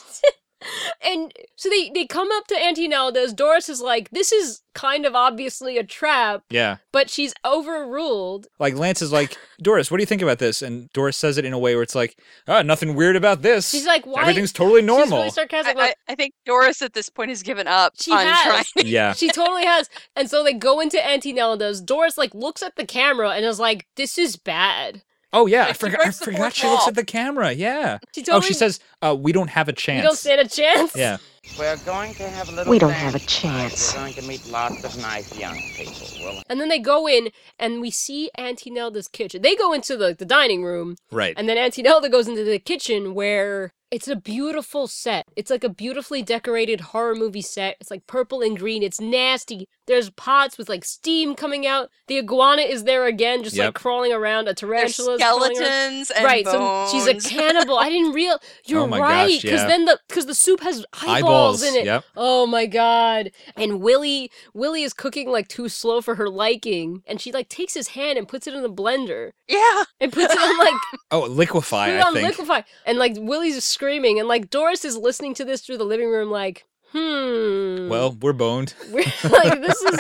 A: And so they, they come up to Auntie Nelda's. Doris is like, this is kind of obviously a trap,
B: Yeah.
A: but she's overruled.
B: Like, Lance is like, Doris, what do you think about this? And Doris says it in a way where it's like, ah, nothing weird about this.
A: She's like, why?
B: Everything's totally normal.
A: She's really sarcastic.
C: I, I think Doris at this point has given up
A: She
C: on
A: has.
C: trying.
B: yeah.
A: she totally has. And so they go into Auntie Nelda's. Doris like looks at the camera and is like, this is bad.
B: Oh yeah, I
A: Like, she
B: forgot. I
A: breaks the
B: forgot
A: fourth
B: she looks
A: wall.
B: at the camera. Yeah.
A: She
B: oh,
A: totally-
B: she says, uh, "We don't have a chance."
A: You don't stand a chance.
B: Yeah.
G: We're going to have a little
B: We don't
G: thing.
B: have a chance.
G: We're going to meet lots of nice young people. Well,
A: And then they go in and we see Auntie Nelda's kitchen. They go into the, the dining room.
B: Right.
A: And then Auntie Nelda goes into the kitchen where it's a beautiful set. It's like a beautifully decorated horror movie set. It's like purple and green. It's nasty. There's pots with like steam coming out. The iguana is there again, just
C: Yep.
A: like crawling around. A tarantula.
C: skeletons and
A: right. So she's
C: bones.
A: a cannibal. I didn't real. You're
B: Oh my gosh,
A: right. Because
B: yeah.
A: then the because the soup has eyeballs,
B: Eyeballs,
A: in it.
B: yep.
A: Oh my god. And Willie Willie is cooking like too slow for her liking. And she like takes his hand and puts it in the blender.
C: Yeah.
A: And puts it on like
B: Oh, liquefy.
A: put it
B: I
A: on
B: think.
A: liquefy. And like Willie's screaming and like Doris is listening to this through the living room like, hmm.
B: well, we're boned.
A: We're like this is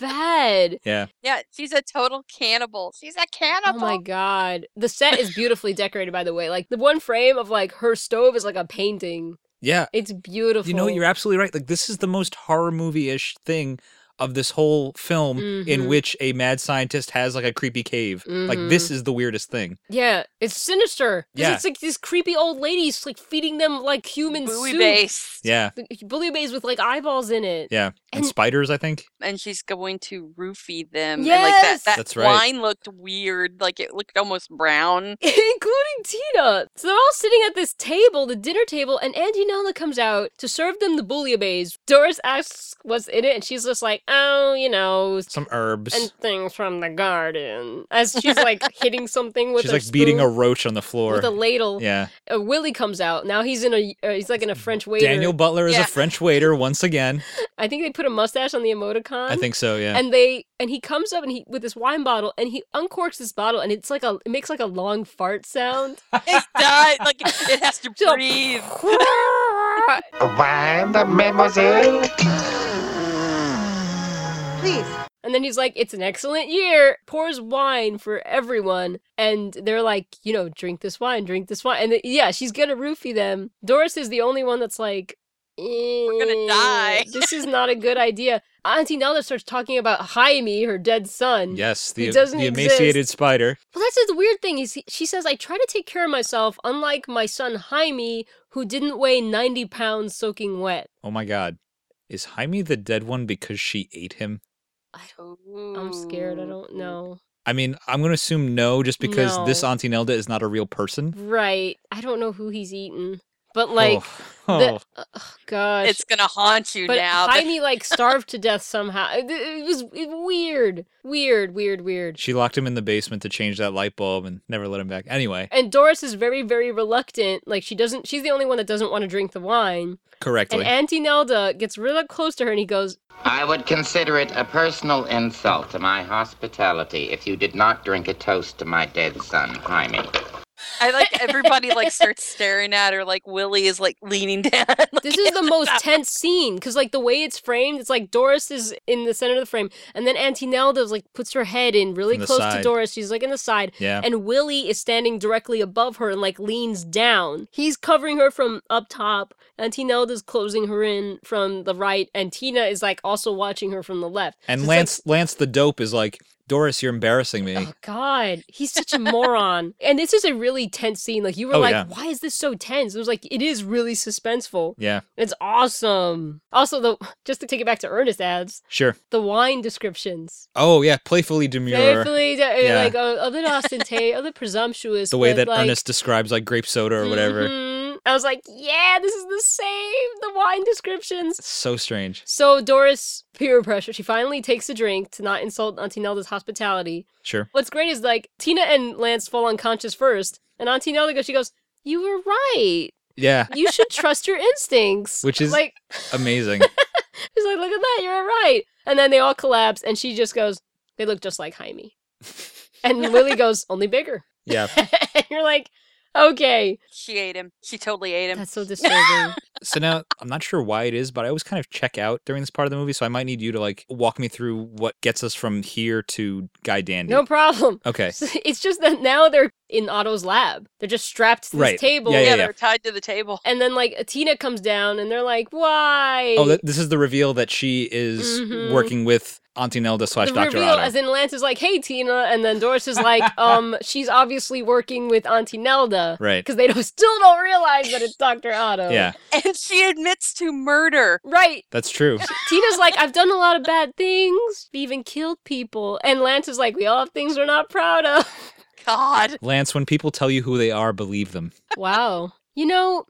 A: bad.
B: Yeah.
C: Yeah, she's a total cannibal. She's a
A: Oh
C: cannibal.
A: my god. The set is beautifully decorated by the way. Like the one frame of like her stove is like a painting.
B: Yeah.
A: It's beautiful.
B: You know, you're absolutely right. Like, this is the most horror movie-ish thing of this whole film, in
A: Mhm.
B: which a mad scientist has like a creepy cave. Like, this
A: Mhm.
B: is the weirdest thing.
A: Yeah, it's sinister. 'cause
B: Yeah.
A: It's like these creepy old ladies like feeding them like human
C: Booby
A: soup.
C: base.
B: Yeah.
A: Like, Booby base with like eyeballs in it.
B: Yeah. And,
A: And-
B: spiders, I think.
C: And she's going to roofie them. And like that,
A: Yes!
C: that
B: That's right.
C: wine looked weird. Like it looked almost brown.
A: Including Tina. So they're all sitting at this table, the dinner table, and Angie Nella comes out to serve them the bouillabaisse. Doris asks what's in it, and she's just like, oh, you know,
B: Some herbs.
A: and things from the garden. As she's like hitting something with
B: She's
A: her
B: like beating a
A: spoon
B: roach on the floor.
A: with a ladle.
B: Yeah.
A: Uh, Willie comes out. Now he's in a uh, he's like in a French waiter.
B: Daniel Butler is
A: Yeah.
B: a French waiter once again.
A: I think they put a mustache on the emoticon.
B: I think so. Yeah.
A: And they and he comes up and he with this wine bottle and he uncorks this bottle and it's like a it makes like a long fart sound.
C: it does. Like it has to breathe.
O: Wine, the mademoiselle.
A: Please. And then he's like, "It's an excellent year." Pours wine for everyone, and they're like, "You know, drink this wine, drink this wine." And the- yeah, she's gonna roofie them. Doris is the only one that's like, "We're
C: gonna die."
A: this is not a good idea." Auntie Nelda starts talking about Jaime, her dead son.
B: yes,
A: who
B: the,
A: doesn't
B: the emaciated
A: exist.
B: spider.
A: Well, that's the weird thing is he- she says I try to take care of myself, unlike my son Jaime, who didn't weigh ninety pounds soaking wet.
B: Oh my God. Is Jaime the dead one because she ate him?
A: I'm scared. I don't know.
B: I mean, I'm going to assume no, just because this
A: No.
B: Auntie Nelda is not a real person.
A: Right. I don't know who he's eaten, but like,
B: Oh.
A: the- ugh, gosh,
C: It's gonna haunt you
A: but
C: now.
A: Jaime like starved to death somehow. It, it was it- weird, weird, weird, weird.
B: She locked him in the basement to change that light bulb and never let him back. Anyway,
A: And Doris is very, very reluctant. Like she doesn't. She's the only one that doesn't want to drink the wine.
B: correctly.
A: And Auntie Nelda gets really close to her, and he goes,
G: I would consider it a personal insult to my hospitality if you did not drink a toast to my dead son, Jaime.
C: I like everybody like starts staring at her like Willie is like leaning down.
A: this is the most tense scene because like the way it's framed it's like doris is in the center of the frame and then auntie nelda like puts her head in really
B: From the
A: close to
B: side.
A: doris she's like in the side
B: Yeah.
A: and willie is standing directly above her and like leans down he's covering her from up top auntie nelda's closing her in from the right and tina is like also watching her from the left So
B: And
A: it's like,
B: Lance, Lance the dope is like, Doris, you're embarrassing me.
A: Oh, God, he's such a moron. And this is a really tense scene. Like you were
B: Oh,
A: like,
B: yeah.
A: why is this so tense? It was like it is really suspenseful.
B: Yeah,
A: It's awesome. Also, the just to take it back to Ernest ads,
B: sure.
A: the wine descriptions. uh,
B: Oh yeah, playfully demure.
A: Faithfully, de-
B: Yeah.
A: like a, a little ostentatious, a little presumptuous.
B: the way
A: but,
B: that
A: like,
B: Ernest describes like grape soda or whatever.
A: mhm. I was like, yeah, this is the same, the wine descriptions.
B: So strange.
A: So Doris, peer pressure, she finally takes a drink to not insult Auntie Nelda's hospitality.
B: Sure.
A: What's great is like Tina and Lance fall unconscious first, and Auntie Nelda goes, she goes, you were right.
B: Yeah.
A: You should trust your instincts.
B: Which is
A: like,
B: amazing.
A: she's like, look at that, you're right. And then they all collapse, and she just goes, they look just like Jaime. And Lily goes, only bigger.
B: Yeah.
A: and you're like, okay.
C: She ate him. She totally ate him.
A: That's so disturbing.
B: So now I'm not sure why it is, but I always kind of check out during this part of the movie. So I might need you to like walk me through what gets us from here to Guy Dandy.
A: no problem.
B: Okay.
A: It's just that now they're in Otto's lab. They're just strapped to this
B: Right.
A: table.
B: Yeah, yeah, Yeah, they're yeah.
C: tied to the table.
A: And then like Tina comes down and they're like, why?
B: Oh, th- this is the reveal that she is
A: Mhm.
B: working with Auntie Nelda slash
A: the
B: Doctor
A: reveal,
B: Otto.
A: as in Lance is like, "Hey, Tina," and then Doris is like, "Um, she's obviously working with Auntie Nelda,
B: Right.
A: Because they don't, still don't realize that it's Doctor Otto,
B: Yeah.
C: And she admits to murder,
A: right?
B: That's true.
A: Tina's like, I've done a lot of bad things, even killed people. And Lance is like, we all have things we're not proud of.
C: God.
B: Lance, when people tell you who they are, believe them.
A: Wow. You know,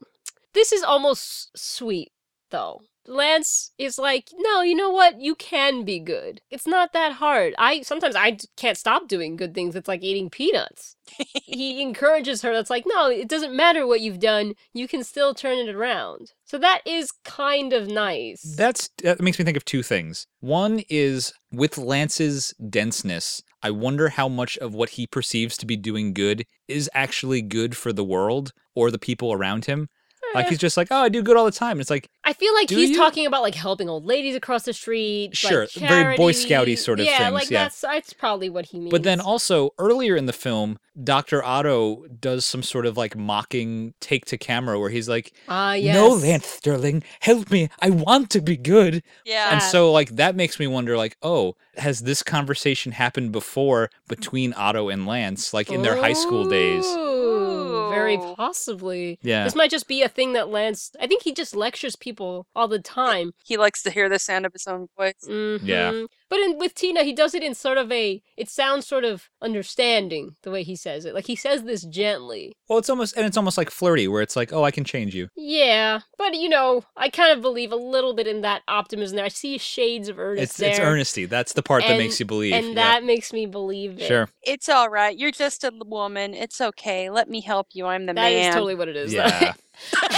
A: this is almost s- sweet, though. Lance is like, no, you know what? You can be good. It's not that hard. I sometimes I d- can't stop doing good things. It's like eating peanuts. he encourages her. That's like, no, it doesn't matter what you've done. You can still turn it around. So that is kind of nice.
B: That's that makes me think of two things. One is with Lance's denseness, I wonder how much of what he perceives to be doing good is actually good for the world or the people around him. Like
A: Eh.
B: he's just like, oh, I do good all the time. It's like,
A: I feel like
B: Do
A: he's
B: you?
A: talking about like helping old ladies across the street.
B: Sure,
A: like,
B: very Boy Scout-y
A: charity.
B: sort of
A: yeah,
B: things,
A: Like
B: yeah.
A: that's that's probably what he means.
B: But then also earlier in the film, Dr. Otto does some sort of like mocking take to camera where he's like,
A: ah,
B: No,
A: yes.
B: Lance Sterling, help me. I want to be good.
A: Yeah.
B: And so, like, that makes me wonder, like, oh, has this conversation happened before between Otto and Lance, like in their high school days?
A: Ooh, very possibly.
B: Yeah.
A: This might just be a thing that Lance. I think he just lectures people all the time.
C: He likes to hear the sound of his own voice.
B: Yeah.
A: Mhm. But in, with Tina, he does it in sort of a. It sounds sort of understanding the way he says it. Like he says this gently.
B: Well, it's almost, and it's almost like flirty, where it's like, oh, I can change you.
A: Yeah, but you know, I kind of believe a little bit in that optimism there. I see shades of earnest
B: It's,
A: there.
B: it's earnesty. That's the part that makes
A: and-
B: you believe.
A: And
B: yeah.
A: that makes me believe it.
B: Sure.
C: It's all right. You're just a l- woman. It's okay. Let me help you. I'm the
A: That
C: man.
A: is totally what it is.
B: Yeah.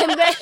A: and then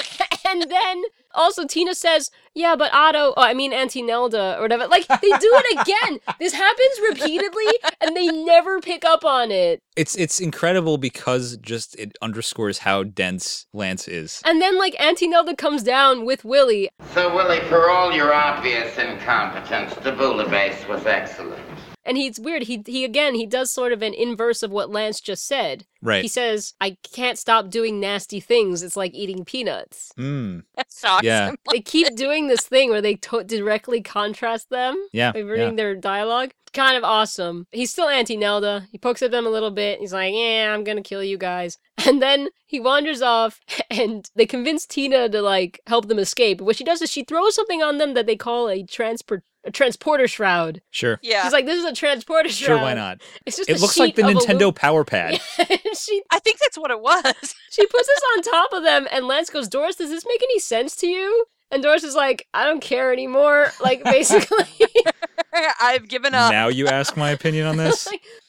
A: and then also Tina says, "Yeah, but Otto, oh, I mean Auntie Nelda or whatever." Like they do it again. this happens repeatedly, and they never pick up on it.
B: It's it's incredible because just it underscores how dense Lance is.
A: And then like Auntie Nelda comes down with Willie.
R: So, Willie, for all your obvious incompetence, the bouillabaisse was excellent.
A: And he's weird. He he again he does sort of an inverse of what Lance just said.
R: Right.
A: He says, "I can't stop doing nasty things. It's like eating peanuts."
B: Mm.
C: That's
B: Yeah.
A: they keep doing this thing where they to- directly contrast them.
B: Yeah,
A: By reading
B: yeah.
A: their dialogue. Kind of awesome. He's still anti Nelda. He pokes at them a little bit. He's like, yeah, I'm going to kill you guys. And then he wanders off and they convince Tina to like help them escape. What she does is she throws something on them that they call a transport. A transporter shroud.
B: Sure.
A: She's like, this is a transporter shroud.
B: Sure, why not?
A: It's just
B: it
A: a
B: looks
A: sheet
B: like the
A: of
B: Nintendo
A: alu-
B: Power Pad.
A: she,
C: I think that's what it was.
A: she puts this on top of them, and Lance goes, Doris, does this make any sense to you? And Doris is like, I don't care anymore. Like, basically.
C: I've given up.
B: Now you ask my opinion on this?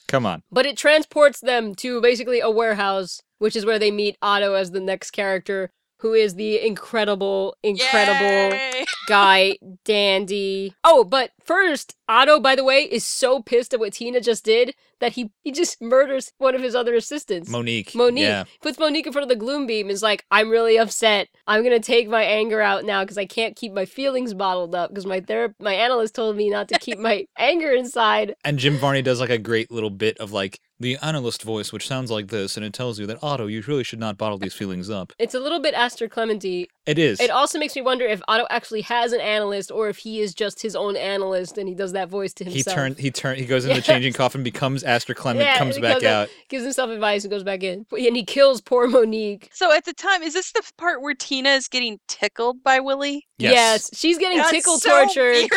B: Come on.
A: But it transports them to basically a warehouse, which is where they meet Otto as the next character, who is the incredible, incredible guy, Dandy. Oh, but first, Otto, by the way, is so pissed at what Tina just did that he, he just murders one of his other assistants.
B: Monique.
A: Monique
B: Yeah.
A: puts Monique in front of the gloom beam. Is like, I'm really upset. I'm gonna take my anger out now because I can't keep my feelings bottled up because my therap- my analyst told me not to keep my anger inside.
B: And Jim Varney does like a great little bit of like the analyst voice, which sounds like this, and it tells you that Otto, you really should not bottle these feelings up.
A: It's a little bit Aster Clementi.
B: It is.
A: It also makes me wonder if Otto actually has an analyst or if he is just his own analyst and he does that voice to
B: he
A: himself.
B: turned. He turned. He goes into
A: Yes.
B: the changing coffin, becomes Astor Clement,
A: Yeah,
B: comes
A: he
B: back
A: comes
B: out.
A: gives himself advice and goes back in, and he kills poor Monique.
C: So at the time, is this the part where Tina is getting tickled by Willie?
A: Yes, she's getting
C: That's
A: tickle
C: so
A: tortured.
C: weird.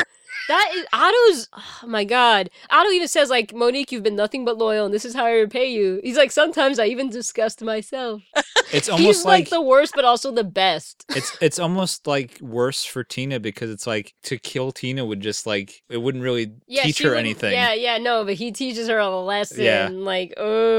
A: That is Otto's. Oh my God, Otto even says like, "Monique, you've been nothing but loyal, and this is how I repay you." He's like, "Sometimes I even disgust myself."
B: It's
A: He's
B: almost
A: like,
B: like,
A: the worst, but also the best.
B: it's it's almost like worse for Tina because it's like to kill Tina would just like it wouldn't really
A: Yeah,
B: teach
A: she
B: her
A: wouldn't-
B: anything.
A: Yeah, yeah, no, but he teaches her a lesson.
B: Yeah.
A: Like,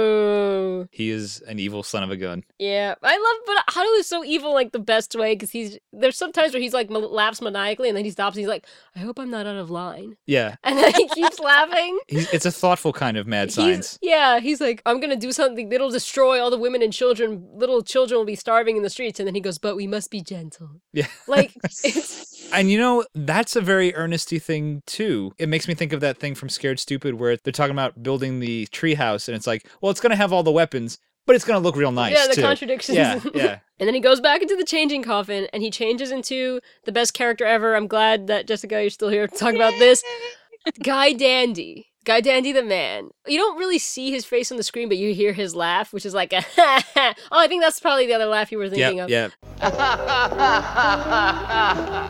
A: oh,
B: He is an evil son of a gun.
A: yeah. I love, but Haru is so evil, like the best way, because he's there's some times where he's like mal- laughs maniacally, and then he stops. and He's like, I hope I'm not out of line,
B: Yeah,
A: and then he keeps laughing.
B: he's, it's a thoughtful kind of mad science.
A: He's, yeah, he's like, I'm gonna do something that'll destroy all the women and children. Little children will be starving in the streets, and then he goes, "But we must be gentle."
B: Yeah.
A: like it's
B: And you know, that's a very earnesty thing too. It makes me think of that thing from Scared Stupid where they're talking about building the treehouse and it's like, well, it's gonna have all the weapons, but it's gonna look real nice.
A: yeah, the
B: too.
A: contradictions.
B: Yeah, yeah.
A: and then he goes back into the changing coffin, and he changes into the best character ever. I'm glad that Jessica, you're still here to talk about this. Guy Dandy. Guy Dandy the man. You don't really see his face on the screen, but you hear his laugh, which is like a oh, I think that's probably the other laugh you were thinking
B: Yeah,
A: of.
B: yeah.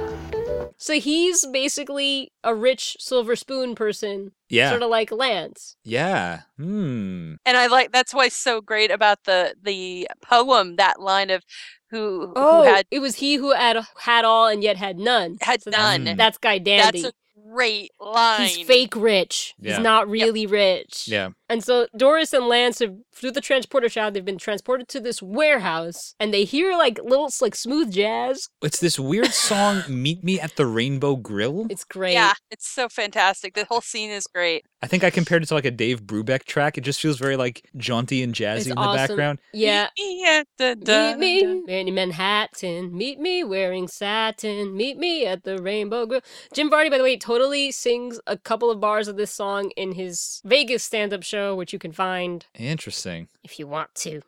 A: So he's basically a rich silver spoon person.
B: Yeah.
A: Sort of like Lance.
B: Yeah. Hmm.
C: And I like that's why it's so great about the the poem that line of who
A: Oh,
C: who had
A: it was he who had had all and yet had none.
C: Had none.
B: Mm.
A: That's, that's Guy Dandy.
C: that's a great line.
A: He's fake rich.
B: Yeah.
A: He's not really rich.
B: Yeah.
A: And so Doris and Lance have through the transporter shot, they've been transported to this warehouse and they hear like little like smooth jazz.
B: It's this weird song, Meet Me at the Rainbow Grill.
A: It's great.
C: Yeah, it's so fantastic. The whole scene is great.
B: I think I compared it to like a Dave Brubeck track. It just feels very like jaunty and jazzy
A: It's
B: in the
A: awesome.
B: background.
A: Yeah.
C: Yeah, da, da,
A: Meet me in Manhattan. Meet me wearing satin. Meet me at the Rainbow Grill. Jim Varney, by the way, totally sings a couple of bars of this song in his Vegas stand-up show, which you can find
B: Interesting.
A: if you want to.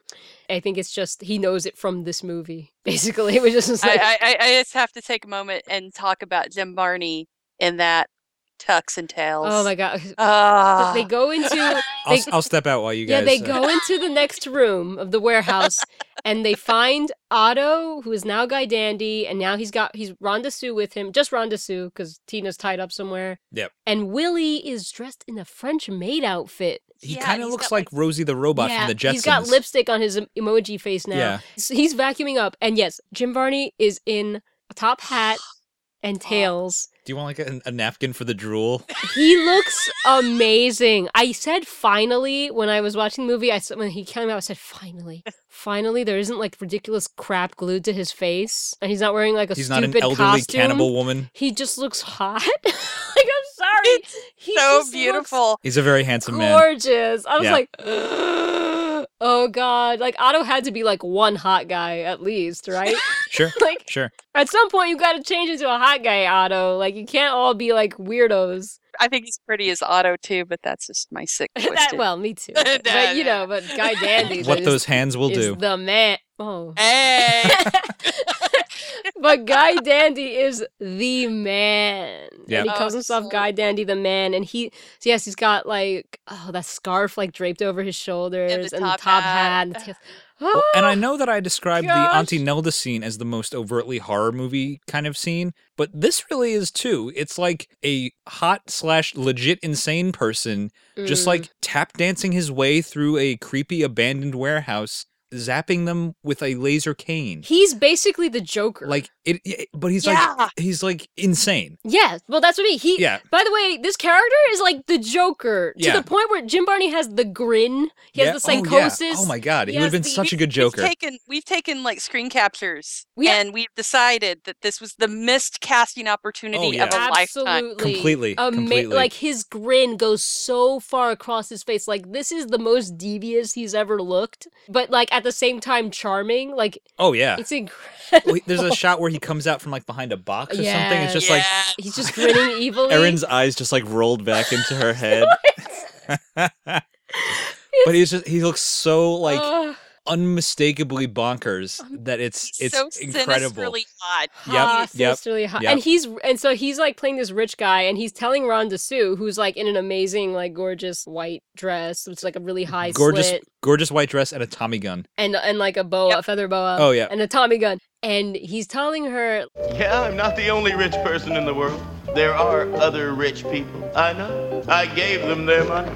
A: I think it's just he knows it from this movie. Basically, it was just like
C: I, I, I just have to take a moment and talk about Jim Barney in that Tux and Tails.
A: Oh my god.
C: Ah.
A: they go into
B: I'll,
A: they,
B: s- I'll step out while you guys.
A: yeah, they
B: uh,
A: go into the next room of the warehouse and they find Otto, who is now Guy Dandy, and now he's got he's Rhonda Sue with him, just Rhonda Sue, because Tina's tied up somewhere.
B: Yep.
A: And Willie is dressed in a French maid outfit.
B: He kind of looks like Rosie the Robot
A: Yeah,
B: from the Jetsons.
A: He's got lipstick on his em- emoji face now.
B: Yeah.
A: So he's vacuuming up. And yes, Jim Varney is in a top hat and tails.
B: Do you want like a, a napkin for the drool?
A: He looks amazing. I said finally when I was watching the movie. I said, when he came out, I said finally, finally there isn't like ridiculous crap glued to his face, and he's not wearing like a
B: He's not
A: stupid
B: an elderly
A: costume.
B: cannibal woman.
A: He just looks hot. like I'm sorry, he
C: so
A: just looks
C: beautiful.
B: He's a very handsome man.
A: gorgeous. I was
B: Yeah.
A: like, oh god, like Otto had to be like one hot guy at least, right?
B: Sure.
A: like
B: Sure.
A: at some point you got to change into a hot guy, Otto. Like you can't all be like weirdos.
C: I think he's pretty as Otto too, but that's just my sick
A: that,
C: twisted-
A: well, me too.
C: Nah,
A: But you know, but Guy Dandy.
B: What
A: is-
B: those hands will
A: is
B: do.
A: The man. Oh.
C: Hey.
A: but Guy Dandy is the man.
B: Yeah.
A: And he calls himself Guy Dandy the man. And he, so yes, he's got like, oh, that scarf like draped over his shoulders and the top, hat. and tails.
B: Well, Oh, and I know that I described
A: gosh.
B: the Auntie Nelda scene as the most overtly horror movie kind of scene, but this really is too. It's like a hot slash legit insane person just
A: Mm.
B: like tap dancing his way through a creepy abandoned warehouse, zapping them with a laser cane.
A: Mm. He's basically the Joker.
B: Like it, it- but he's
A: Yeah.
B: like he's like insane.
A: Yeah, well, that's what I mean. He,
B: Yeah.
A: By the way, this character is like the Joker to
B: Yeah.
A: the point where Jim Barney has the grin. He
B: Yeah.
A: has the
B: Oh, yeah.
A: psychosis.
B: Oh, my god, he,
A: He
B: would have
A: has
B: been
A: the-
B: such a good
C: We've
B: Joker.
C: taken we've taken like screen captures,
A: Yeah.
C: and we've decided that this was the missed casting opportunity
B: Oh, yeah.
C: of a lifetime.
A: Absolutely.
B: Completely,
A: Ama-
B: completely.
A: Like his grin goes so far across his face. Like this is the most devious he's ever looked, but like at the same time charming. Like
B: oh yeah.
A: it's incredible.
B: Wait, there's a shot where he comes out from like behind a box or something. It's just like
A: he's just grinning evilly.
S: Erin's eyes just like rolled back into her head.
B: but he's just he looks so like
A: Ugh.
B: unmistakably bonkers that it's it's
C: so
B: incredible.
C: sinisterly odd.
A: Ah,
B: Yep, yep,
A: sinisterly hot.
B: yep.
A: And he's and so he's like playing this rich guy, and he's telling Rhonda Sue, who's like in an amazing, like gorgeous white dress, which is like a really high
B: gorgeous
A: slit,
B: gorgeous white dress and a Tommy gun.
A: and and like a boa, a feather boa.
B: Oh, yeah.
A: and a Tommy gun. And he's telling her,
T: Yeah, I'm not the only rich person in the world. There are other rich people. I know. I gave them their money.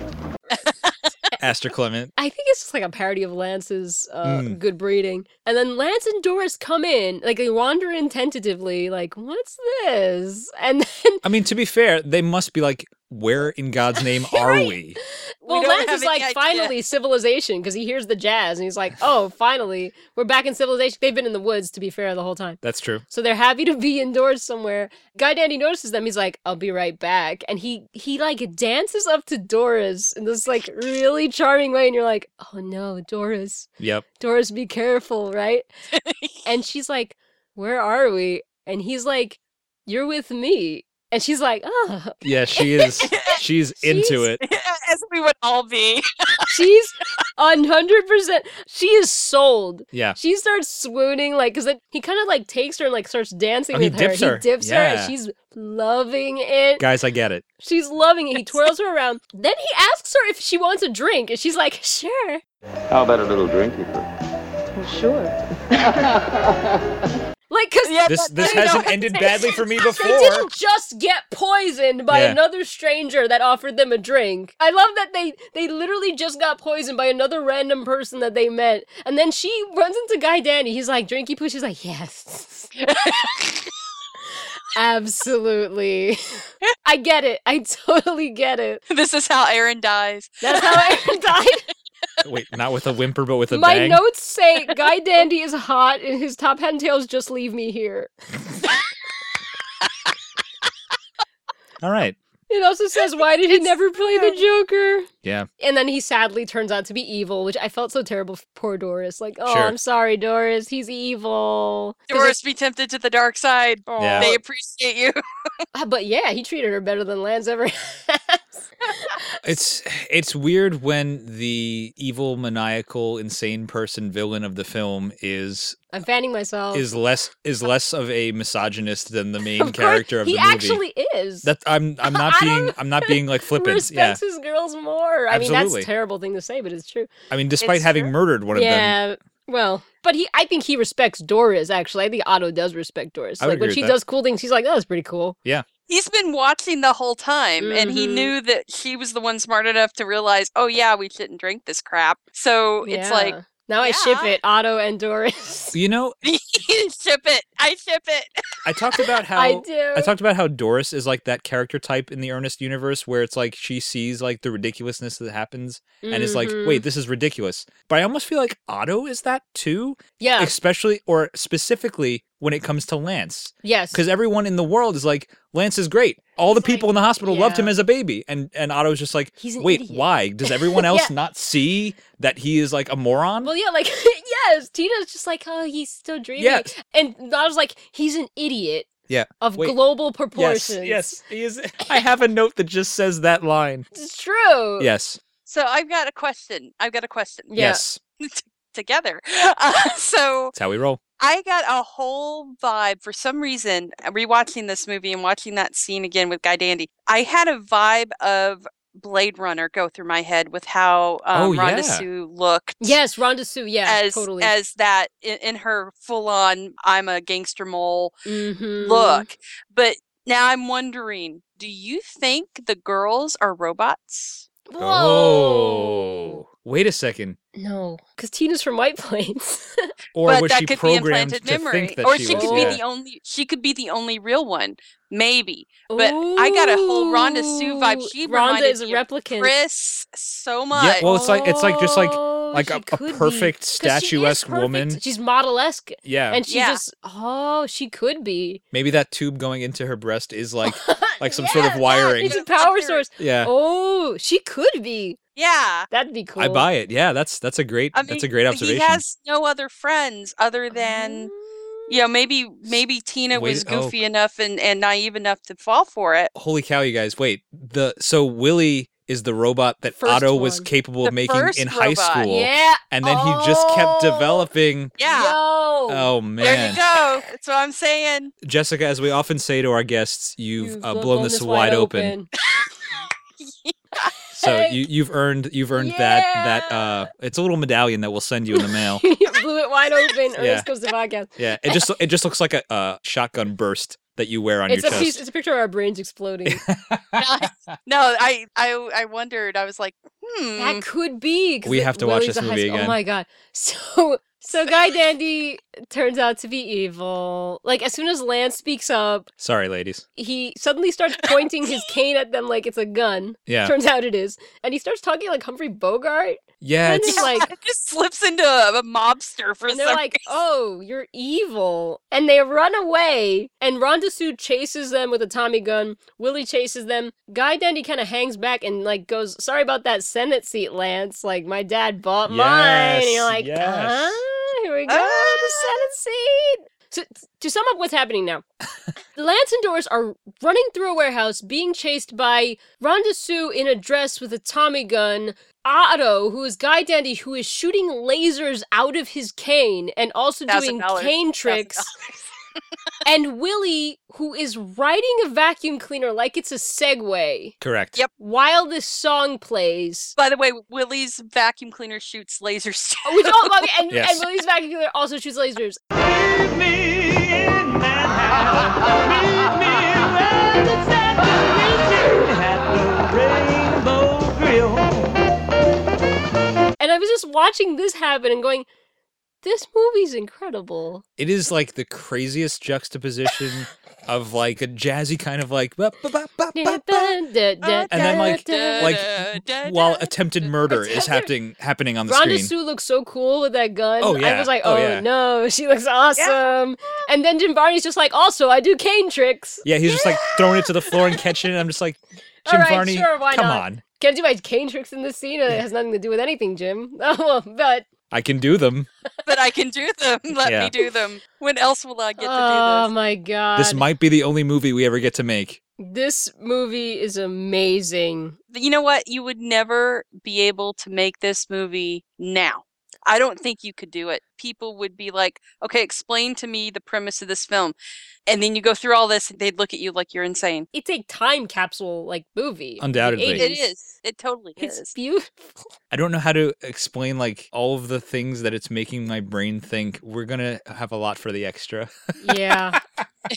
B: Aster Clement.
A: I think it's just like a parody of Lance's uh,
C: Hmm.
B: Mm.
A: good breeding. And then Lance and Doris come in, like they wander in tentatively, like, what's this? And then,
B: I mean, to be fair, they must be like, where in God's name are we?
A: well,
C: don't
A: Lance
C: have
A: is
C: any
A: like,
C: idea.
A: finally, civilization, because he hears the jazz and he's like, oh, finally, we're back in civilization. They've been in the woods, to be fair, the whole time.
B: That's true.
A: So they're happy to be indoors somewhere. Guy Dandy notices them. He's like, "I'll be right back," and he he like dances up to Doris in this like really charming way, and you're like, "Oh no, Doris,
B: Yep.
A: Doris, be careful, right?" and she's like, "Where are we?" And he's like, "You're with me," and she's like, "Oh,
B: Yeah, she is. She's into it.
C: As we would all be.
A: she's hundred percent. She is sold."
B: Yeah.
A: She starts swooning, like, because he kind of like takes her and like starts dancing
B: Oh, he
A: with her.
B: dips her.
A: He dips her,
B: Yeah.
A: and she's loving it.
B: Guys, I get it.
A: She's loving it. He twirls her around. Then he asks her if she wants a drink, and she's like, "Sure."
T: How about a little drink you
A: sure. like, cause yeah,
B: This this hasn't ended badly for me
A: They
B: before.
A: didn't just get poisoned by
B: Yeah.
A: another stranger that offered them a drink. I love that they they literally just got poisoned by another random person that they met, and then she runs into Guy Danny. He's like, "Drinky poo." She's like, "Yes." Absolutely. I get it. I totally get it. Um,
C: This is how Aaron dies.
A: That's how Aaron died.
B: Wait, not with a whimper, but with a
A: My
B: bang.
A: notes say Guy Dandy is hot and his top hat and tails just leave me here.
B: All right.
A: It also says, Why did he never play the Joker?
B: Yeah.
A: And then he sadly turns out to be evil, which I felt so terrible for poor Doris. Like, oh,
B: Sure.
A: I'm sorry, Doris. He's evil. 'Cause
C: Doris, be tempted to the dark side.
B: Yeah.
C: They appreciate you.
A: it- but yeah, he treated her better than Lance ever has.
B: It's it's weird when the evil, maniacal, insane person villain of the film is
A: I'm fanning myself.
B: is less is less of a misogynist than the main
A: Oh. Of course,
B: character of
A: he
B: the movie.
A: actually is.
B: that I'm I'm not
A: I
B: being
A: don't-
B: I'm not being like flippant. Yeah.
A: Respects his girls more. I mean, that's
B: Absolutely.
A: a terrible thing to say, but it's true.
B: I mean, despite having murdered one of them.
A: yeah, well, but he, I think he respects Doris. Actually, I think Otto does respect Doris.
B: I would
A: like when
B: agree
A: she
B: with that.
A: does cool things, he's like, "Oh, that's pretty cool."
B: Yeah.
C: He's been watching the whole time, and he
A: Mhm.
C: knew that she was the one smart enough to realize, oh, yeah, we shouldn't drink this crap. So it's like,
A: Yeah. now I ship it, Otto and Doris.
B: You know,
C: ship it. I ship it.
B: I talked about how
A: I do.
B: I talked about how Doris is like that character type in the Ernest universe where it's like she sees like the ridiculousness that happens and is like,
A: Mhm.
C: Mm-hmm.
B: wait, this is ridiculous. But I almost feel like Otto is that too.
A: Yeah.
B: Especially or specifically when it comes to Lance.
A: Yes.
B: Because everyone in the world is like, Lance is great. All the people in the hospital loved
A: yeah.
B: him as a baby. And and Otto's just like,
A: He's an
B: wait,
A: idiot."
B: why? Does everyone else
A: Yeah.
B: not see that he is like a moron?
A: Well, yeah, like yes, Tina's just like, "Oh, he's still dreaming,"
B: Yes.
A: and Otto's like, "He's an idiot
B: yeah.
A: of
B: Wait.
A: global
B: Yes,
A: proportions."
B: yes, he is. I have a note that just says that line.
A: it's true.
B: Yes.
C: So I've got a question. I've got a question.
B: Yes.
C: Together. Uh, so
B: That's how we roll.
C: I got a whole vibe for some reason uh, rewatching this movie and watching that scene again with Guy Dandy. I had a vibe of Blade Runner go through my head with how um,
A: Oh,
C: Rhonda
A: yeah.
C: Sue looked
A: Yes, Ronda Sue. Yeah,
C: as
A: totally.
C: as that in, in her full on I'm a gangster mole
B: Mm-hmm.
A: Mhm.
C: look. But now I'm wondering, do you think the girls are robots?
A: Whoa.
B: Oh. Wait a second.
A: No, because Tina's from White Plains.
B: Or
C: but
B: was
C: that
B: she
C: could be
B: programmed
C: implanted
B: to
C: memory,
B: think that
C: or
B: she,
C: she,
B: was?
C: could be
B: yeah.
C: the only. She could be the only real one, maybe. But I got a whole Rhonda Sue vibe.
A: Ooh,
C: She
A: Rhonda
C: reminded
A: is a
C: me of
A: replicant.
C: Chris so much.
B: Yeah, well, it's like it's like just like like
A: Oh, she
B: a, a
A: could be,
B: perfect
A: 'cause she is
B: statuesque
A: perfect.
B: woman.
A: She's model esque.
B: Yeah.
A: And she
C: Yeah.
A: just oh, she could be.
B: Maybe that tube going into her breast is like like some sort of wiring.
A: It's a power source.
B: Yeah.
A: Oh, she could be.
C: yeah.
A: That'd be Oh, cool.
B: I buy it. Yeah, that's that's a great
C: I
B: that's
C: mean,
B: a great
C: he
B: observation.
C: has no other friends other than. You know, maybe maybe Tina
B: Um, Wait,
C: was
B: oh.
C: goofy enough and, and naive enough to fall for it.
B: Holy cow, you guys! Wait, the so Willie is the robot that
A: First
B: Otto was
A: one.
B: capable of
C: The
B: making
C: first
B: in high
C: robot.
B: school,
A: Yeah.
B: and then he just kept
A: Oh.
B: developing.
C: Yeah,
A: Yo.
B: Oh
C: there
B: man,
C: you go. That's what I'm saying.
B: Jessica, as we often say to our guests, you've, uh, blown, this, wide open. So you you've earned you've earned that that uh it's a little medallion that we'll send you in the mail.
A: blew it wide open.
B: Yeah.
A: Ernest goes to podcast.
B: yeah, it just it just looks like a, a shotgun burst that you wear on
A: It's a
B: your chest.
A: piece, it's a picture of our brains exploding.
C: no, I, I I wondered. I was like, hmm,
A: That could be. 'cause
B: We
A: it
B: have to watch
A: really is
B: this
A: a high
B: movie
A: school-
B: again.
A: Oh my god! So so Guy Dandy turns out to be evil. Like as soon as Lance speaks up,
B: Sorry, ladies.
A: he suddenly starts pointing his cane at them like it's a gun.
B: Yeah.
A: Turns out it is, and he starts talking like Humphrey Bogart.
B: Yeah,
A: And then
B: it's-
A: they're like
C: just slips into a, a mobster for
A: and they're
C: some
A: like, "Oh, you're evil," and they run away. And Ronda Sue chases them with a Tommy gun. Willie chases them. Guy Dandy kind of hangs back and like goes, "Sorry about that Senate seat, Lance. Like my dad bought mine." And
B: Yes,
A: you're like,
B: yes.
A: "Ah, here we go, the
C: Ah.
A: Senate seat." So, to sum up what's happening now, Lance and Doris are running through a warehouse, being chased by Rhonda Sue in a dress with a Tommy gun, Otto, who is Guy Dandy, who is shooting lasers out of his cane and also doing
C: $1,000,
A: cane tricks, and Willie, who is riding a vacuum cleaner like it's a Segway.
B: Correct.
C: Yep.
A: While this song plays,
C: By the way, Willie's vacuum cleaner shoots lasers.
A: which all, okay, and,
C: Yes.
A: and Willie's vacuum cleaner also shoots lasers. And I was just watching this happen and going, this movie's incredible.
B: It is like the craziest juxtaposition of like a jazzy kind of like bup, bup, bup, bup,
A: and then
B: then, like- like while attempted murder is happening happening on the
A: Rhonda
B: screen.
A: Sue looks so cool with that gun.
B: Oh,
A: I
B: yeah.
A: was like, oh,
B: Oh, yeah.
A: no, she looks awesome. And then Jim Varney's just like, also, I do cane tricks.
B: yeah, he's just like throwing it to the floor and catching it. I'm just like Jim
A: All right,
B: Varney,
A: sure, why
B: come
A: not?
B: on.
A: Can I do my cane tricks in this scene? It has nothing to do with anything, Jim. Oh, well, but
B: I can do them.
C: but I can do them. Let
B: Yeah.
C: me do them. When else will I get to
A: oh my god,
B: This might be the only movie we ever get to make.
A: this movie is amazing.
C: do this? You know what? You would never be able to make this movie now. I don't think you could do it. People would be like, okay, explain to me the premise of this film. And then you go through all this, and they'd look at you like you're insane.
A: It's a time capsule like movie.
B: Undoubtedly.
A: The
C: It
A: 80s.
C: is. It totally
A: It's
C: is.
A: beautiful.
B: I don't know how to explain like all of the things that it's making my brain think. We're gonna have a lot for the extra.
A: Yeah.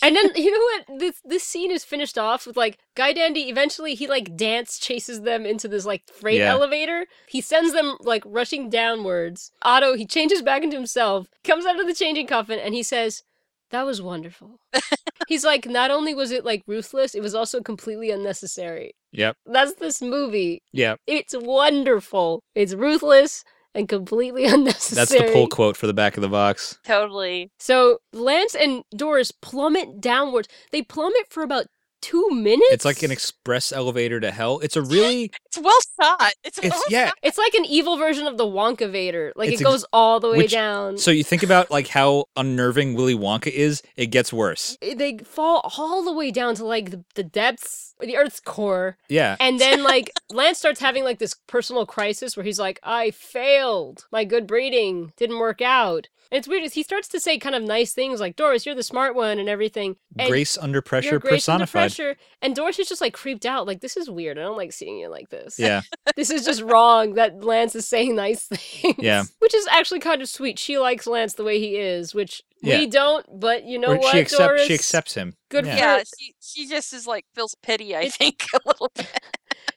A: and then you know what? This this scene is finished off with like Guy Dandy eventually he like dance chases them into this like freight
B: Yeah.
A: elevator. He sends them like rushing downwards. Otto, he changes back into himself, comes out of the changing coffin, and he says, That was wonderful. He's like, not only was it like ruthless, it was also completely unnecessary.
B: yep.
A: That's this movie.
B: Yep.
A: It's wonderful. It's ruthless and completely unnecessary.
B: That's the pull quote for the back of the box.
C: Totally.
A: So Lance and Doris plummet downwards. They plummet for about two minutes.
B: It's like an express elevator to hell. It's a really
C: It's well shot. It's,
B: It's-
C: well
B: yeah.
C: shot.
A: It's like an evil version of the Wonkavator. Like
B: It's
A: it
B: ex-
A: goes all the way
B: which-
A: down.
B: so you think about like how unnerving Willy Wonka is, it gets worse.
A: they fall all the way down to like the, the depths, the Earth's core.
B: Yeah.
A: And then like Lance starts having like this personal crisis where he's like, I failed. My good breeding didn't work out. And it's weird. is He starts to say kind of nice things like, Doris, you're the smart one and everything. And
B: Grace under pressure
A: you're Grace under
B: personified.
A: pressure. And Doris is just like creeped out. Like, this is weird. I don't like seeing you like this.
B: Yeah.
A: this is just wrong that Lance is saying nice things.
B: Yeah.
A: Which is actually kind of sweet. She likes Lance the way he is, which
B: Yeah.
A: we don't, but you know
B: Or
A: what,
B: she accept
A: Doris?
B: she accepts him.
A: Good
B: yeah.
A: for-
C: Yeah, she, she just is like feels pity, I think, a little bit.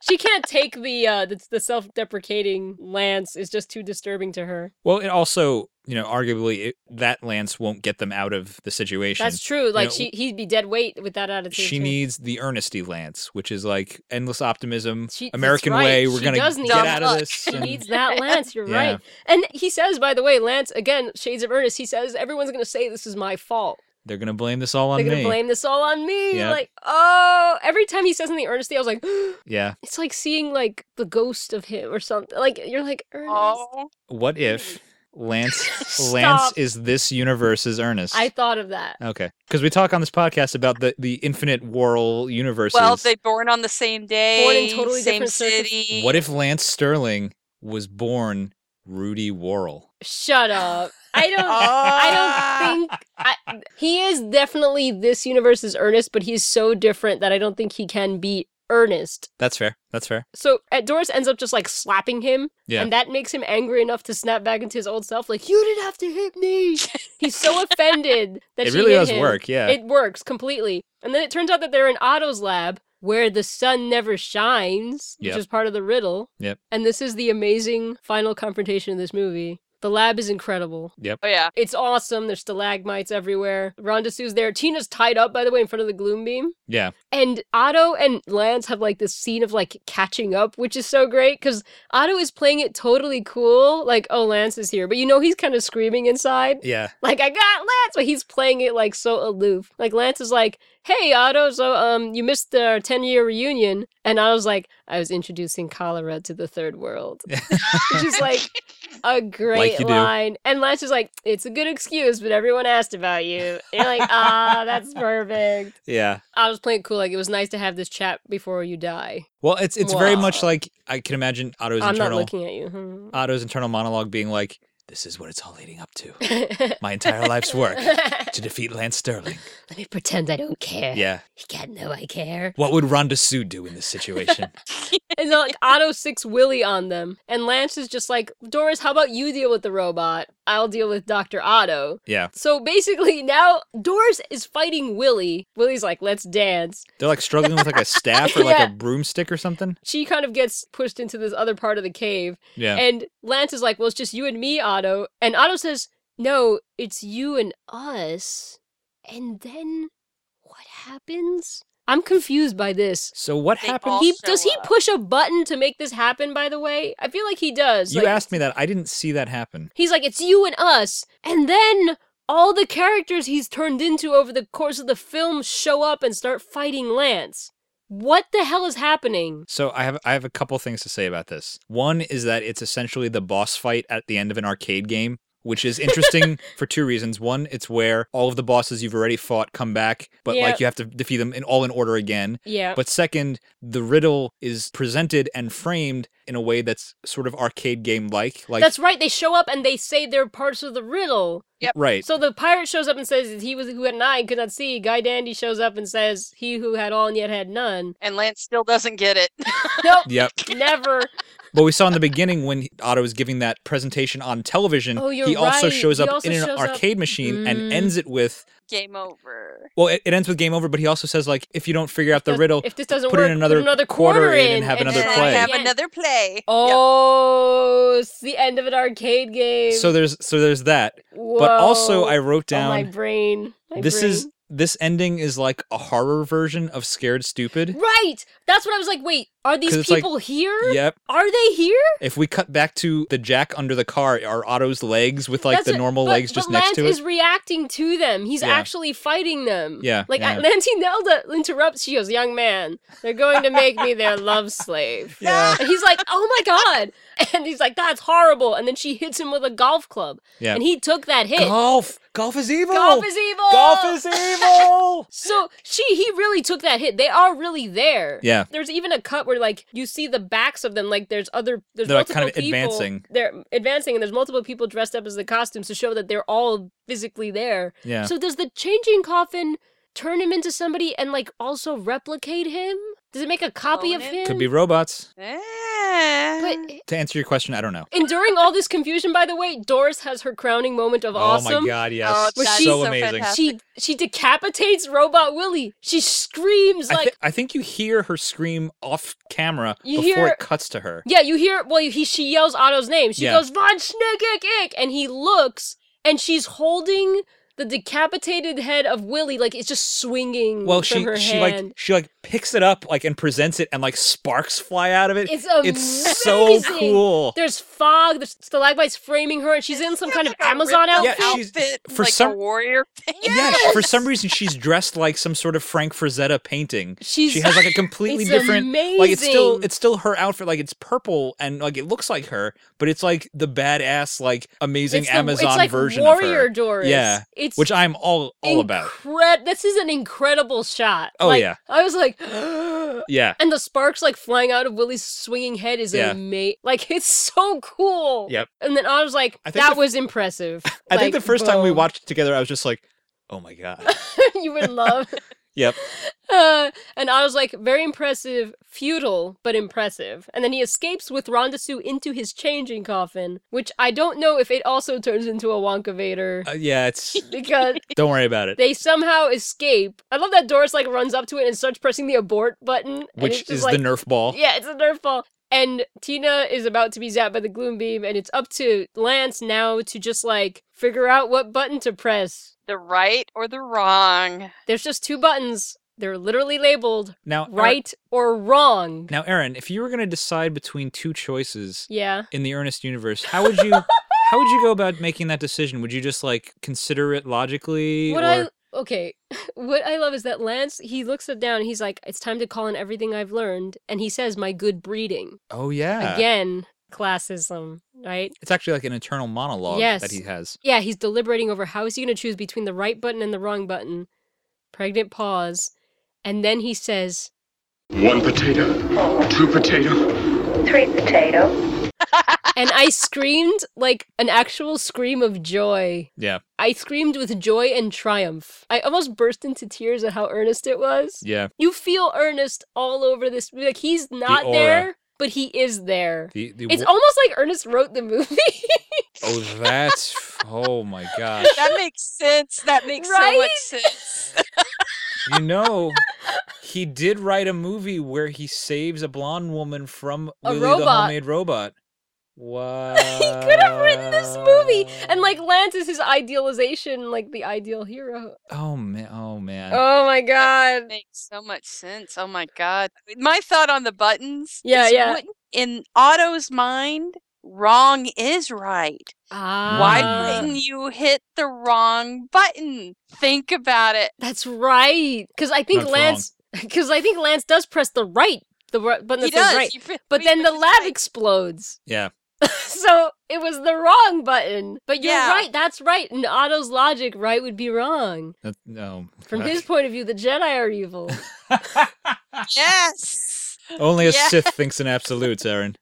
A: she can't take the uh the, the self-deprecating Lance is just too disturbing to her.
B: Well, it also, you know, arguably it, that Lance won't get them out of the situation.
A: That's true.
B: You
A: Like
B: know,
A: she he'd be dead weight with that attitude.
B: she
A: too.
B: needs the earnesty Lance, which is like endless optimism,
A: She- that's
B: American
A: right.
B: way. We're
A: She
B: gonna
A: does
B: get
A: need that.
B: out of
A: Look,
B: this.
A: She
B: and-
A: needs that Lance. You're
B: Yeah.
A: right. And he says, by the way, Lance again, shades of earnest. He says, everyone's gonna say this is my fault.
B: They're gonna blame this all on
A: They're gonna
B: me.
A: blame this all on me.
B: Yep.
A: Like, oh, every time he says something earnestly, I was like,
B: yeah.
A: it's like seeing like the ghost of him or something. Like you're like Ernest.
C: Oh,
B: What if Lance Lance
A: Stop.
B: is this universe's Ernest?
A: I thought of that.
B: Okay, because we talk on this podcast about the the infinite Worrell universes.
C: well, they born on the same day,
A: totally
C: same
A: different circum-
C: city.
B: what if Lance Sterling was born Rudy Worrell?
A: Shut up. I don't. I don't think I, he is definitely this universe's Ernest, but he's so different that I don't think he can be Ernest.
B: That's fair. That's fair.
A: So uh, Doris ends up just like slapping him,
B: Yeah.
A: and that makes him angry enough to snap back into his old self. Like you didn't have to hit me. He's so offended that
B: It
A: she
B: really
A: hit
B: does
A: him.
B: work, yeah.
A: it works completely. And then it turns out that they're in Otto's lab. where the sun never shines, which
B: Yep.
A: is part of the riddle.
B: Yep.
A: And this is the amazing final confrontation of this movie. The lab is incredible.
B: Yep.
C: Oh yeah.
A: It's awesome. There's stalagmites everywhere. Rhonda Sue's there. Tina's tied up, by the way, in front of the gloom beam.
B: Yeah.
A: And Otto and Lance have like this scene of like catching up, which is so great because Otto is playing it totally cool. Like, oh, Lance is here. But you know, he's kind of screaming inside.
B: Yeah.
A: Like, I got Lance. But he's playing it like so aloof. Like, Lance is like, hey, Otto, so um, you missed our 10 year reunion. And Otto's like, I was introducing cholera to the third world, which is like a great
B: you do.
A: line. And Lance is like, it's a good excuse, but everyone asked about you. And you're like, ah, that's perfect.
B: Yeah.
A: I was playing it cool. Like it was nice to have this chat before you die.
B: Well, it's it's very
A: Wow.
B: much like I can imagine Otto's
A: I'm
B: internal
A: not looking at you. Hmm.
B: Otto's internal monologue being like, "This is what it's all leading up to.
A: Hmm.
B: My entire life's work to defeat Lance Sterling."
A: Let me pretend I don't care.
B: Uh, Yeah.
A: You can't know I care.
B: What would Rhonda Sue do in this situation?
A: and they're like Otto six Willie on them, and Lance is just like Doris. How about you deal with the robot? I'll deal with Doctor Otto.
B: yeah.
A: So basically, now Doris is fighting Willie. Willie's like, "Let's dance."
B: They're like struggling with like a staff or like
A: Yeah.
B: a broomstick or something.
A: She kind of gets pushed into this other part of the cave,
B: Yeah.
A: And Lance is like, "Well, it's just you and me, Otto." And Otto says, "No, it's you and us." And then what happens? I'm confused by this.
B: So what
A: They
B: happened?
A: all He does he push a button to make this happen? By the way, I feel like he does.
B: You
A: like,
B: asked me that. I didn't see that happen.
A: He's like, "It's you and us," and then. All the characters he's turned into over the course of the film show up and start fighting Lance. What the hell is happening?
B: So I have I have a couple things to say about this. One is that it's essentially the boss fight at the end of an arcade game, which is interesting for two reasons. One, it's where all of the bosses you've already fought come back, but
A: Yeah.
B: like you have to defeat them in all in order again.
A: Yeah.
B: But second, the riddle is presented and framed in a way that's sort of arcade game like. Like
A: That's right. They show up and they say they're parts of the riddle.
B: right.
A: So the pirate shows up and says he was who had an eye and could not see. Guy Dandy shows up and says he who had all and yet had none.
C: And Lance still doesn't get it.
A: nope.
B: Yep.
A: Never.
B: But we saw in the beginning when Otto was giving that presentation on television,
A: Oh, you're
B: he also
A: right.
B: shows
A: He
B: up
A: also
B: in an
A: shows up-
B: arcade machine
A: Mm.
B: and ends it with
C: Game over.
B: Well, it, it ends with game over, but he also says like, if you don't figure out the riddle,
A: If this doesn't
B: put
A: work,
B: in another, quarter, in and have another
C: And
B: play.
C: have another play.
A: Oh, it's the end of an arcade game.
B: So there's so there's that. But also,
A: Whoa.
B: I wrote
A: Oh, my
B: down
A: brain. My
B: this
A: brain.
B: is this ending is like a horror version of Scared Stupid.
A: right. That's what I was like. Wait, are
B: 'Cause
A: these
B: it's like-
A: people here?
B: Yep.
A: Are they here?
B: If we cut back to the jack under the car, are Otto's legs with like
A: That's
B: the
A: what-
B: normal
A: but-
B: legs just
A: but
B: next to
A: Lance
B: it?
A: is reacting to them. He's
B: Yeah.
A: actually fighting them.
B: Yeah,
A: Like I,
B: yeah.
A: Lantinelda interrupts. She goes, "Young man, they're going to make me their love slave."
B: Yeah.
A: And he's like, "Oh my god!" And he's like, "That's horrible." And then she hits him with a golf club.
B: Yeah.
A: And he took that hit.
B: Golf, golf is evil.
A: Golf is evil.
B: Golf is evil.
A: So she he really took that hit. They are really there.
B: Yeah.
A: There's even a cut where like you see the backs of them. Like there's other there's
B: They're, like,
A: multiple
B: kind of
A: people-
B: advancing.
A: They're advancing and there's multiple people dressed up as the costumes to show that they're all physically there.
B: Yeah.
A: So does the changing coffin turn him into somebody and like also replicate him? Does it make a copy of him?
B: Could be robots.
C: Eh.
A: But
B: To answer your question, I don't know.
A: and during all this confusion, by the way, Doris has her crowning moment of awesome.
B: Oh my god, yes.
A: Oh, that's
B: so
A: so
B: amazing.
A: She she decapitates Robot Willie. She screams
B: I, thi-
A: like
B: I think you hear her scream off camera
A: You
B: before
A: hear-
B: it cuts to her.
A: Yeah, you hear. Well, he she yells Otto's name. She
B: Yeah.
A: goes von Schnickick, and he looks, and she's holding the decapitated head of Willie, like it's just swinging.
B: Well,
A: from
B: she
A: her
B: she
A: hand.
B: like she like picks it up like and presents it and like sparks fly out of it.
A: It's amazing.
B: It's so cool.
A: There's fog. There's stalagmites framing her, and she's in some kind of Amazon
B: Yeah,
A: outfit.
B: she's for some
C: warrior.
B: yeah for some reason she's dressed like some sort of Frank Frazetta painting.
A: She's-
B: she has like a completely
A: it's
B: different like it's still
A: amazing.
B: it's still her outfit like it's purple and like it looks like her but it's like the badass like amazing
A: It's the- it's
B: Amazon
A: like
B: version of
A: Warrior
B: her.
A: Doris.
B: Yeah,
A: It's
B: which I'm all all about.
A: Incre- this is an incredible shot.
B: Oh,
A: Like,
B: yeah.
A: I was like,
B: Yeah.
A: and the sparks like flying out of Willie's swinging head is
B: Yeah.
A: amazing. Like it's so cool.
B: Yep.
A: And then I was like,
B: I think
A: that
B: the-
A: was impressive.
B: I think the
A: Like,
B: first time we
A: boom.
B: watched it together, I was just like, "Oh my god!"
A: you would love.
S: Yep.
A: Uh, and Otto's like, very impressive, futile, but impressive. And then he escapes with Rondasu into his changing coffin, which I don't know if it also turns into a Wonkavator.
B: Uh, yeah, it's.
A: because
B: Don't worry about it.
A: they somehow escape. I love that Doris like runs up to it and starts pressing the abort button. and it's
B: Which
A: just
B: is
A: like-
B: the Nerf ball.
A: Yeah, it's a Nerf ball. And Tina is about to be zapped by the gloom beam, and it's up to Lance now to just like figure out what button to press.
C: The right or the wrong.
A: There's just two buttons. They're literally labeled
B: Now, Aaron-
A: right or wrong.
B: now, Aaron, if you were going to decide between two choices
A: Yeah.
B: in the Earnest universe, how would you how would you go about making that decision? Would you just like consider it logically?
A: What
B: or...
A: I okay, what I love is that Lance he looks it down. And he's like, "It's time to call in everything I've learned," and he says, "My good breeding."
B: Oh yeah.
A: Again, classism, right?
B: It's actually like an internal monologue
A: Yes.
B: that he has.
A: Yeah, he's deliberating over how is he going to choose between the right button and the wrong button. Pregnant pause, and then he says,
E: One potato, two potato.
K: Three potato.
A: and I screamed like an actual scream of joy.
B: Yeah.
A: I screamed with joy and triumph. I almost burst into tears at how earnest it was.
B: Yeah.
A: You feel earnest all over this. Like he's not
B: aura.
A: there, but he is there.
B: The, the
A: it's
B: wo-
A: almost like Ernest wrote the movie.
B: oh, that's oh my gosh.
C: That makes sense. That makes so
A: Right?
C: much sense.
B: You know, he did write a movie where he saves a blonde woman from
A: A
B: Willy the
A: robot.
B: Homemade Robot. Wow.
A: he could have written this movie, and like
B: Uh.
A: Lance is his idealization, like the ideal hero.
B: Oh man. Oh man.
A: Oh my god.
C: makes so much sense. Oh my god. My thought on the buttons.
A: Yeah,
C: is
A: yeah.
C: what- in Otto's mind, wrong is right. Why
A: Ah.
C: didn't you hit the wrong button? Think about it.
A: That's right. Because I think
C: That's wrong.
A: Lance, because I think Lance does press the right, the ri- button
C: He
A: that says
C: does.
A: right.
C: You pre-
A: But
C: he
A: then the
C: presses
A: lab explodes.
B: Yeah.
A: So it was the wrong button. But you're
C: Yeah.
A: right. That's right. In Otto's logic, right would be wrong.
B: That, no.
A: From his point of view, the Jedi are evil.
C: Yes.
B: Only a
A: Yeah.
B: Sith thinks in absolutes, Aaron.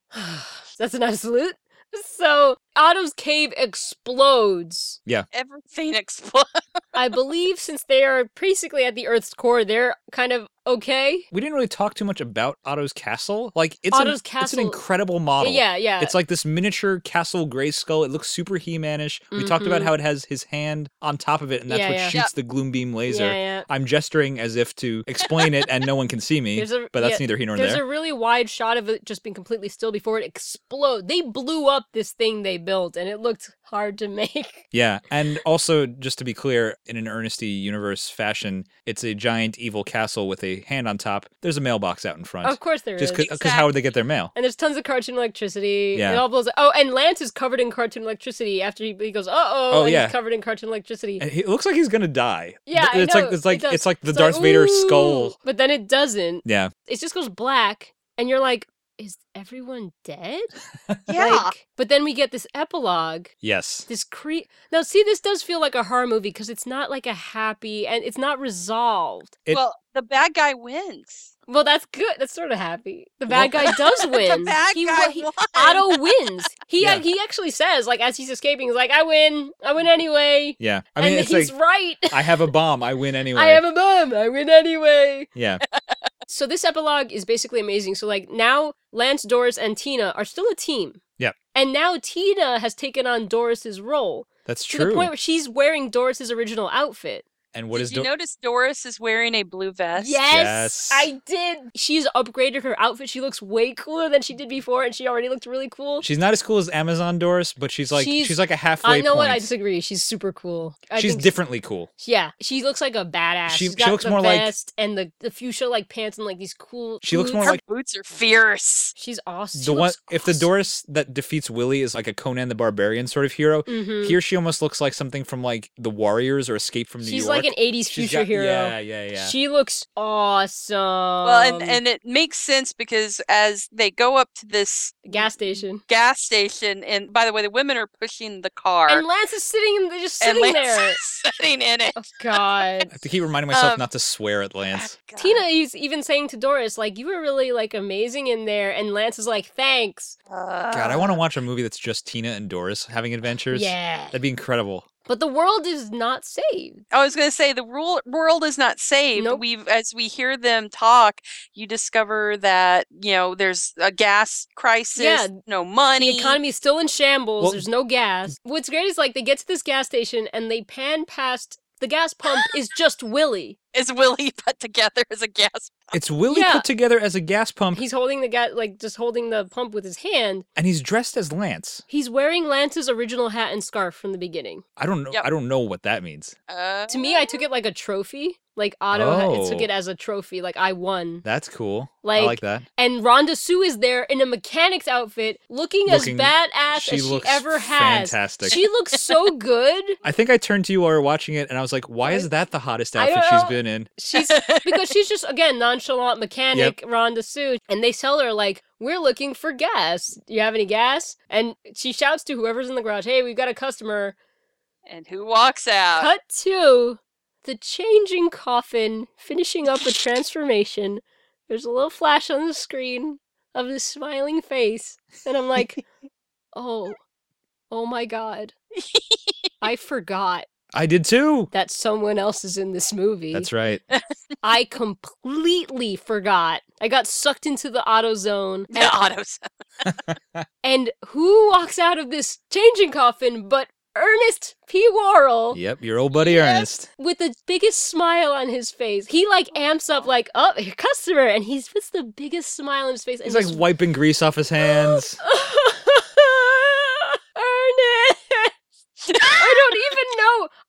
A: That's an absolute. So Otto's cave explodes.
B: Yeah.
C: Everything explodes.
A: I believe since they are basically at the Earth's core, they're kind of okay.
B: We didn't really talk too much about Otto's castle. Like it's
A: Otto's
B: an, It's an
A: castle-
B: incredible model.
A: Yeah, yeah.
B: It's like this miniature castle gray skull. It looks super He-Manish. We talked about
A: Mhm.
B: how it has his hand on top of it, and that's
A: Yeah,
B: what
A: yeah.
B: shoots
A: Yep.
B: the gloom beam laser.
A: Yeah, yeah.
B: I'm gesturing as if to explain it, and no one can see me.
A: There's a-
B: but that's
A: yeah,
B: neither here nor
A: there's
B: there.
A: a really wide shot of it just being completely still before it explodes. They blew up this thing they built, and it looked hard to make.
B: Yeah, and also just to be clear, in an Ernesty universe fashion, it's a giant evil castle with a hand on top. There's a mailbox out in front.
A: Of course there
B: just
A: is.
B: because how would they get their mail?
A: And there's tons of cartoon electricity.
B: Yeah.
A: It all blows. Oh, and Lance is covered in cartoon electricity after he, he goes, uh oh,
B: Oh,
A: and
B: yeah.
A: he's covered in cartoon electricity.
B: And he- it looks like he's gonna die.
A: yeah,
B: Th- it's
A: I know.
B: like it's
A: it
B: like
A: does.
B: it's like the
A: It's
B: Darth Vader
A: "Ooh,"
B: skull.
A: But then it doesn't.
B: Yeah,
A: It just goes black, and you're like, is everyone dead?
C: Yeah.
A: Like, but then we get this epilogue.
B: Yes.
A: This cre now see this does feel like a horror movie because it's not like a happy and it's not resolved.
B: It-
C: well, the bad guy wins.
A: Well, that's good. That's sort of happy. The bad
C: Well-
A: guy does
C: The
A: win.
C: bad
A: he,
C: guy
A: wa- he-
C: won.
A: Otto wins. He
B: Yeah.
A: he actually says like as he's escaping, he's like, "I win. I win anyway."
B: Yeah. I mean,
A: and
B: it's
A: he's
B: like
A: right.
B: I have a bomb. I win anyway.
A: I am a bum. I win anyway.
B: yeah.
A: So this epilogue is basically amazing. So like now Lance, Doris, and Tina are still a team,
B: Yeah.
A: and now Tina has taken on Doris's role
B: That's
A: to
B: true.
A: the point where she's wearing Doris's original outfit.
B: and what
C: Did
B: is
C: you
B: Dor-
C: notice Doris is wearing a blue vest?
A: Yes,
B: Yes.
A: I did. She's upgraded her outfit. She looks way cooler than she did before, and she already looked really cool.
B: She's not as cool as Amazon Doris, but she's like she's, like a halfway
A: I know what I
B: point.
A: disagree. She's super cool. I
B: she's
A: think-
B: differently cool.
A: Yeah, she looks like a badass.
B: She-
A: She's
B: she
A: got
B: looks
A: the
B: more like-
A: vest and the, the fuchsia like pants and like these cool.
B: She looks more
A: boots.
B: like-
C: Boots are fierce.
A: she's awesome.
B: the one if the Doris that defeats Willy is like a Conan the Barbarian sort of hero,
A: Mhm.
B: here she almost looks like something from like The Warriors or Escape from New
A: She's
B: York.
A: like an 80s
B: She's
A: future
B: got-
A: hero.
B: Yeah, yeah, yeah.
A: She looks awesome.
C: Well, and, and it makes sense because as they go up to this
A: gas station,
C: gas station, and by the way, the women are pushing the car.
A: and Lance is sitting in the, just
C: and
A: sitting
C: Lance
A: there. Oh,
C: is sitting in it.
A: God.
B: I have to keep reminding myself
C: Um,
B: not to swear at Lance.
A: Tina is even saying to Doris, like, you were really like amazing in there, and Lance is like, thanks. uh,
B: God, I want to watch a movie that's just Tina and Doris having adventures.
A: yeah.
B: That'd be incredible.
A: But the world is not saved.
C: I was going to say the rule, world is not saved. We've as we hear them talk, you discover that you know there's a gas crisis,
A: Yeah.
C: no money,
A: The economy's still in shambles.
C: Well-
A: There's no gas. What's great is like they get to this gas station and they pan past the gas pump is just Willie.
C: Is Willie put together as a gas?
B: It's Willie
A: Uh, Yeah.
B: put together as a gas pump,
A: He's holding the gas, like just holding the pump with his hand.
B: and he's dressed as Lance.
A: He's wearing Lance's original hat and scarf from the beginning.
B: I don't know. I don't know what that means.
A: to me, I took it like a trophy. Like Otto ha- took
B: Oh.
A: it as a trophy. Like I won.
B: That's cool.
A: Like,
B: I like that.
A: And Rhonda Sue is there in a mechanic's outfit, looking,
B: Looking-
A: as badass
B: she
A: as she
B: looks
A: ever has.
B: fantastic.
A: She looks so good.
B: I think I turned to you while we were watching it, and I was like, "Why is that the hottest
A: I
B: outfit
A: don't
B: she's
A: know.
B: been in?"
A: She's because she's just again nonchalant mechanic Rhonda Sue, and they tell her like, "We're looking for gas. Do you have any gas?" And she shouts to whoever's in the garage, "Hey, we've got a customer."
C: Uh, And who walks out?
A: Cut to the changing coffin, finishing up a transformation. There's a little flash on the screen of this smiling face, and I'm like, "Oh, oh my god, I forgot."
B: I did too.
A: that someone else is in this movie.
B: That's right.
A: I completely forgot. I got sucked into the auto zone.
C: The auto zone.
A: and who walks out of this changing coffin but Ernest P. Worrell
B: Yep, your old buddy Ernest.
A: with the biggest smile on his face. He like amps up like, oh, your customer, and he puts the biggest smile on his face.
B: He's
A: and
B: like wiping grease off his hands.
A: Ernest! I don't even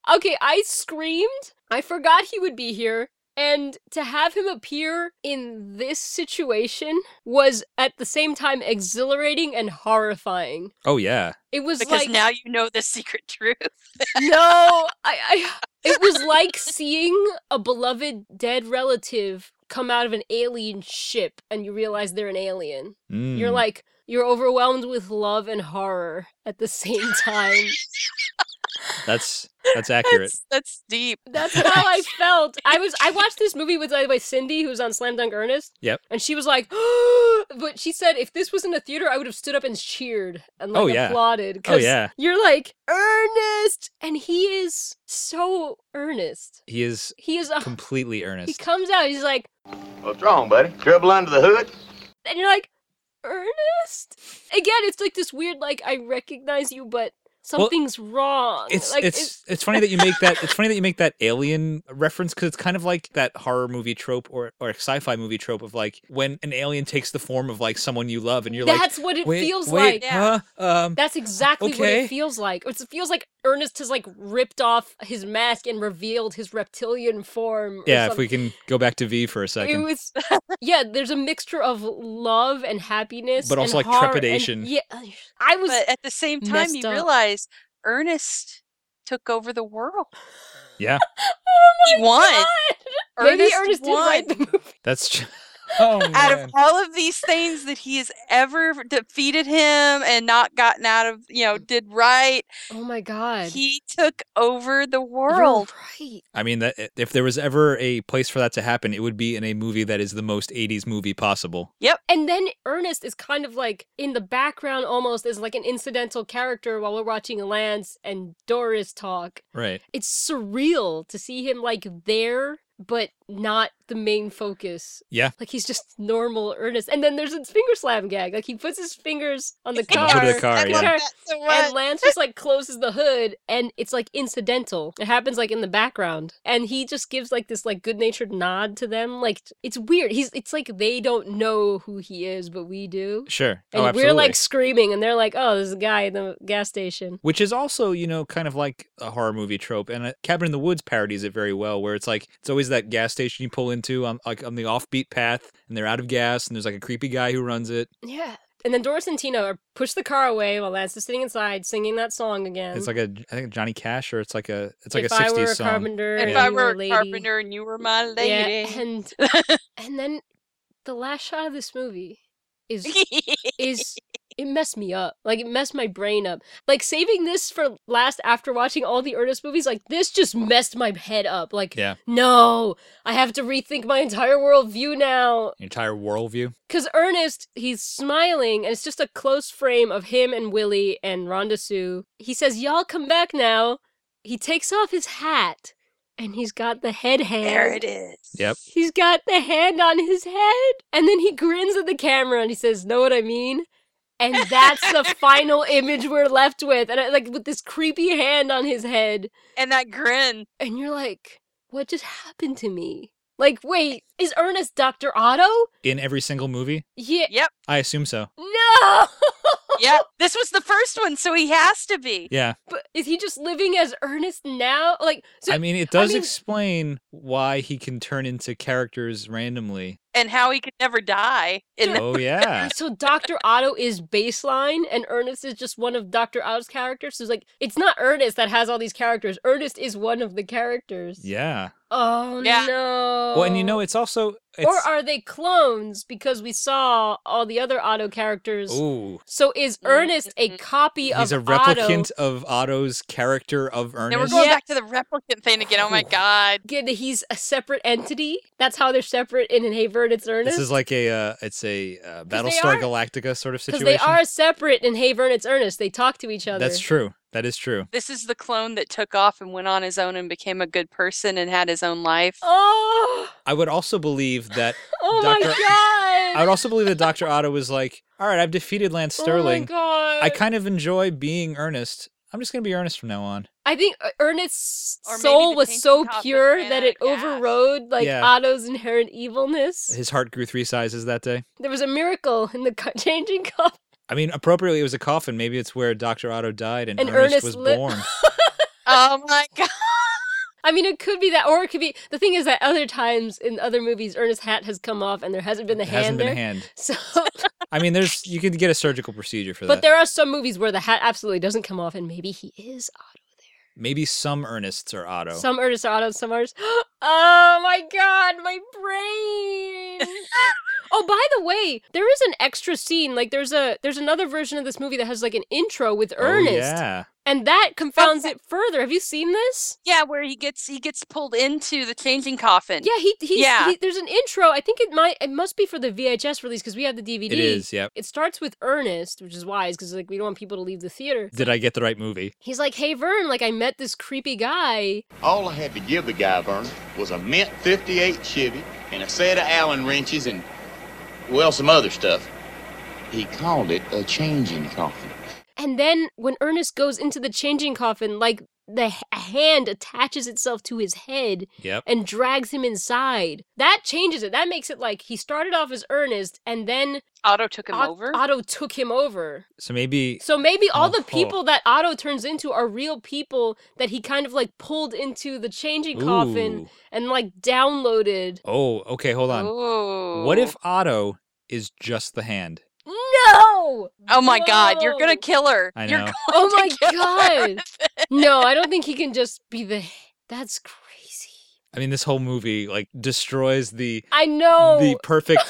A: know. Okay, I screamed. I forgot he would be here. And to have him appear in this situation was at the same time exhilarating and horrifying.
B: Oh yeah.
A: It was
C: because
A: like
C: now you know the secret truth.
A: no, I, I. It was like seeing a beloved dead relative come out of an alien ship, and you realize they're an alien. You're
B: Mm.
A: like you're overwhelmed with love and horror at the same time.
B: That's that's accurate.
C: That's deep.
A: That's how I felt. I was I watched this movie with by the way Cindy, who's on Slam Dunk Ernest,
B: Yep.
A: and she was like, but she said if this was in a theater, I would have stood up and cheered and like
B: Oh, yeah.
A: applauded.
B: Oh,
A: 'cause
B: yeah.
A: You're like Ernest, and he is so earnest.
B: He is
A: He is a
B: completely
A: He
B: earnest.
A: comes out. He's like,
T: What's wrong, buddy? Trouble under the hood?
A: and you're like, Ernest. Again, it's like this weird, like I recognize you, but something's wrong.
B: It's
A: like
B: it's it's, funny that you make that it's funny that you make that alien reference because it's kind of like that horror movie trope or or sci-fi movie trope of like when an alien takes the form of like someone you love and you're like
A: That's what it
B: "Wait-
A: feels
B: wait,
A: like."
B: huh? um
A: That's exactly what
B: okay.
A: it feels like. It's- It feels like Ernest has like ripped off his mask and revealed his reptilian form. or
B: yeah if we
A: something.
B: can go back to V for a second
A: It was yeah. There's a mixture of love and happiness,
B: But
A: and
B: also, like,
A: horror and-
B: trepidation.
A: yeah, I was
C: But at the same time,
A: messed
C: you
A: up.
C: realize Ernest took over the world. Oh
B: yeah
C: he won.
A: Maybe Ernest did
C: won.
A: write
B: that's ju- oh
C: out of
B: man.
C: all of these things that he has ever defeated him and not gotten out of, you know, did right.
A: Oh my God.
C: He took over the world.
B: I mean that if there was ever a place for that to happen it would be in a movie that is the most 80s movie possible
C: Yep.
A: And then Ernest is kind of like in the background almost as like an incidental character while we're watching Lance and Doris talk.
B: right
A: It's surreal to see him like there, but not the main focus.
B: yeah
A: Like he's just normal Ernest. And then there's a finger slam gag. Like he puts his fingers on the
B: On
A: car.
B: the hood of the car, I yeah. love that
A: And Lance just like closes the hood and it's like incidental. It happens like in the background. And he just gives like this like good natured nod to them. Like it's weird. He's it's like they don't know who he is, but we do.
B: sure
A: And
B: oh
A: we're
B: absolutely
A: like screaming and they're like, Oh, there's a guy in the gas station.
B: which is also you know kind of like a horror movie trope and uh, cabin in the woods parodies it very well where it's like it's always that gas station you pull into on like on the offbeat path and they're out of gas and there's like a creepy guy who runs it
A: Yeah. And then Doris and Tina are push the car away while Lance is sitting inside singing that song again.
B: it's like a i think johnny cash or it's like a it's like
A: if
B: a
A: I
B: 60s
A: were a
B: song
A: carpenter,
C: If
A: and
C: I
A: you were
C: were
A: a
C: a
A: lady.
C: carpenter and you were my lady.
A: Yeah, and and then the last shot of this movie is is it messed me up. Like it messed my brain up. Like saving this for last after watching all the Ernest movies, like this just messed my head up. Like
B: yeah
A: no, I have to rethink my entire worldview now.
B: Your entire worldview
A: Cause Ernest, he's smiling, and it's just a close frame of him and Willie and Rhonda Sue. He says, "Y'all come back now." He takes off his hat and he's got the head hand.
C: There it is.
B: Yep.
A: He's got the hand on his head. And then he grins at the camera and he says, Know what I mean? And that's the final image we're left with. And I- like with this creepy hand on his head.
C: And that grin.
A: And you're like, What just happened to me? Like, wait, is Ernest Dr. Otto?
B: in every single movie?
A: Yeah.
C: Yep.
B: I assume so.
A: No!
C: Yeah. This was the first one, so he has to be.
B: Yeah.
A: But is he just living as Ernest now? Like, so
B: I mean, it does
A: mean-
B: explain why he can turn into characters randomly.
C: And how he could never die. In
B: Oh, yeah.
A: So Dr. Otto is baseline and Ernest is just one of Dr. Otto's characters. So it's like it's not Ernest that has all these characters. Ernest is one of the characters.
B: Yeah.
A: Oh
C: Yeah.
A: no.
B: Well, and you know, it's also. It's,
A: or are they clones because we saw all the other Otto characters?
B: Ooh.
A: So is Ernest a copy
B: He's a
A: of Otto?
B: replicant of Otto's character of
C: Now we're
B: Ernest.
C: going back to the replicant thing again. Oh my god.
A: Good, He's a separate entity. That's how they're separate in Hayward. It's Ernest.
B: This is like a uh, it's a uh,
A: they
B: Battlestar
A: are-
B: Galactica sort of
A: because
B: situation.
A: they are separate in Haven. It's Ernest. They talk to each other.
B: That's true. That is true.
C: This is the clone that took off and went on his own and became a good person and had his own life.
A: Oh,
B: I would also believe that
A: oh
B: Dr.
A: my
B: I
A: god!
B: would also believe that Dr. Otto was like, "All right, I've defeated Lance Sterling.
A: Oh my god!
B: I kind of enjoy being Ernest. I'm just going to be Ernest from now on."
A: I think uh, Ernest's
C: Or maybe
A: soul
C: the
A: was
C: painting
A: so
C: top that
A: pure
C: ran
A: that
C: out
A: it
C: of gas.
A: overrode like
B: Yeah.
A: Otto's inherent evilness.
B: His heart grew 3 sizes that day.
A: There was a miracle in the co- changing cup.
B: I mean, appropriately it was a coffin. Maybe it's where Dr. Otto died and,
A: And Ernest
B: Ernest, was
A: li-
B: born.
C: Oh my god.
A: I mean, it could be that, or it could be. The thing is that other times in other movies, Ernest's hat has come off, and there hasn't been the
B: it
A: hand
B: hasn't
A: there.
B: been a hand.
A: So,
B: I mean, there's you could get a surgical procedure for
A: but
B: that.
A: there are some movies where the hat absolutely doesn't come off, and maybe he is
B: Maybe some Ernests are Otto.
A: Some artists are auto, some artists. Oh my god, my brain. oh, by the way, there is an extra scene. Like there's a there's another version of this movie that has like an intro with
B: Oh,
A: Ernest.
B: yeah.
A: And that confounds it further. Have you seen this?
C: Yeah, where he gets he gets pulled into the changing coffin.
A: Yeah, he he's,
C: Yeah.
A: he- there's an intro. I think it might it must be for the VHS release because we have the DVD.
B: It is, yep.
A: It starts with Ernest, which is wise because like we don't want people to leave the theater.
B: Did I get the right movie?
A: He's like, "Hey Vern, like I met this creepy guy."
T: All I had to give the guy, Vernon, was a mint 58 Chevy and a set of Allen wrenches and, well, some other stuff. He called it a changing coffin.
A: And then when Ernest goes into the changing coffin, like the h- hand attaches itself to his head
B: Yep.
A: and drags him inside. That changes it. That makes it like he started off as Ernest and then
C: Otto took him
A: Ot-
C: over.
A: Otto took him over.
B: So maybe
A: So maybe all the
B: Oh.
A: people that Otto turns into are real people that he kind of like pulled into the changing coffin
B: Ooh.
A: and like downloaded.
B: Oh, okay, hold on.
C: Ooh.
B: What
A: Oh.
B: if Otto is just the hand?
A: No!
C: Oh my god, you're gonna
A: No!
C: kill her.
B: I
C: You're
B: know.
C: going
A: Oh
C: to
A: my
C: kill her.
A: god. No, I don't think he can just be the That's crazy.
B: I mean, this whole movie like destroys the
A: I know.
B: the perfect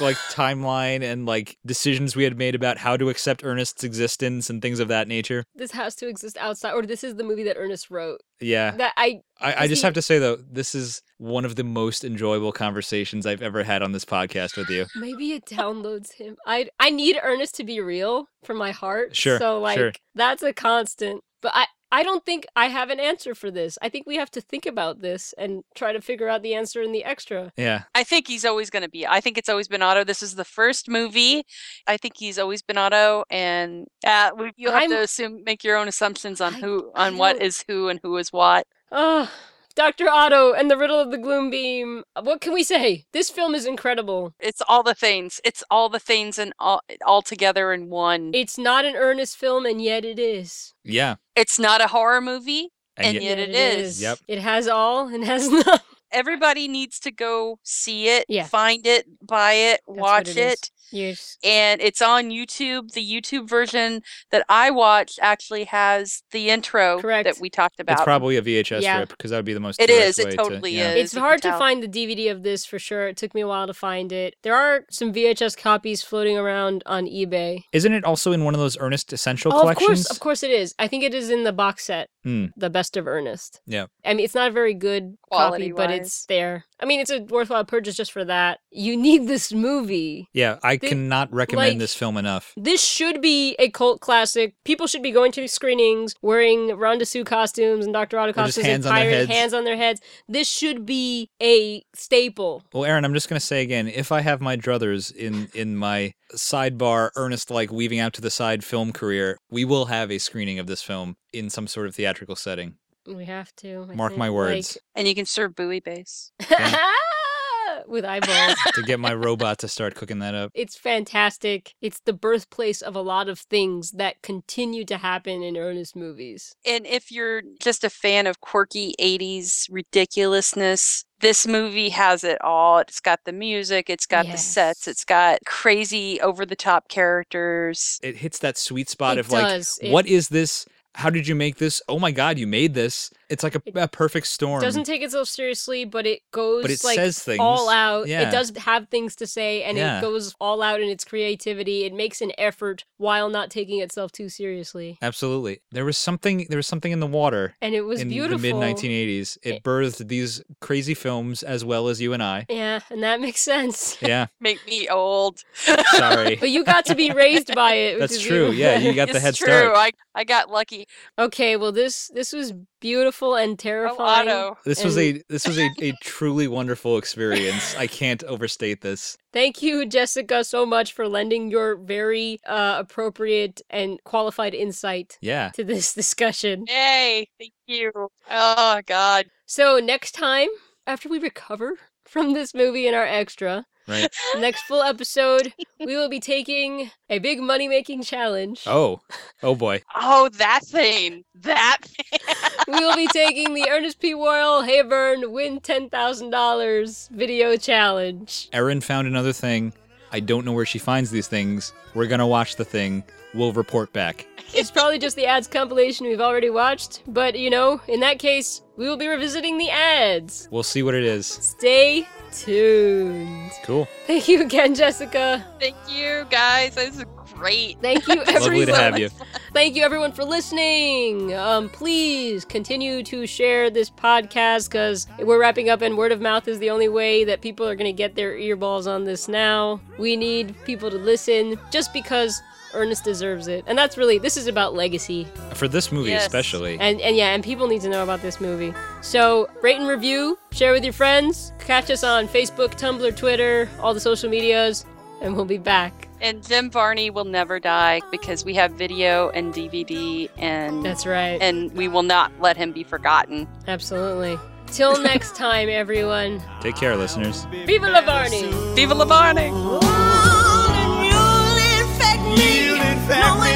B: like timeline and like decisions we had made about how to accept Ernest's existence and things of that nature.
A: this has to exist outside or this is the movie that Ernest wrote.
B: Yeah.
A: That Mm, I
B: I, I
A: is
B: just
A: he-
B: have to say though, this is one of the most enjoyable conversations I've ever had on this podcast with you.
A: maybe it downloads him. I I need Ernest to be real for my heart.
B: Sure,
A: So like
B: sure.
A: that's a constant. But I I don't think I have an answer for this. I think we have to think about this and try to figure out the answer in the extra.
B: Yeah.
C: I think he's always gonna be. I think it's always been Otto. This is the first movie. I think he's always been Otto, and uh, we- you have
A: I'm-
C: to assume, make your own assumptions on
A: I-
C: who,
A: I
C: on what
A: don't-
C: is who, and who is what.
A: Ugh. Dr. Otto and the Riddle of the Gloom Beam. What can we say? This film is incredible.
C: It's all the things. It's all the things, and all all together in one.
A: It's not an Ernest film, and yet it is.
B: Yeah.
C: It's not a horror movie,
B: And
C: and,
B: yet-
C: yet, it is.
B: Yep.
A: It has all and has none.
C: Everybody needs to go see it,
A: Yeah.
C: find it, buy it,
A: what
C: watch
A: it
C: it.
A: is. Yes.
C: And it's on YouTube. The YouTube version that I watched actually has the intro
A: Correct.
C: that we talked about.
B: It's probably a VHS
A: Yeah.
B: rip because that would be the most.
C: It
B: direct
C: is, it
B: way to-
C: totally
B: yeah.
C: is.
A: It's
C: you can
A: hard to
C: tell.
A: find the DVD of this for sure. It took me a while to find it. There are some VHS copies floating around on eBay.
B: Isn't it also in one of those Ernest Essential
A: Oh, of
B: collections?
A: course, of course it is. I think it is in the box set,
B: Mm,
A: The Best of Ernest.
B: yeah.
A: I mean, it's not a very good copy, but it's
C: Quality-wise.
A: there. I mean, it's a worthwhile purchase just for that. You need this movie.
B: Yeah, I
A: They-
B: cannot recommend
A: like-
B: this film enough.
A: This should be a cult classic. People should be going to screenings wearing Ronda Sue costumes and Dr. Otto
B: Or just
A: costumes and
B: hands on their
A: pirate
B: heads.
A: hands on their heads. This should be a staple.
B: Well, Aaron, I'm just going to say again, if I have my druthers in in my sidebar earnest like weaving out to the side film career, we will have a screening of this film in some sort of theatrical setting.
A: We have to. I
B: Mark my
A: think,
B: words.
C: And you can serve buoy base.
A: like- with eyeballs.
B: to get my robot to start cooking that up.
A: It's fantastic. It's the birthplace of a lot of things that continue to happen in earnest movies.
C: And if you're just a fan of quirky 80s ridiculousness, this movie has it all. It's got the music, it's got the sets, it's got crazy over the top characters.
B: It hits that sweet spot
C: It
B: of like,
C: does. It-
B: what is this? How did you make this? Oh my God, you made this. It's like a, a perfect storm.
A: It doesn't take itself seriously, but it goes
B: it
A: like
B: says things.
A: all out.
B: Yeah.
A: It does have things to say and
B: Yeah.
A: it goes all out in its creativity. It makes an effort while not taking itself too seriously.
B: Absolutely. There was something there was something in the water.
A: And it was
B: in
A: beautiful.
B: the mid 1980s. It birthed these crazy films as well as you and I.
A: Yeah, and that makes sense.
B: Yeah.
C: Make me old.
B: Sorry.
A: But you got to be raised by it. which
B: That's
A: is
B: true. Yeah, you got the
C: It's
B: head
C: true.
B: start.
C: I, I got lucky. Oh,
A: Okay, well this this was beautiful and terrifying.
B: This was
A: and
B: a this was a, a truly wonderful experience. I can't overstate this.
A: Thank you, Jessica, so much for lending your very uh, appropriate and qualified insight
B: Yeah.
A: to this discussion.
C: Yay! Thank you. Oh God.
A: So next time, after we recover from this movie and our extra,
B: Right.
A: next full episode, we will be taking a big money making challenge.
B: Oh. Oh boy.
C: Oh, that thing. That
A: we will be taking the Ernest P. Royal Hayburn Win Ten Thousand Dollars Video Challenge.
B: Erin found another thing. I don't know where she finds these things. We're gonna watch the thing. We'll report back.
A: It's probably just the ads compilation we've already watched, but you know, in that case, we will be revisiting the ads.
B: We'll see what it is.
A: Stay tuned.
B: Cool.
A: Thank you again, Jessica.
C: Thank you guys. This is great.
A: Thank you, everyone.
B: Lovely to have you.
A: Thank you, everyone, for listening. Um, please continue to share this podcast because we're wrapping up, and word of mouth is the only way that people are going to get their earballs on this now. We need people to listen just because Ernest deserves it. And that's really, this is about legacy.
B: For this movie
A: Yes.
B: especially.
A: And, and yeah, and people need to know about this movie. So rate and review, share with your friends, catch us on Facebook, Tumblr, Twitter, all the social medias, and we'll be back.
C: And Jim Varney will never die because we have video and DVD and
A: That's right.
C: And we will not let him be forgotten.
A: Absolutely. Till next time, everyone.
B: Take care, listeners.
A: Viva la Varney!
C: Viva la Varney!
U: You'll infect me. No,